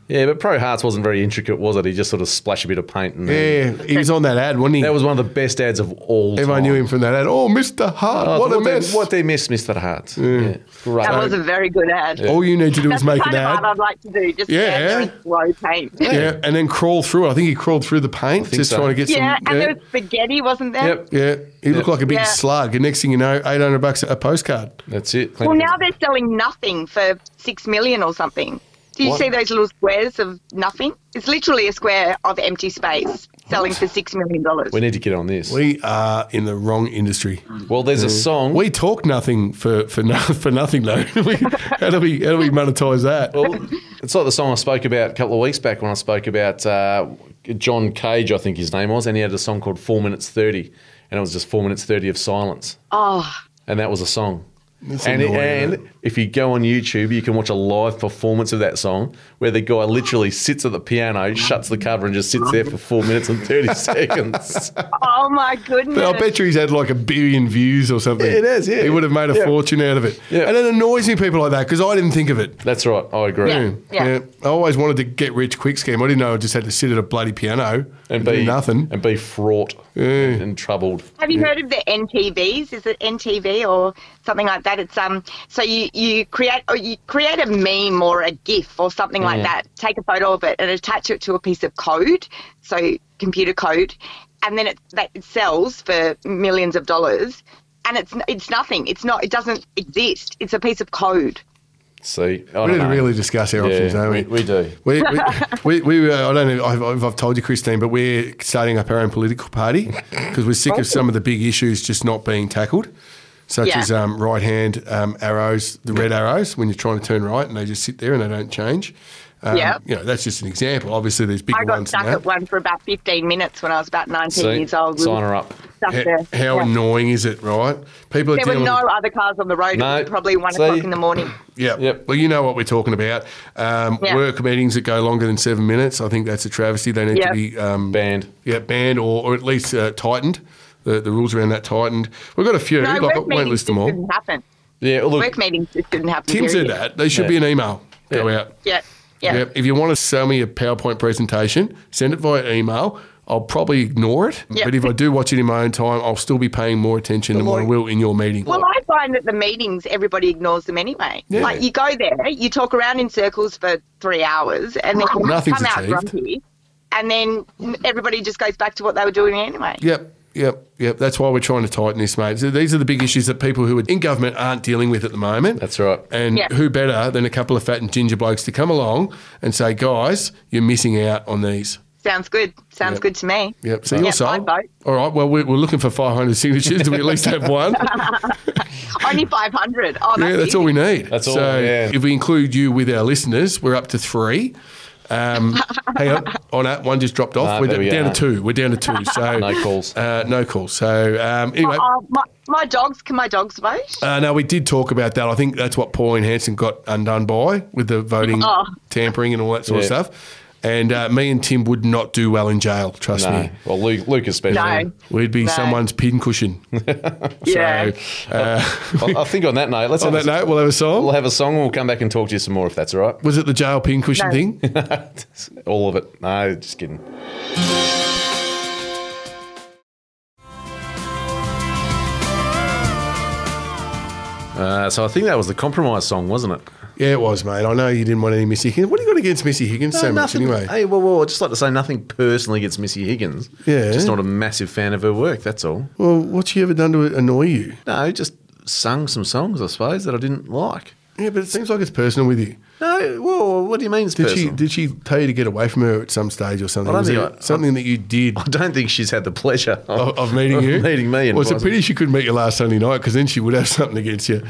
[SPEAKER 3] Yeah, but Pro Hearts wasn't very intricate, was it? He just sort of splashed a bit of paint and then-
[SPEAKER 4] Yeah, he was on that ad, wasn't he?
[SPEAKER 3] that was one of the best ads of all.
[SPEAKER 4] Everyone
[SPEAKER 3] time.
[SPEAKER 4] knew him from that ad. Oh, Mr. Hart,
[SPEAKER 3] Oh,
[SPEAKER 4] what a
[SPEAKER 3] they-
[SPEAKER 4] mess.
[SPEAKER 3] What they missed, Mr. Hart. Yeah. Great.
[SPEAKER 8] That was a very good ad.
[SPEAKER 4] All you need to do
[SPEAKER 8] That's
[SPEAKER 4] is
[SPEAKER 8] the
[SPEAKER 4] make
[SPEAKER 8] kind
[SPEAKER 4] an
[SPEAKER 8] of
[SPEAKER 4] ad.
[SPEAKER 8] art I'd like to do. Just
[SPEAKER 4] Yeah.
[SPEAKER 8] stand there and slow paint. Yeah,
[SPEAKER 4] Yeah, and then crawl through. it. I think he crawled through the paint just
[SPEAKER 3] so.
[SPEAKER 4] trying to get
[SPEAKER 8] and
[SPEAKER 4] some.
[SPEAKER 8] there was spaghetti, wasn't there?
[SPEAKER 3] Yep.
[SPEAKER 4] Yeah, he looked like a big
[SPEAKER 8] Yeah.
[SPEAKER 4] slug. And next thing you know, 800 bucks a postcard.
[SPEAKER 3] That's it.
[SPEAKER 8] Well, now they're selling nothing for six million or something. Do you
[SPEAKER 3] What?
[SPEAKER 8] see those little squares of nothing? It's literally a square of empty space selling for six million dollars.
[SPEAKER 3] we need to get on this.
[SPEAKER 4] We are in the wrong industry.
[SPEAKER 3] well, there's a song.
[SPEAKER 4] We talk nothing for for, no, for nothing though. We- how do we how do we monetize that?
[SPEAKER 3] Well, it's like the song I spoke about a couple of weeks back when I spoke about uh, John Cage, I think his name was, and he had a song called Four Minutes Thirty, and it was just Four Minutes Thirty of silence,
[SPEAKER 8] Oh,
[SPEAKER 3] and that was a song.
[SPEAKER 4] That's
[SPEAKER 3] And,
[SPEAKER 4] annoying, isn't
[SPEAKER 3] and if you go on YouTube, you can watch a live performance of that song where the guy literally sits at the piano, shuts the cover, and just sits there for four minutes and 30 seconds.
[SPEAKER 8] Oh my goodness.
[SPEAKER 4] But I bet you he's had like a billion views or something.
[SPEAKER 3] It has, yeah.
[SPEAKER 4] He would have made a
[SPEAKER 3] Yeah.
[SPEAKER 4] fortune out of it.
[SPEAKER 3] Yeah.
[SPEAKER 4] And it annoys me people like that because I didn't think of it.
[SPEAKER 3] That's right. I agree.
[SPEAKER 8] Yeah.
[SPEAKER 4] I always wanted to get rich quick scheme. I didn't know I just had to sit at a bloody piano
[SPEAKER 3] And be
[SPEAKER 4] do nothing.
[SPEAKER 3] And be fraught and, and troubled.
[SPEAKER 8] Have you heard of the NTVs? Is it NTV or something like that? It's um, so you you create or you create a meme or a GIF or something like that. Take a photo of it and attach it to a piece of code, so computer code, and then it that it sells for millions of dollars. And it's it's nothing. It's not. It doesn't exist. It's a piece of code.
[SPEAKER 3] See, I
[SPEAKER 4] we
[SPEAKER 3] don't
[SPEAKER 4] didn't
[SPEAKER 3] know.
[SPEAKER 4] really discuss our options,
[SPEAKER 3] Yeah,
[SPEAKER 4] don't
[SPEAKER 3] we,
[SPEAKER 4] we?
[SPEAKER 3] we do.
[SPEAKER 4] We, we, we, we uh, I don't know. I've, I've, I've told you, Christine, but we're starting up our own political party because we're sick of some of the big issues just not being tackled, such
[SPEAKER 8] Yeah.
[SPEAKER 4] as um, right hand um, arrows, the red arrows, when you're trying to turn right and they just sit there and they don't change. Um,
[SPEAKER 8] Yeah.
[SPEAKER 4] You know, that's just an example. Obviously, there's bigger
[SPEAKER 8] I got
[SPEAKER 4] ones
[SPEAKER 8] stuck
[SPEAKER 4] than that.
[SPEAKER 8] at one for about 15 minutes when I was about 19
[SPEAKER 3] See,
[SPEAKER 8] years old. We
[SPEAKER 3] sign
[SPEAKER 8] were
[SPEAKER 3] her up.
[SPEAKER 8] stuck
[SPEAKER 4] H-
[SPEAKER 8] there.
[SPEAKER 4] How
[SPEAKER 8] Yeah.
[SPEAKER 4] annoying is it, right? People are
[SPEAKER 8] There were
[SPEAKER 4] dealing
[SPEAKER 8] no
[SPEAKER 4] with,
[SPEAKER 8] other cars on the road.
[SPEAKER 3] No.
[SPEAKER 8] It was probably one
[SPEAKER 3] See?
[SPEAKER 8] o'clock in the morning.
[SPEAKER 4] yeah.
[SPEAKER 3] Yep.
[SPEAKER 4] Well, you know what we're talking about. Um,
[SPEAKER 8] Yeah.
[SPEAKER 4] Work meetings that go longer than seven minutes. I think that's a travesty. They need
[SPEAKER 8] Yeah.
[SPEAKER 4] to be um,
[SPEAKER 3] Banned.
[SPEAKER 4] yeah, banned or, or at least uh, tightened. The, the rules around that tightened. We've got a few.
[SPEAKER 8] No,
[SPEAKER 4] like, I
[SPEAKER 8] work
[SPEAKER 4] won't
[SPEAKER 8] meetings
[SPEAKER 4] list
[SPEAKER 8] just
[SPEAKER 4] them all.
[SPEAKER 8] didn't happen.
[SPEAKER 3] Yeah, look,
[SPEAKER 8] Work meetings just didn't happen.
[SPEAKER 4] Tim said
[SPEAKER 8] period.
[SPEAKER 4] that. They should be an email. Go
[SPEAKER 3] Yeah.
[SPEAKER 4] out.
[SPEAKER 8] Yeah, yeah.
[SPEAKER 4] Yep. If you want to sell me a PowerPoint presentation, send it via email. I'll probably ignore it.
[SPEAKER 8] Yeah.
[SPEAKER 4] But if I do watch it in my own time, I'll still be paying more attention than what I will in your meeting.
[SPEAKER 8] Well, I find that the meetings, everybody ignores them anyway. Like you go there, you talk around in circles for three hours, and then you
[SPEAKER 4] Nothing's
[SPEAKER 8] come out
[SPEAKER 4] achieved.
[SPEAKER 8] grumpy, and then everybody just goes back to what they were doing anyway.
[SPEAKER 4] Yep. Yep, yep. That's why we're trying to tighten this, mate. So these are the big issues that people who are in government aren't dealing with at the moment.
[SPEAKER 3] That's right.
[SPEAKER 4] And
[SPEAKER 8] Yeah.
[SPEAKER 4] who better than a couple of fat and ginger blokes to come along and say, guys, you're missing out on these.
[SPEAKER 8] Sounds good. Sounds
[SPEAKER 4] Yep.
[SPEAKER 8] good to me.
[SPEAKER 4] Yep. So you're
[SPEAKER 8] Yep, I'd
[SPEAKER 4] sold.
[SPEAKER 8] vote.
[SPEAKER 4] All right. Well, we're, we're looking for 500 signatures. Do we at least have one?
[SPEAKER 8] Only five hundred. Oh, that's
[SPEAKER 4] yeah, that's all we need.
[SPEAKER 3] That's all,
[SPEAKER 4] so
[SPEAKER 3] yeah.
[SPEAKER 4] If we include you with our listeners, we're up to three. Um, hang on, oh no, one just dropped off.
[SPEAKER 3] No,
[SPEAKER 4] we're
[SPEAKER 3] there we
[SPEAKER 4] d-
[SPEAKER 3] go.
[SPEAKER 4] down to two. We're down to two. So
[SPEAKER 3] No calls.
[SPEAKER 4] Uh, no calls. So um, anyway,
[SPEAKER 8] Oh, my, my dogs. Can my dogs vote?
[SPEAKER 4] Uh, no, we did talk about that. I think that's what Pauline Hanson got undone by with the voting
[SPEAKER 8] Oh.
[SPEAKER 4] tampering and all that sort
[SPEAKER 3] Yeah.
[SPEAKER 4] of stuff. And uh, me and Tim would not do well in jail. Trust
[SPEAKER 3] no.
[SPEAKER 4] me.
[SPEAKER 3] Well, Luke, Luke especially.
[SPEAKER 8] No.
[SPEAKER 4] We'd be
[SPEAKER 8] No.
[SPEAKER 4] someone's pincushion.
[SPEAKER 8] yeah.
[SPEAKER 4] So, uh,
[SPEAKER 3] I, I think on that note, let's
[SPEAKER 4] on
[SPEAKER 3] have
[SPEAKER 4] that
[SPEAKER 3] a,
[SPEAKER 4] note, we'll have a
[SPEAKER 3] We'll
[SPEAKER 4] song.
[SPEAKER 3] have a song and we'll come back and talk to you some more if that's all right.
[SPEAKER 4] Was it the jail pincushion
[SPEAKER 8] No.
[SPEAKER 4] thing?
[SPEAKER 3] All of it. No, just kidding. Uh, so I think that was the compromise song, wasn't it?
[SPEAKER 4] yeah, it was, mate. I know you didn't want any Missy Higgins. What do you got against Missy Higgins so much
[SPEAKER 3] nothing,
[SPEAKER 4] anyway?
[SPEAKER 3] Hey, well, well, I'd just like to say nothing personally against Missy Higgins.
[SPEAKER 4] Yeah.
[SPEAKER 3] Just not a massive fan of her work, that's all.
[SPEAKER 4] Well, what's she ever done to annoy you?
[SPEAKER 3] No, just sung some songs, I suppose, that I didn't like.
[SPEAKER 4] Yeah, but it seems like it's personal with you.
[SPEAKER 3] No, well, what do you mean it's
[SPEAKER 4] Did
[SPEAKER 3] personal?
[SPEAKER 4] she did she tell you to get away from her at some stage or something?
[SPEAKER 3] I don't
[SPEAKER 4] Was
[SPEAKER 3] think
[SPEAKER 4] it
[SPEAKER 3] I-
[SPEAKER 4] something that you did
[SPEAKER 3] I don't think she's had the pleasure
[SPEAKER 4] of, of meeting
[SPEAKER 3] of
[SPEAKER 4] you.
[SPEAKER 3] meeting me. and
[SPEAKER 4] Well, it's a
[SPEAKER 3] vice-
[SPEAKER 4] pity she couldn't meet you last Sunday night because then she would have something against you.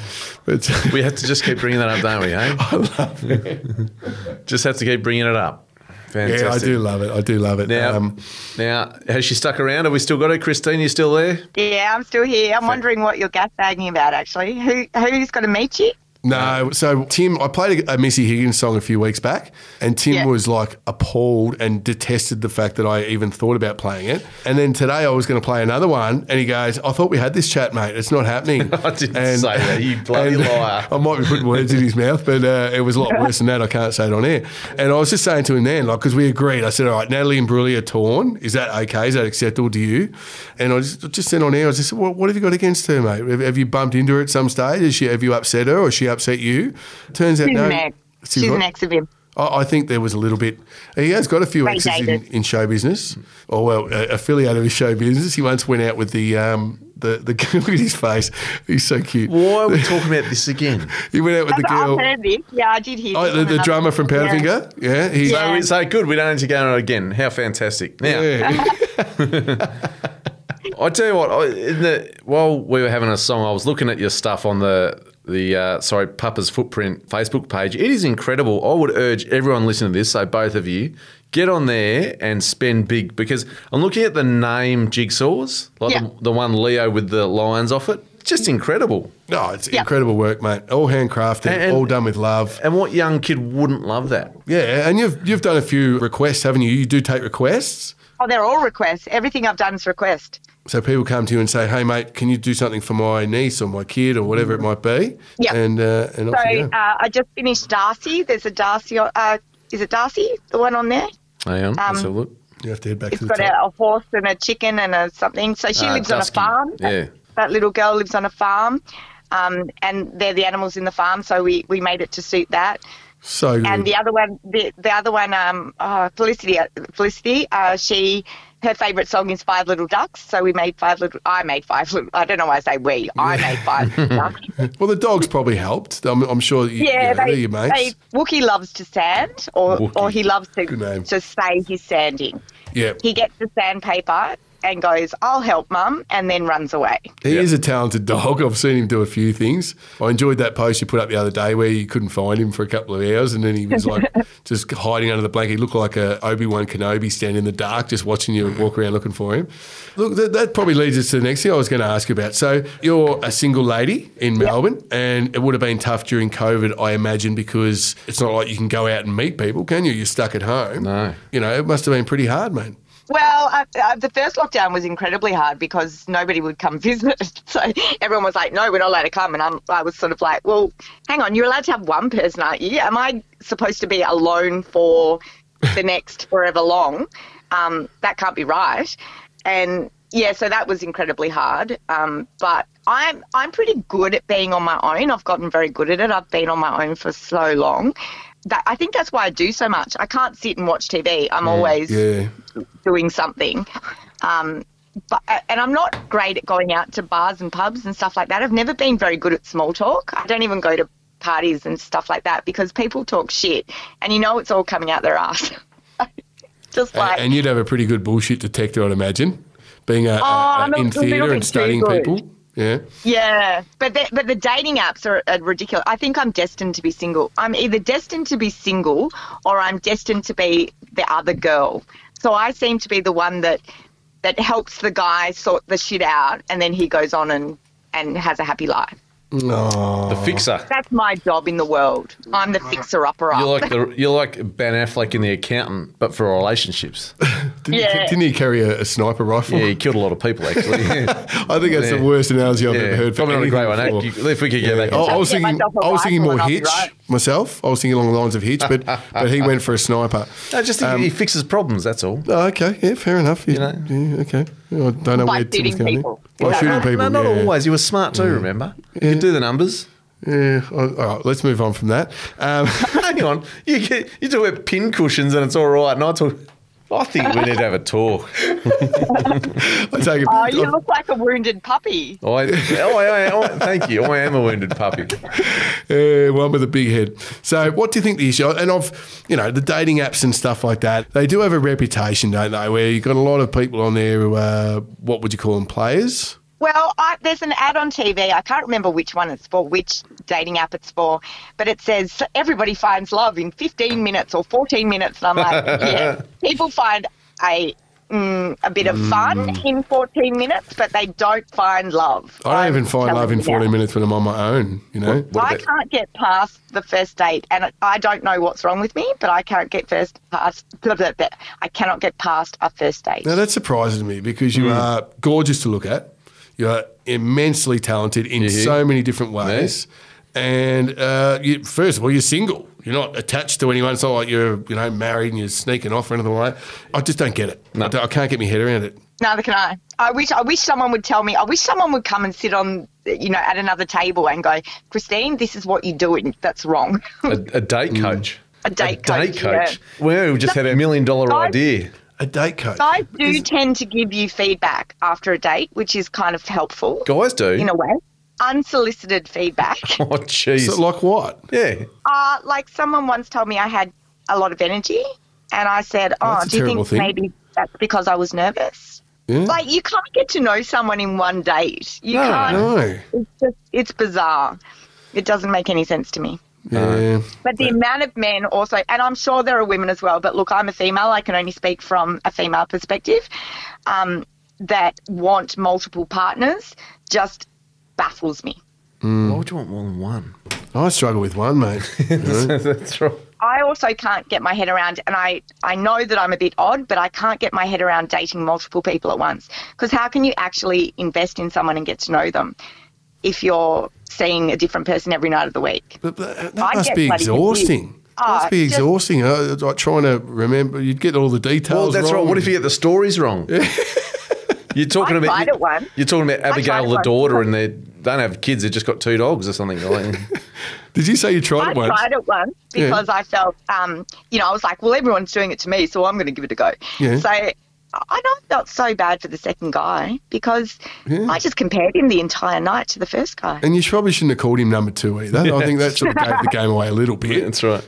[SPEAKER 4] But
[SPEAKER 3] We have to just keep bringing that up, don't we? Hey, I love it. just have to keep bringing it up. Fantastic.
[SPEAKER 4] yeah, I do love it. I do love it.
[SPEAKER 3] Now,
[SPEAKER 4] Um,
[SPEAKER 3] now, has she stuck around? Have we still got her? Christine, you still there?
[SPEAKER 8] Yeah, I'm still here. I'm wondering what you're gasbagging about, actually. Who who's going to meet you?
[SPEAKER 4] no, so Tim, I played a, a Missy Higgins song a few weeks back, and Tim
[SPEAKER 8] Yeah.
[SPEAKER 4] was like appalled and detested the fact that I even thought about playing it. And then today I was going to play another one, and he goes, "I thought we had this chat, mate. It's not happening."
[SPEAKER 3] I didn't say that, you bloody liar.
[SPEAKER 4] I might be putting words in his mouth, but uh, it was a lot worse than that. I can't say it on air. And I was just saying to him then, like, because we agreed. I said, all right, Natalie and Brulee are torn. Is that okay? Is that acceptable to you? And I just, just sent on air. I just said, well, what have you got against her, mate? Have, have you bumped into her at some stage? Is she, have you upset her or has she upset you? Turns out,
[SPEAKER 8] She's
[SPEAKER 4] no.
[SPEAKER 8] an ex.
[SPEAKER 4] She's
[SPEAKER 8] She's, an
[SPEAKER 4] what?
[SPEAKER 8] ex of him.
[SPEAKER 4] I, I think there was a little bit. He has got a few
[SPEAKER 8] Ray
[SPEAKER 4] exes in,
[SPEAKER 8] Davis.
[SPEAKER 4] in show business, or well, uh, affiliated with show business. He once went out with the um, the the look at his face. He's so cute.
[SPEAKER 3] Why are we talking about this again?
[SPEAKER 4] He went out with the girl.
[SPEAKER 8] I've heard this. Yeah, I did hear
[SPEAKER 4] Oh,
[SPEAKER 8] this
[SPEAKER 4] the,
[SPEAKER 8] on
[SPEAKER 4] the
[SPEAKER 8] another-
[SPEAKER 4] drummer from
[SPEAKER 8] Yeah.
[SPEAKER 4] Powderfinger. Yeah, he-
[SPEAKER 8] Yeah.
[SPEAKER 3] So, so good. We don't need to go on it again. How fantastic! Now,
[SPEAKER 4] Yeah.
[SPEAKER 3] I tell you what. I, in the, while we were having a song, I was looking at your stuff on the the uh, sorry Papa's Footprint Facebook page. It is incredible. I would urge everyone listening to this. So both of you, get on there and spend big because I'm looking at the name jigsaws, like
[SPEAKER 8] Yeah.
[SPEAKER 3] the, the one Leo with the lions off it. just incredible.
[SPEAKER 4] No, it's
[SPEAKER 8] Yeah.
[SPEAKER 4] incredible work, mate. All handcrafted,
[SPEAKER 3] And- and-
[SPEAKER 4] all done with love.
[SPEAKER 3] And what young kid wouldn't love that?
[SPEAKER 4] Yeah, and you've you've done a few requests, haven't you? You do take requests.
[SPEAKER 8] Oh, they're all requests. Everything I've done is request.
[SPEAKER 4] So people come to you and say, "Hey, mate, can you do something for my niece or my kid or whatever it might be?"
[SPEAKER 8] Yeah.
[SPEAKER 4] And uh, and off
[SPEAKER 8] So
[SPEAKER 4] you go.
[SPEAKER 8] uh, I just finished Darcy. There's a Darcy. Uh, is it Darcy? The one on there?
[SPEAKER 3] I am. Let's
[SPEAKER 8] Um,
[SPEAKER 3] have a look.
[SPEAKER 4] you have to head back
[SPEAKER 8] It's
[SPEAKER 4] to the
[SPEAKER 8] got
[SPEAKER 4] top.
[SPEAKER 8] a, a horse and a chicken and a something. So she
[SPEAKER 3] Ah,
[SPEAKER 8] lives
[SPEAKER 3] Dusky.
[SPEAKER 8] on a farm.
[SPEAKER 3] Yeah.
[SPEAKER 8] That little girl lives on a farm, um, and they're the animals in the farm. So we, we made it to suit that.
[SPEAKER 4] So good.
[SPEAKER 8] And the other one, the, the other one, um, oh, Felicity, Felicity, uh, she, her favourite song is Five Little Ducks. So we made five little. I made five little. I don't know why I say we. I made five little ducks.
[SPEAKER 4] well, the dogs probably helped. I'm, I'm sure. That you,
[SPEAKER 8] Yeah,
[SPEAKER 4] yeah,
[SPEAKER 8] they,
[SPEAKER 4] they're your mates.
[SPEAKER 8] they- Wookie loves to sand, or
[SPEAKER 3] Wookie.
[SPEAKER 8] or he loves to
[SPEAKER 4] Good name.
[SPEAKER 8] to say he's sanding.
[SPEAKER 4] yeah,
[SPEAKER 8] He gets the sandpaper and goes, "I'll help, mum," and then runs away.
[SPEAKER 4] He is a talented dog. I've seen him do a few things. I enjoyed that post you put up the other day where you couldn't find him for a couple of hours, and then he was like just hiding under the blanket. He looked like a Obi Wan Kenobi standing in the dark, just watching you walk around looking for him. Look, that, that probably leads us to the next thing I was going to ask you about. So you're a single lady in Melbourne, and it would have been tough during COVID, I imagine, because it's not like you can go out and meet people, can you? You're stuck at home.
[SPEAKER 3] No.
[SPEAKER 4] You know, it must have been pretty hard, mate.
[SPEAKER 8] Well, uh, uh, the first lockdown was incredibly hard because nobody would come visit. So everyone was like, "No, we're not allowed to come." And I'm, I was sort of like, "Well, hang on, you're allowed to have one person, aren't you? Am I supposed to be alone for the next forever long? Um, that can't be right." And yeah, so that was incredibly hard. Um, but I'm I'm pretty good at being on my own. I've gotten very good at it. I've been on my own for so long. That, I think that's why I do so much. I can't sit and watch TV. I'm always
[SPEAKER 4] Yeah.
[SPEAKER 8] doing something. Um, but and I'm not great at going out to bars and pubs and stuff like that. I've never been very good at small talk. I don't even go to parties and stuff like that because people talk shit, and you know it's all coming out their ass. Just
[SPEAKER 4] A-
[SPEAKER 8] like
[SPEAKER 4] and you'd have a pretty good bullshit detector, I'd imagine, being a, a- a-
[SPEAKER 8] Oh, I'm a
[SPEAKER 4] in
[SPEAKER 8] little bit
[SPEAKER 4] theatre and
[SPEAKER 8] too
[SPEAKER 4] studying
[SPEAKER 8] good.
[SPEAKER 4] people. Yeah.
[SPEAKER 8] yeah, but the, but the dating apps are, are ridiculous. I think I'm destined to be single. I'm either destined to be single or I'm destined to be the other girl. So I seem to be the one that that helps the guy sort the shit out, and then he goes on and and has a happy life.
[SPEAKER 4] Oh,
[SPEAKER 3] The fixer.
[SPEAKER 8] That's my job in the world. I'm the fixer upper
[SPEAKER 3] You're
[SPEAKER 8] up.
[SPEAKER 3] like the you're like Ben Affleck in The Accountant, but for relationships.
[SPEAKER 4] didn't, he,
[SPEAKER 8] Yeah.
[SPEAKER 4] didn't he carry a, a sniper rifle?
[SPEAKER 3] Yeah, he killed a lot of people actually. Yeah.
[SPEAKER 4] I think that's
[SPEAKER 3] Yeah.
[SPEAKER 4] the worst analogy I've
[SPEAKER 3] Yeah.
[SPEAKER 4] ever heard. for
[SPEAKER 3] Probably not a great one. eh?
[SPEAKER 4] anything before. Oh,
[SPEAKER 3] You- If we could get that.
[SPEAKER 4] I, I was
[SPEAKER 8] Get
[SPEAKER 4] thinking,
[SPEAKER 8] myself a
[SPEAKER 4] I was thinking more
[SPEAKER 8] rifle and I'll be
[SPEAKER 4] Hitch
[SPEAKER 8] right.
[SPEAKER 4] myself. I was thinking along the lines of Hitch, but but he went for a sniper.
[SPEAKER 3] I just think he fixes problems. That's all.
[SPEAKER 4] Oh, okay, yeah, fair enough. You,
[SPEAKER 3] know?
[SPEAKER 4] yeah, okay. I don't know
[SPEAKER 8] By
[SPEAKER 4] where Tim's
[SPEAKER 8] shooting
[SPEAKER 4] going.
[SPEAKER 8] people.
[SPEAKER 4] By
[SPEAKER 8] Is that
[SPEAKER 4] shooting
[SPEAKER 8] right?
[SPEAKER 4] people,
[SPEAKER 3] No, not
[SPEAKER 4] yeah.
[SPEAKER 3] always. You were smart too. Remember, you could do the numbers.
[SPEAKER 4] Yeah. All right, let's move on from that. Um,
[SPEAKER 3] Hang on, you get, you do wear pin cushions and it's all right. And I talk. I think we need to have a talk.
[SPEAKER 4] I take it.
[SPEAKER 8] Oh, you look like a wounded puppy.
[SPEAKER 3] I, oh, I, I, I- thank you. I am a wounded puppy.
[SPEAKER 4] Yeah, one with a big head. So, what do you think the issue? And I've, you know, the dating apps and stuff like that. They do have a reputation, don't they? Where you've got a lot of people on there who are what would you call them? Players.
[SPEAKER 8] Well, I, there's an ad on TV. I can't remember which one it's for, which dating app it's for, but it says everybody finds love in 15 minutes or 14 minutes, and I'm like, yeah, people find a mm, a bit of fun in 14 minutes, but they don't find love.
[SPEAKER 4] I
[SPEAKER 8] I'm
[SPEAKER 4] don't even find
[SPEAKER 8] telling
[SPEAKER 4] love in
[SPEAKER 8] you
[SPEAKER 4] 14
[SPEAKER 8] now.
[SPEAKER 4] minutes when I'm on my own. You know.
[SPEAKER 8] I can't get past the first date, and I don't know what's wrong with me, but I can't get first past. Blah, blah, blah. I cannot get past a first date.
[SPEAKER 4] Now that surprises me because you are gorgeous to look at. You are immensely talented in so many different ways. And uh, you, first of all, you're single. You're not attached to anyone. It's not like you're you know married and you're sneaking off or anything like that. I just don't get it. I, don't- I can't get my head around it.
[SPEAKER 8] Neither can I. I wish I wish someone would tell me. I wish someone would come and sit on, you know, at another table and go, Christine, this is what you're doing. That's wrong.
[SPEAKER 3] A, a
[SPEAKER 4] Mm.
[SPEAKER 3] date coach.
[SPEAKER 8] A date coach,
[SPEAKER 3] Well, we just had a million dollar
[SPEAKER 8] Guys-
[SPEAKER 3] idea.
[SPEAKER 4] A date coach.
[SPEAKER 8] Guys do tend to give you feedback after a date, which is kind of helpful
[SPEAKER 3] Guys do.
[SPEAKER 8] in a way. Unsolicited feedback.
[SPEAKER 3] oh, jeez.
[SPEAKER 4] So, like what?
[SPEAKER 3] yeah.
[SPEAKER 8] uh, like someone once told me I had a lot of energy, and I said, "Oh,
[SPEAKER 4] that's a
[SPEAKER 8] do you
[SPEAKER 4] terrible
[SPEAKER 8] think
[SPEAKER 4] thing.
[SPEAKER 8] maybe that's because I was nervous?"
[SPEAKER 4] Yeah.
[SPEAKER 8] Like you can't get to know someone in one date. You can't.
[SPEAKER 4] no.
[SPEAKER 8] It's just it's bizarre. It doesn't make any sense to me.
[SPEAKER 4] Yeah.
[SPEAKER 8] But the amount of men also, and I'm sure there are women as well, but look, I'm a female. I can only speak from a female perspective um, that want multiple partners just baffles me.
[SPEAKER 3] Why would you want more than one?
[SPEAKER 4] I struggle with one, mate. You know?
[SPEAKER 3] That's right.
[SPEAKER 8] I also can't get my head around, and I, I know that I'm a bit odd, but I can't get my head around dating multiple people at once. Because how can you actually invest in someone and get to know them if you're seeing a different person every night of the week?
[SPEAKER 4] But uh, that that
[SPEAKER 8] I
[SPEAKER 4] must
[SPEAKER 8] get
[SPEAKER 4] be
[SPEAKER 8] bloody
[SPEAKER 4] exhausting.
[SPEAKER 8] confused.
[SPEAKER 4] That must
[SPEAKER 8] Oh,
[SPEAKER 4] be
[SPEAKER 8] just-
[SPEAKER 4] exhausting. Uh, like trying to remember, you'd get all the details.
[SPEAKER 3] Well, that's
[SPEAKER 4] wrong.
[SPEAKER 3] right. What if you get the stories wrong? you're talking
[SPEAKER 8] I
[SPEAKER 3] about
[SPEAKER 8] tried
[SPEAKER 3] you-
[SPEAKER 8] it one.
[SPEAKER 3] You're talking about
[SPEAKER 8] tried
[SPEAKER 3] Abigail
[SPEAKER 8] it
[SPEAKER 3] the
[SPEAKER 8] one.
[SPEAKER 3] daughter, and they don't have kids. They've just got two dogs or something. Like.
[SPEAKER 4] Did you say you tried
[SPEAKER 8] I
[SPEAKER 4] it once?
[SPEAKER 8] tried it once
[SPEAKER 4] Yeah.
[SPEAKER 8] because I felt, um, you know, I was like, well, everyone's doing it to me, so I'm going to give it a go.
[SPEAKER 4] Yeah.
[SPEAKER 8] So I I know I felt so bad for the second guy because
[SPEAKER 4] Yeah.
[SPEAKER 8] I just compared him the entire night to the first guy.
[SPEAKER 4] And you probably shouldn't have called him number two either. I think that sort of gave the game away a little bit.
[SPEAKER 3] That's right.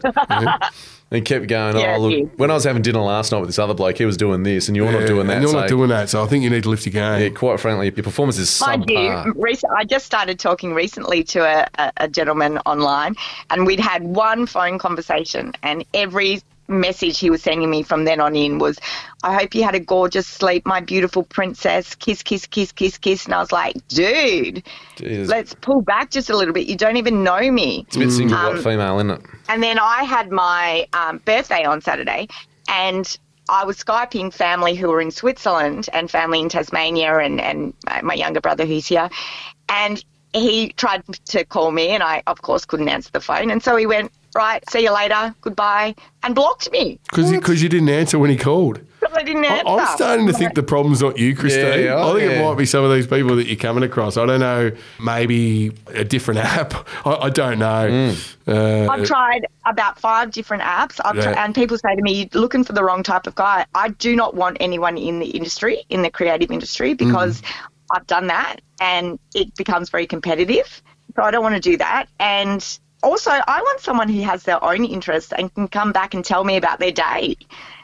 [SPEAKER 3] And kept going.
[SPEAKER 8] Yeah,
[SPEAKER 3] oh, look.
[SPEAKER 8] yeah.
[SPEAKER 3] When I was having dinner last night with this other bloke, he was doing this, and you're
[SPEAKER 4] Yeah,
[SPEAKER 3] not doing
[SPEAKER 4] and
[SPEAKER 3] that.
[SPEAKER 4] You're
[SPEAKER 3] so,
[SPEAKER 4] not doing that, so I think you need to lift your
[SPEAKER 3] Yeah,
[SPEAKER 4] game.
[SPEAKER 3] quite frankly, your performance is
[SPEAKER 8] Mind you,
[SPEAKER 3] subpar.
[SPEAKER 8] recent, I just started talking recently to a, a, a gentleman online, and we'd had one phone conversation, and every message he was sending me from then on in was, I hope you had a gorgeous sleep, my beautiful princess, kiss, kiss, kiss, kiss, kiss. And I was like, dude,
[SPEAKER 3] Jesus.
[SPEAKER 8] let's pull back just a little bit. You don't even know me.
[SPEAKER 3] It's a bit single
[SPEAKER 8] um,
[SPEAKER 3] white female, isn't it?
[SPEAKER 8] And then I had my um, birthday on Saturday, and I was Skyping family who were in Switzerland and family in Tasmania, and, and my- my younger brother who's here. And he tried to call me, and I, of course, couldn't answer the phone. And so he went, Right, see you later, goodbye, and blocked me.
[SPEAKER 4] Because you, didn't answer when he called.
[SPEAKER 8] So I didn't
[SPEAKER 4] I,
[SPEAKER 8] answer.
[SPEAKER 4] I'm starting to think the problem's not you, Christine.
[SPEAKER 3] Yeah,
[SPEAKER 4] I think it
[SPEAKER 3] yeah.
[SPEAKER 4] might be some of these people that you're coming across. I don't know, maybe a different app. I, I don't know.
[SPEAKER 3] Mm.
[SPEAKER 4] Uh,
[SPEAKER 8] I've tried about five different apps, I've
[SPEAKER 4] Yeah.
[SPEAKER 8] tri- and people say to me, "You're looking for the wrong type of guy." I do not want anyone in the industry, in the creative industry,
[SPEAKER 4] Mm.
[SPEAKER 8] because I've done that, and it becomes very competitive. So I don't want to do that, and also I want someone who has their own interests and can come back and tell me about their day.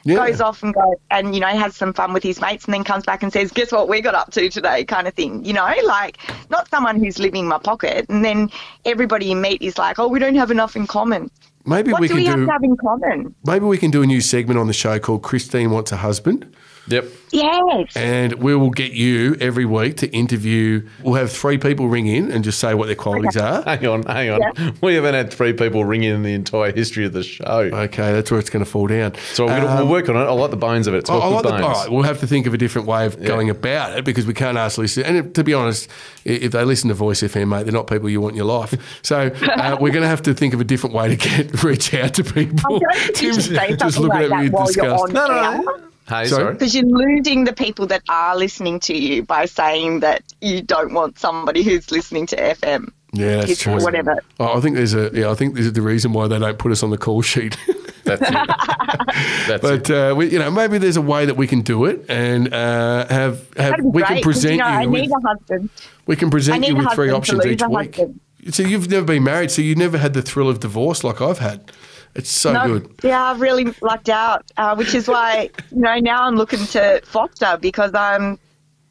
[SPEAKER 4] Yeah.
[SPEAKER 8] Goes off and goes, and you know, has some fun with his mates, and then comes back and says, "Guess what we got up to today?" Kind of thing. You know, like not someone who's living in my pocket, and then everybody you meet is like, "Oh, we don't have enough in common."
[SPEAKER 4] maybe
[SPEAKER 8] What
[SPEAKER 4] we
[SPEAKER 8] do
[SPEAKER 4] can
[SPEAKER 8] we have
[SPEAKER 4] do.
[SPEAKER 8] to have in common?
[SPEAKER 4] Maybe we can do a new segment on the show called "Christine Wants a Husband."
[SPEAKER 3] Yep.
[SPEAKER 8] Yes.
[SPEAKER 4] And we will get you every week to interview. We'll have three people ring in and just say what their qualities are.
[SPEAKER 3] Hang on, hang on. We haven't had three people ring in the entire history of the show.
[SPEAKER 4] Okay, that's where it's going to fall down.
[SPEAKER 3] So we're gonna,
[SPEAKER 4] Um,
[SPEAKER 3] we'll work on it. I like the bones of it. It's
[SPEAKER 4] I,
[SPEAKER 3] got
[SPEAKER 4] I
[SPEAKER 3] good
[SPEAKER 4] like the,
[SPEAKER 3] bones.
[SPEAKER 4] all right, we'll have to think of a different way of going about it because we can't ask listeners. And if- to be honest, i- if they listen to Voice FM, mate, they're not people you want in your life. So uh, we're going to have to think of a different way to get reach out to
[SPEAKER 8] I
[SPEAKER 4] people.
[SPEAKER 8] don't think you should say something like that while you're on
[SPEAKER 3] No, no,
[SPEAKER 8] air.
[SPEAKER 3] no. Hey,
[SPEAKER 4] Sorry?
[SPEAKER 3] sorry.
[SPEAKER 8] Because you're losing the people that are listening to you by saying that you don't want somebody who's listening to FM.
[SPEAKER 4] Yeah, that's
[SPEAKER 8] Kids or
[SPEAKER 4] true. Oh,
[SPEAKER 8] whatever.
[SPEAKER 4] I I think there's a yeah. I think this is the reason why they don't put us on the call sheet.
[SPEAKER 3] That's it. That's it.
[SPEAKER 4] But uh, we, you know, maybe there's a way that we can do it and uh, have have
[SPEAKER 8] That'd be
[SPEAKER 4] we
[SPEAKER 8] great.
[SPEAKER 4] can
[SPEAKER 8] 'cause,
[SPEAKER 4] present
[SPEAKER 8] you. Know, I
[SPEAKER 4] you.
[SPEAKER 8] need
[SPEAKER 4] With, Oh,
[SPEAKER 8] a husband.
[SPEAKER 4] we can
[SPEAKER 8] I
[SPEAKER 4] present
[SPEAKER 8] need
[SPEAKER 4] you
[SPEAKER 8] a
[SPEAKER 4] with three
[SPEAKER 8] husband to
[SPEAKER 4] options
[SPEAKER 8] lose
[SPEAKER 4] each
[SPEAKER 8] a
[SPEAKER 4] week.
[SPEAKER 8] husband.
[SPEAKER 4] So you've never been married, so you never had the thrill of divorce like I've had. It's so
[SPEAKER 8] No,
[SPEAKER 4] good.
[SPEAKER 8] Yeah, I've really lucked out, uh, which is why you know now I'm looking to foster because I'm,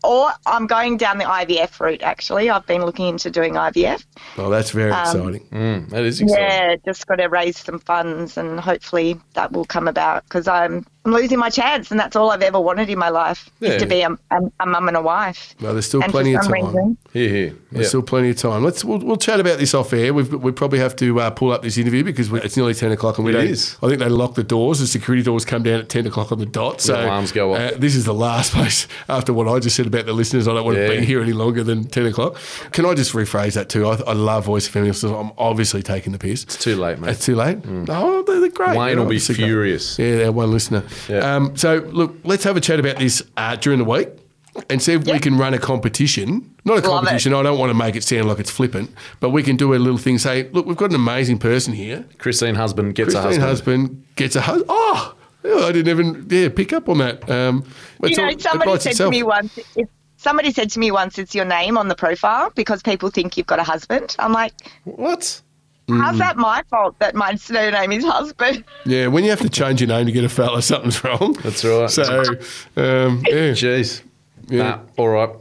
[SPEAKER 8] or I'm going down the IVF route. Actually, I've been looking into doing IVF.
[SPEAKER 4] Oh, that's very
[SPEAKER 8] Um,
[SPEAKER 4] exciting.
[SPEAKER 3] Mm, that is exciting.
[SPEAKER 8] Yeah, just got to raise some funds, and hopefully that will come about because I'm I'm losing my chance, and that's all I've ever wanted in my life
[SPEAKER 3] Yeah.
[SPEAKER 8] is to be a, a, a mum and a wife.
[SPEAKER 4] No, there's still
[SPEAKER 8] and
[SPEAKER 4] plenty
[SPEAKER 8] for
[SPEAKER 4] of
[SPEAKER 8] some
[SPEAKER 4] time.
[SPEAKER 8] reason,
[SPEAKER 3] Here, here.
[SPEAKER 4] There's
[SPEAKER 3] Yeah.
[SPEAKER 4] still plenty of time. Let's we'll, we'll chat about this off air. We've, we probably have to uh, pull up this interview because we, it's nearly ten o'clock and we
[SPEAKER 3] It
[SPEAKER 4] don't.
[SPEAKER 3] is.
[SPEAKER 4] I think they lock the doors. The security doors come down at ten o'clock on the dot. So
[SPEAKER 3] alarms go off.
[SPEAKER 4] Uh, this is the last place after what I just said about the listeners. I don't want to
[SPEAKER 3] Yeah.
[SPEAKER 4] be here any longer than ten o'clock. Can I just rephrase that too? I, I love voice of feminists. I'm obviously taking the piss. It's
[SPEAKER 3] too late, mate. Mm.
[SPEAKER 4] It's too late. Oh, they're, they're great.
[SPEAKER 3] Wayne
[SPEAKER 4] They're
[SPEAKER 3] will be
[SPEAKER 4] obviously great.
[SPEAKER 3] furious.
[SPEAKER 4] Yeah, they're one listener.
[SPEAKER 3] Yeah.
[SPEAKER 4] Um, so look, let's have a chat about this uh, during the week and see if we
[SPEAKER 8] Yep.
[SPEAKER 4] can run a competition. Not a
[SPEAKER 8] it.
[SPEAKER 4] competition. I don't want to make it sound like it's flippant, but we can do a little thing. Say, look, we've got an amazing person here.
[SPEAKER 3] Christine husband gets
[SPEAKER 4] Christine
[SPEAKER 3] a husband.
[SPEAKER 4] husband gets a husband. Oh, yeah, I didn't even yeah pick up on that. Um,
[SPEAKER 8] you
[SPEAKER 4] it's all-
[SPEAKER 8] know,
[SPEAKER 4] it
[SPEAKER 8] somebody
[SPEAKER 4] writes
[SPEAKER 8] said to
[SPEAKER 4] itself.
[SPEAKER 8] me once. It, Somebody said to me once, it's your name on the profile because people think you've got a husband. I'm like,
[SPEAKER 3] What?
[SPEAKER 4] Hmm.
[SPEAKER 8] how's that my fault that my surname is husband?
[SPEAKER 4] Yeah, when you have to change your name to get a fella, something's wrong.
[SPEAKER 3] That's right.
[SPEAKER 4] So, um, yeah.
[SPEAKER 3] Jeez.
[SPEAKER 4] Yeah.
[SPEAKER 3] Nah, all right.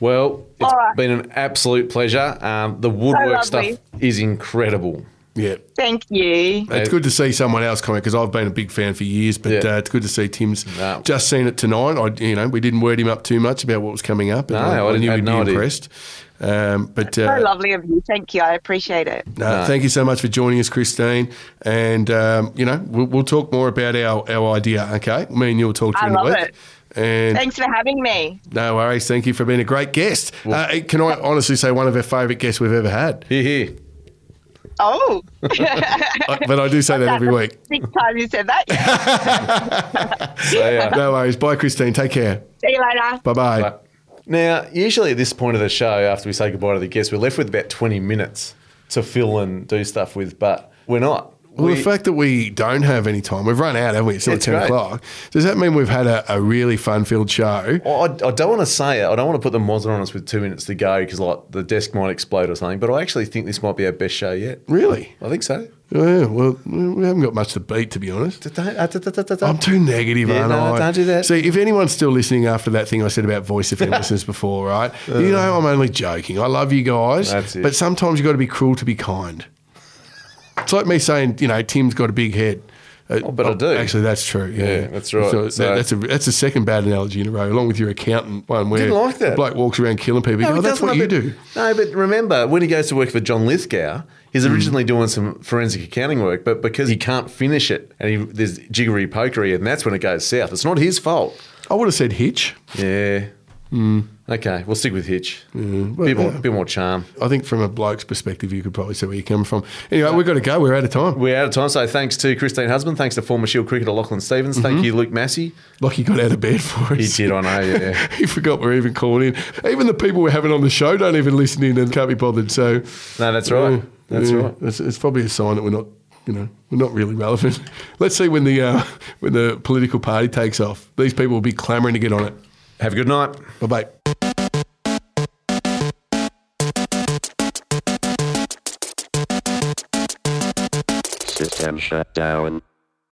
[SPEAKER 3] Well, it's
[SPEAKER 8] All right.
[SPEAKER 3] been an absolute pleasure. Um, the woodwork
[SPEAKER 8] lovely.
[SPEAKER 3] stuff is incredible.
[SPEAKER 4] Yeah.
[SPEAKER 8] Thank you.
[SPEAKER 4] It's good to see someone else comment because I've been a big fan for years, but
[SPEAKER 3] Yeah.
[SPEAKER 4] uh, it's good to see Tim's
[SPEAKER 3] Nah.
[SPEAKER 4] just seen it tonight. I, you know, we didn't word him up too much about what was coming up. and
[SPEAKER 3] No, I didn't-
[SPEAKER 4] knew
[SPEAKER 3] I
[SPEAKER 4] he'd
[SPEAKER 3] had no
[SPEAKER 4] be
[SPEAKER 3] idea.
[SPEAKER 4] impressed. Um, but uh,
[SPEAKER 8] So lovely of you. Thank you. I appreciate it.
[SPEAKER 4] no, thank you so much for joining us, Christine. And um, you know, we'll, we'll talk more about our, our idea. Okay, me and you'll talk
[SPEAKER 8] I
[SPEAKER 4] during the
[SPEAKER 8] love
[SPEAKER 4] week.
[SPEAKER 8] it.
[SPEAKER 4] And
[SPEAKER 8] Thanks for having me.
[SPEAKER 4] no worries. Thank you for being a great guest. uh, can I honestly say one of our favourite guests we've ever had?
[SPEAKER 3] Here, here.
[SPEAKER 8] Oh,
[SPEAKER 4] I- but I do say that every week.
[SPEAKER 8] sixth time you said that. Yeah.
[SPEAKER 3] They, uh,
[SPEAKER 4] No worries. Bye, Christine. Take care.
[SPEAKER 8] See you later.
[SPEAKER 4] Bye bye.
[SPEAKER 3] But- Now, usually at this point of the show, after we say goodbye to the guests, we're left with about 20 minutes to fill and do stuff with, but we're not.
[SPEAKER 4] Well,
[SPEAKER 3] We-
[SPEAKER 4] the fact that we don't have any time, we've run out, haven't we? It's still
[SPEAKER 3] That's
[SPEAKER 4] 10
[SPEAKER 3] right.
[SPEAKER 4] o'clock. Does that mean we've had a, a really fun filled show?
[SPEAKER 3] I, I don't want to say it. I don't want to put the mozzer on us with two minutes to go because like the desk might explode or something. But I actually think this might be our best show yet.
[SPEAKER 4] Really? Oh,
[SPEAKER 3] I think so.
[SPEAKER 4] Yeah, well, we haven't got much to beat, to be honest. I'm too negative,
[SPEAKER 3] Yeah,
[SPEAKER 4] aren't
[SPEAKER 3] no,
[SPEAKER 4] I?
[SPEAKER 3] don't do that.
[SPEAKER 4] See, if anyone's still listening after that thing I said about voice of listeners before, right? you know, I'm only joking. I love you guys,
[SPEAKER 3] Uh. That's it.
[SPEAKER 4] but sometimes you've got to be cruel to be kind. It's like me saying, you know, Tim's got a big head. Uh,
[SPEAKER 3] Oh, but I do.
[SPEAKER 4] Actually, that's true. Yeah,
[SPEAKER 3] Yeah, that's right.
[SPEAKER 4] So, that-
[SPEAKER 3] So-
[SPEAKER 4] that's a that's a second bad analogy in a row, along with your accountant one where
[SPEAKER 3] Didn't like that.
[SPEAKER 4] bloke walks around killing people. You go,
[SPEAKER 3] he
[SPEAKER 4] oh, that's
[SPEAKER 3] doesn't,
[SPEAKER 4] what you
[SPEAKER 3] but-
[SPEAKER 4] do.
[SPEAKER 3] No, but remember, when he goes to work for John Lithgow, he's
[SPEAKER 4] Mm.
[SPEAKER 3] originally doing some forensic accounting work, but because he can't finish it and he, there's jiggery pokery, and that's when it goes south. It's not his fault.
[SPEAKER 4] I would have said hitch.
[SPEAKER 3] Yeah.
[SPEAKER 4] Mm.
[SPEAKER 3] Okay, we'll stick with Hitch. bit, more, bit more charm.
[SPEAKER 4] I think from a bloke's perspective, you could probably see where you come from. Anyway, we've got to go. We're out of time.
[SPEAKER 3] We're out of time, so thanks to Christine Husband. Thanks to former Shield cricketer Lachlan Stevens.
[SPEAKER 4] Mm-hmm.
[SPEAKER 3] Thank you, Luke Massey.
[SPEAKER 4] Lockie got out of bed for
[SPEAKER 3] He
[SPEAKER 4] us.
[SPEAKER 3] did, I know, yeah.
[SPEAKER 4] He forgot we're even calling in. Even the people we're having on the show don't even listen in and can't be bothered. So
[SPEAKER 3] No, that's right. That's right.
[SPEAKER 4] It's, it's probably a sign that we're not, you know, we're not really relevant. Let's see when the uh, when the political party takes off. These people will be clamouring to get on it.
[SPEAKER 3] Have a good night.
[SPEAKER 4] Bye bye.
[SPEAKER 1] System shut down.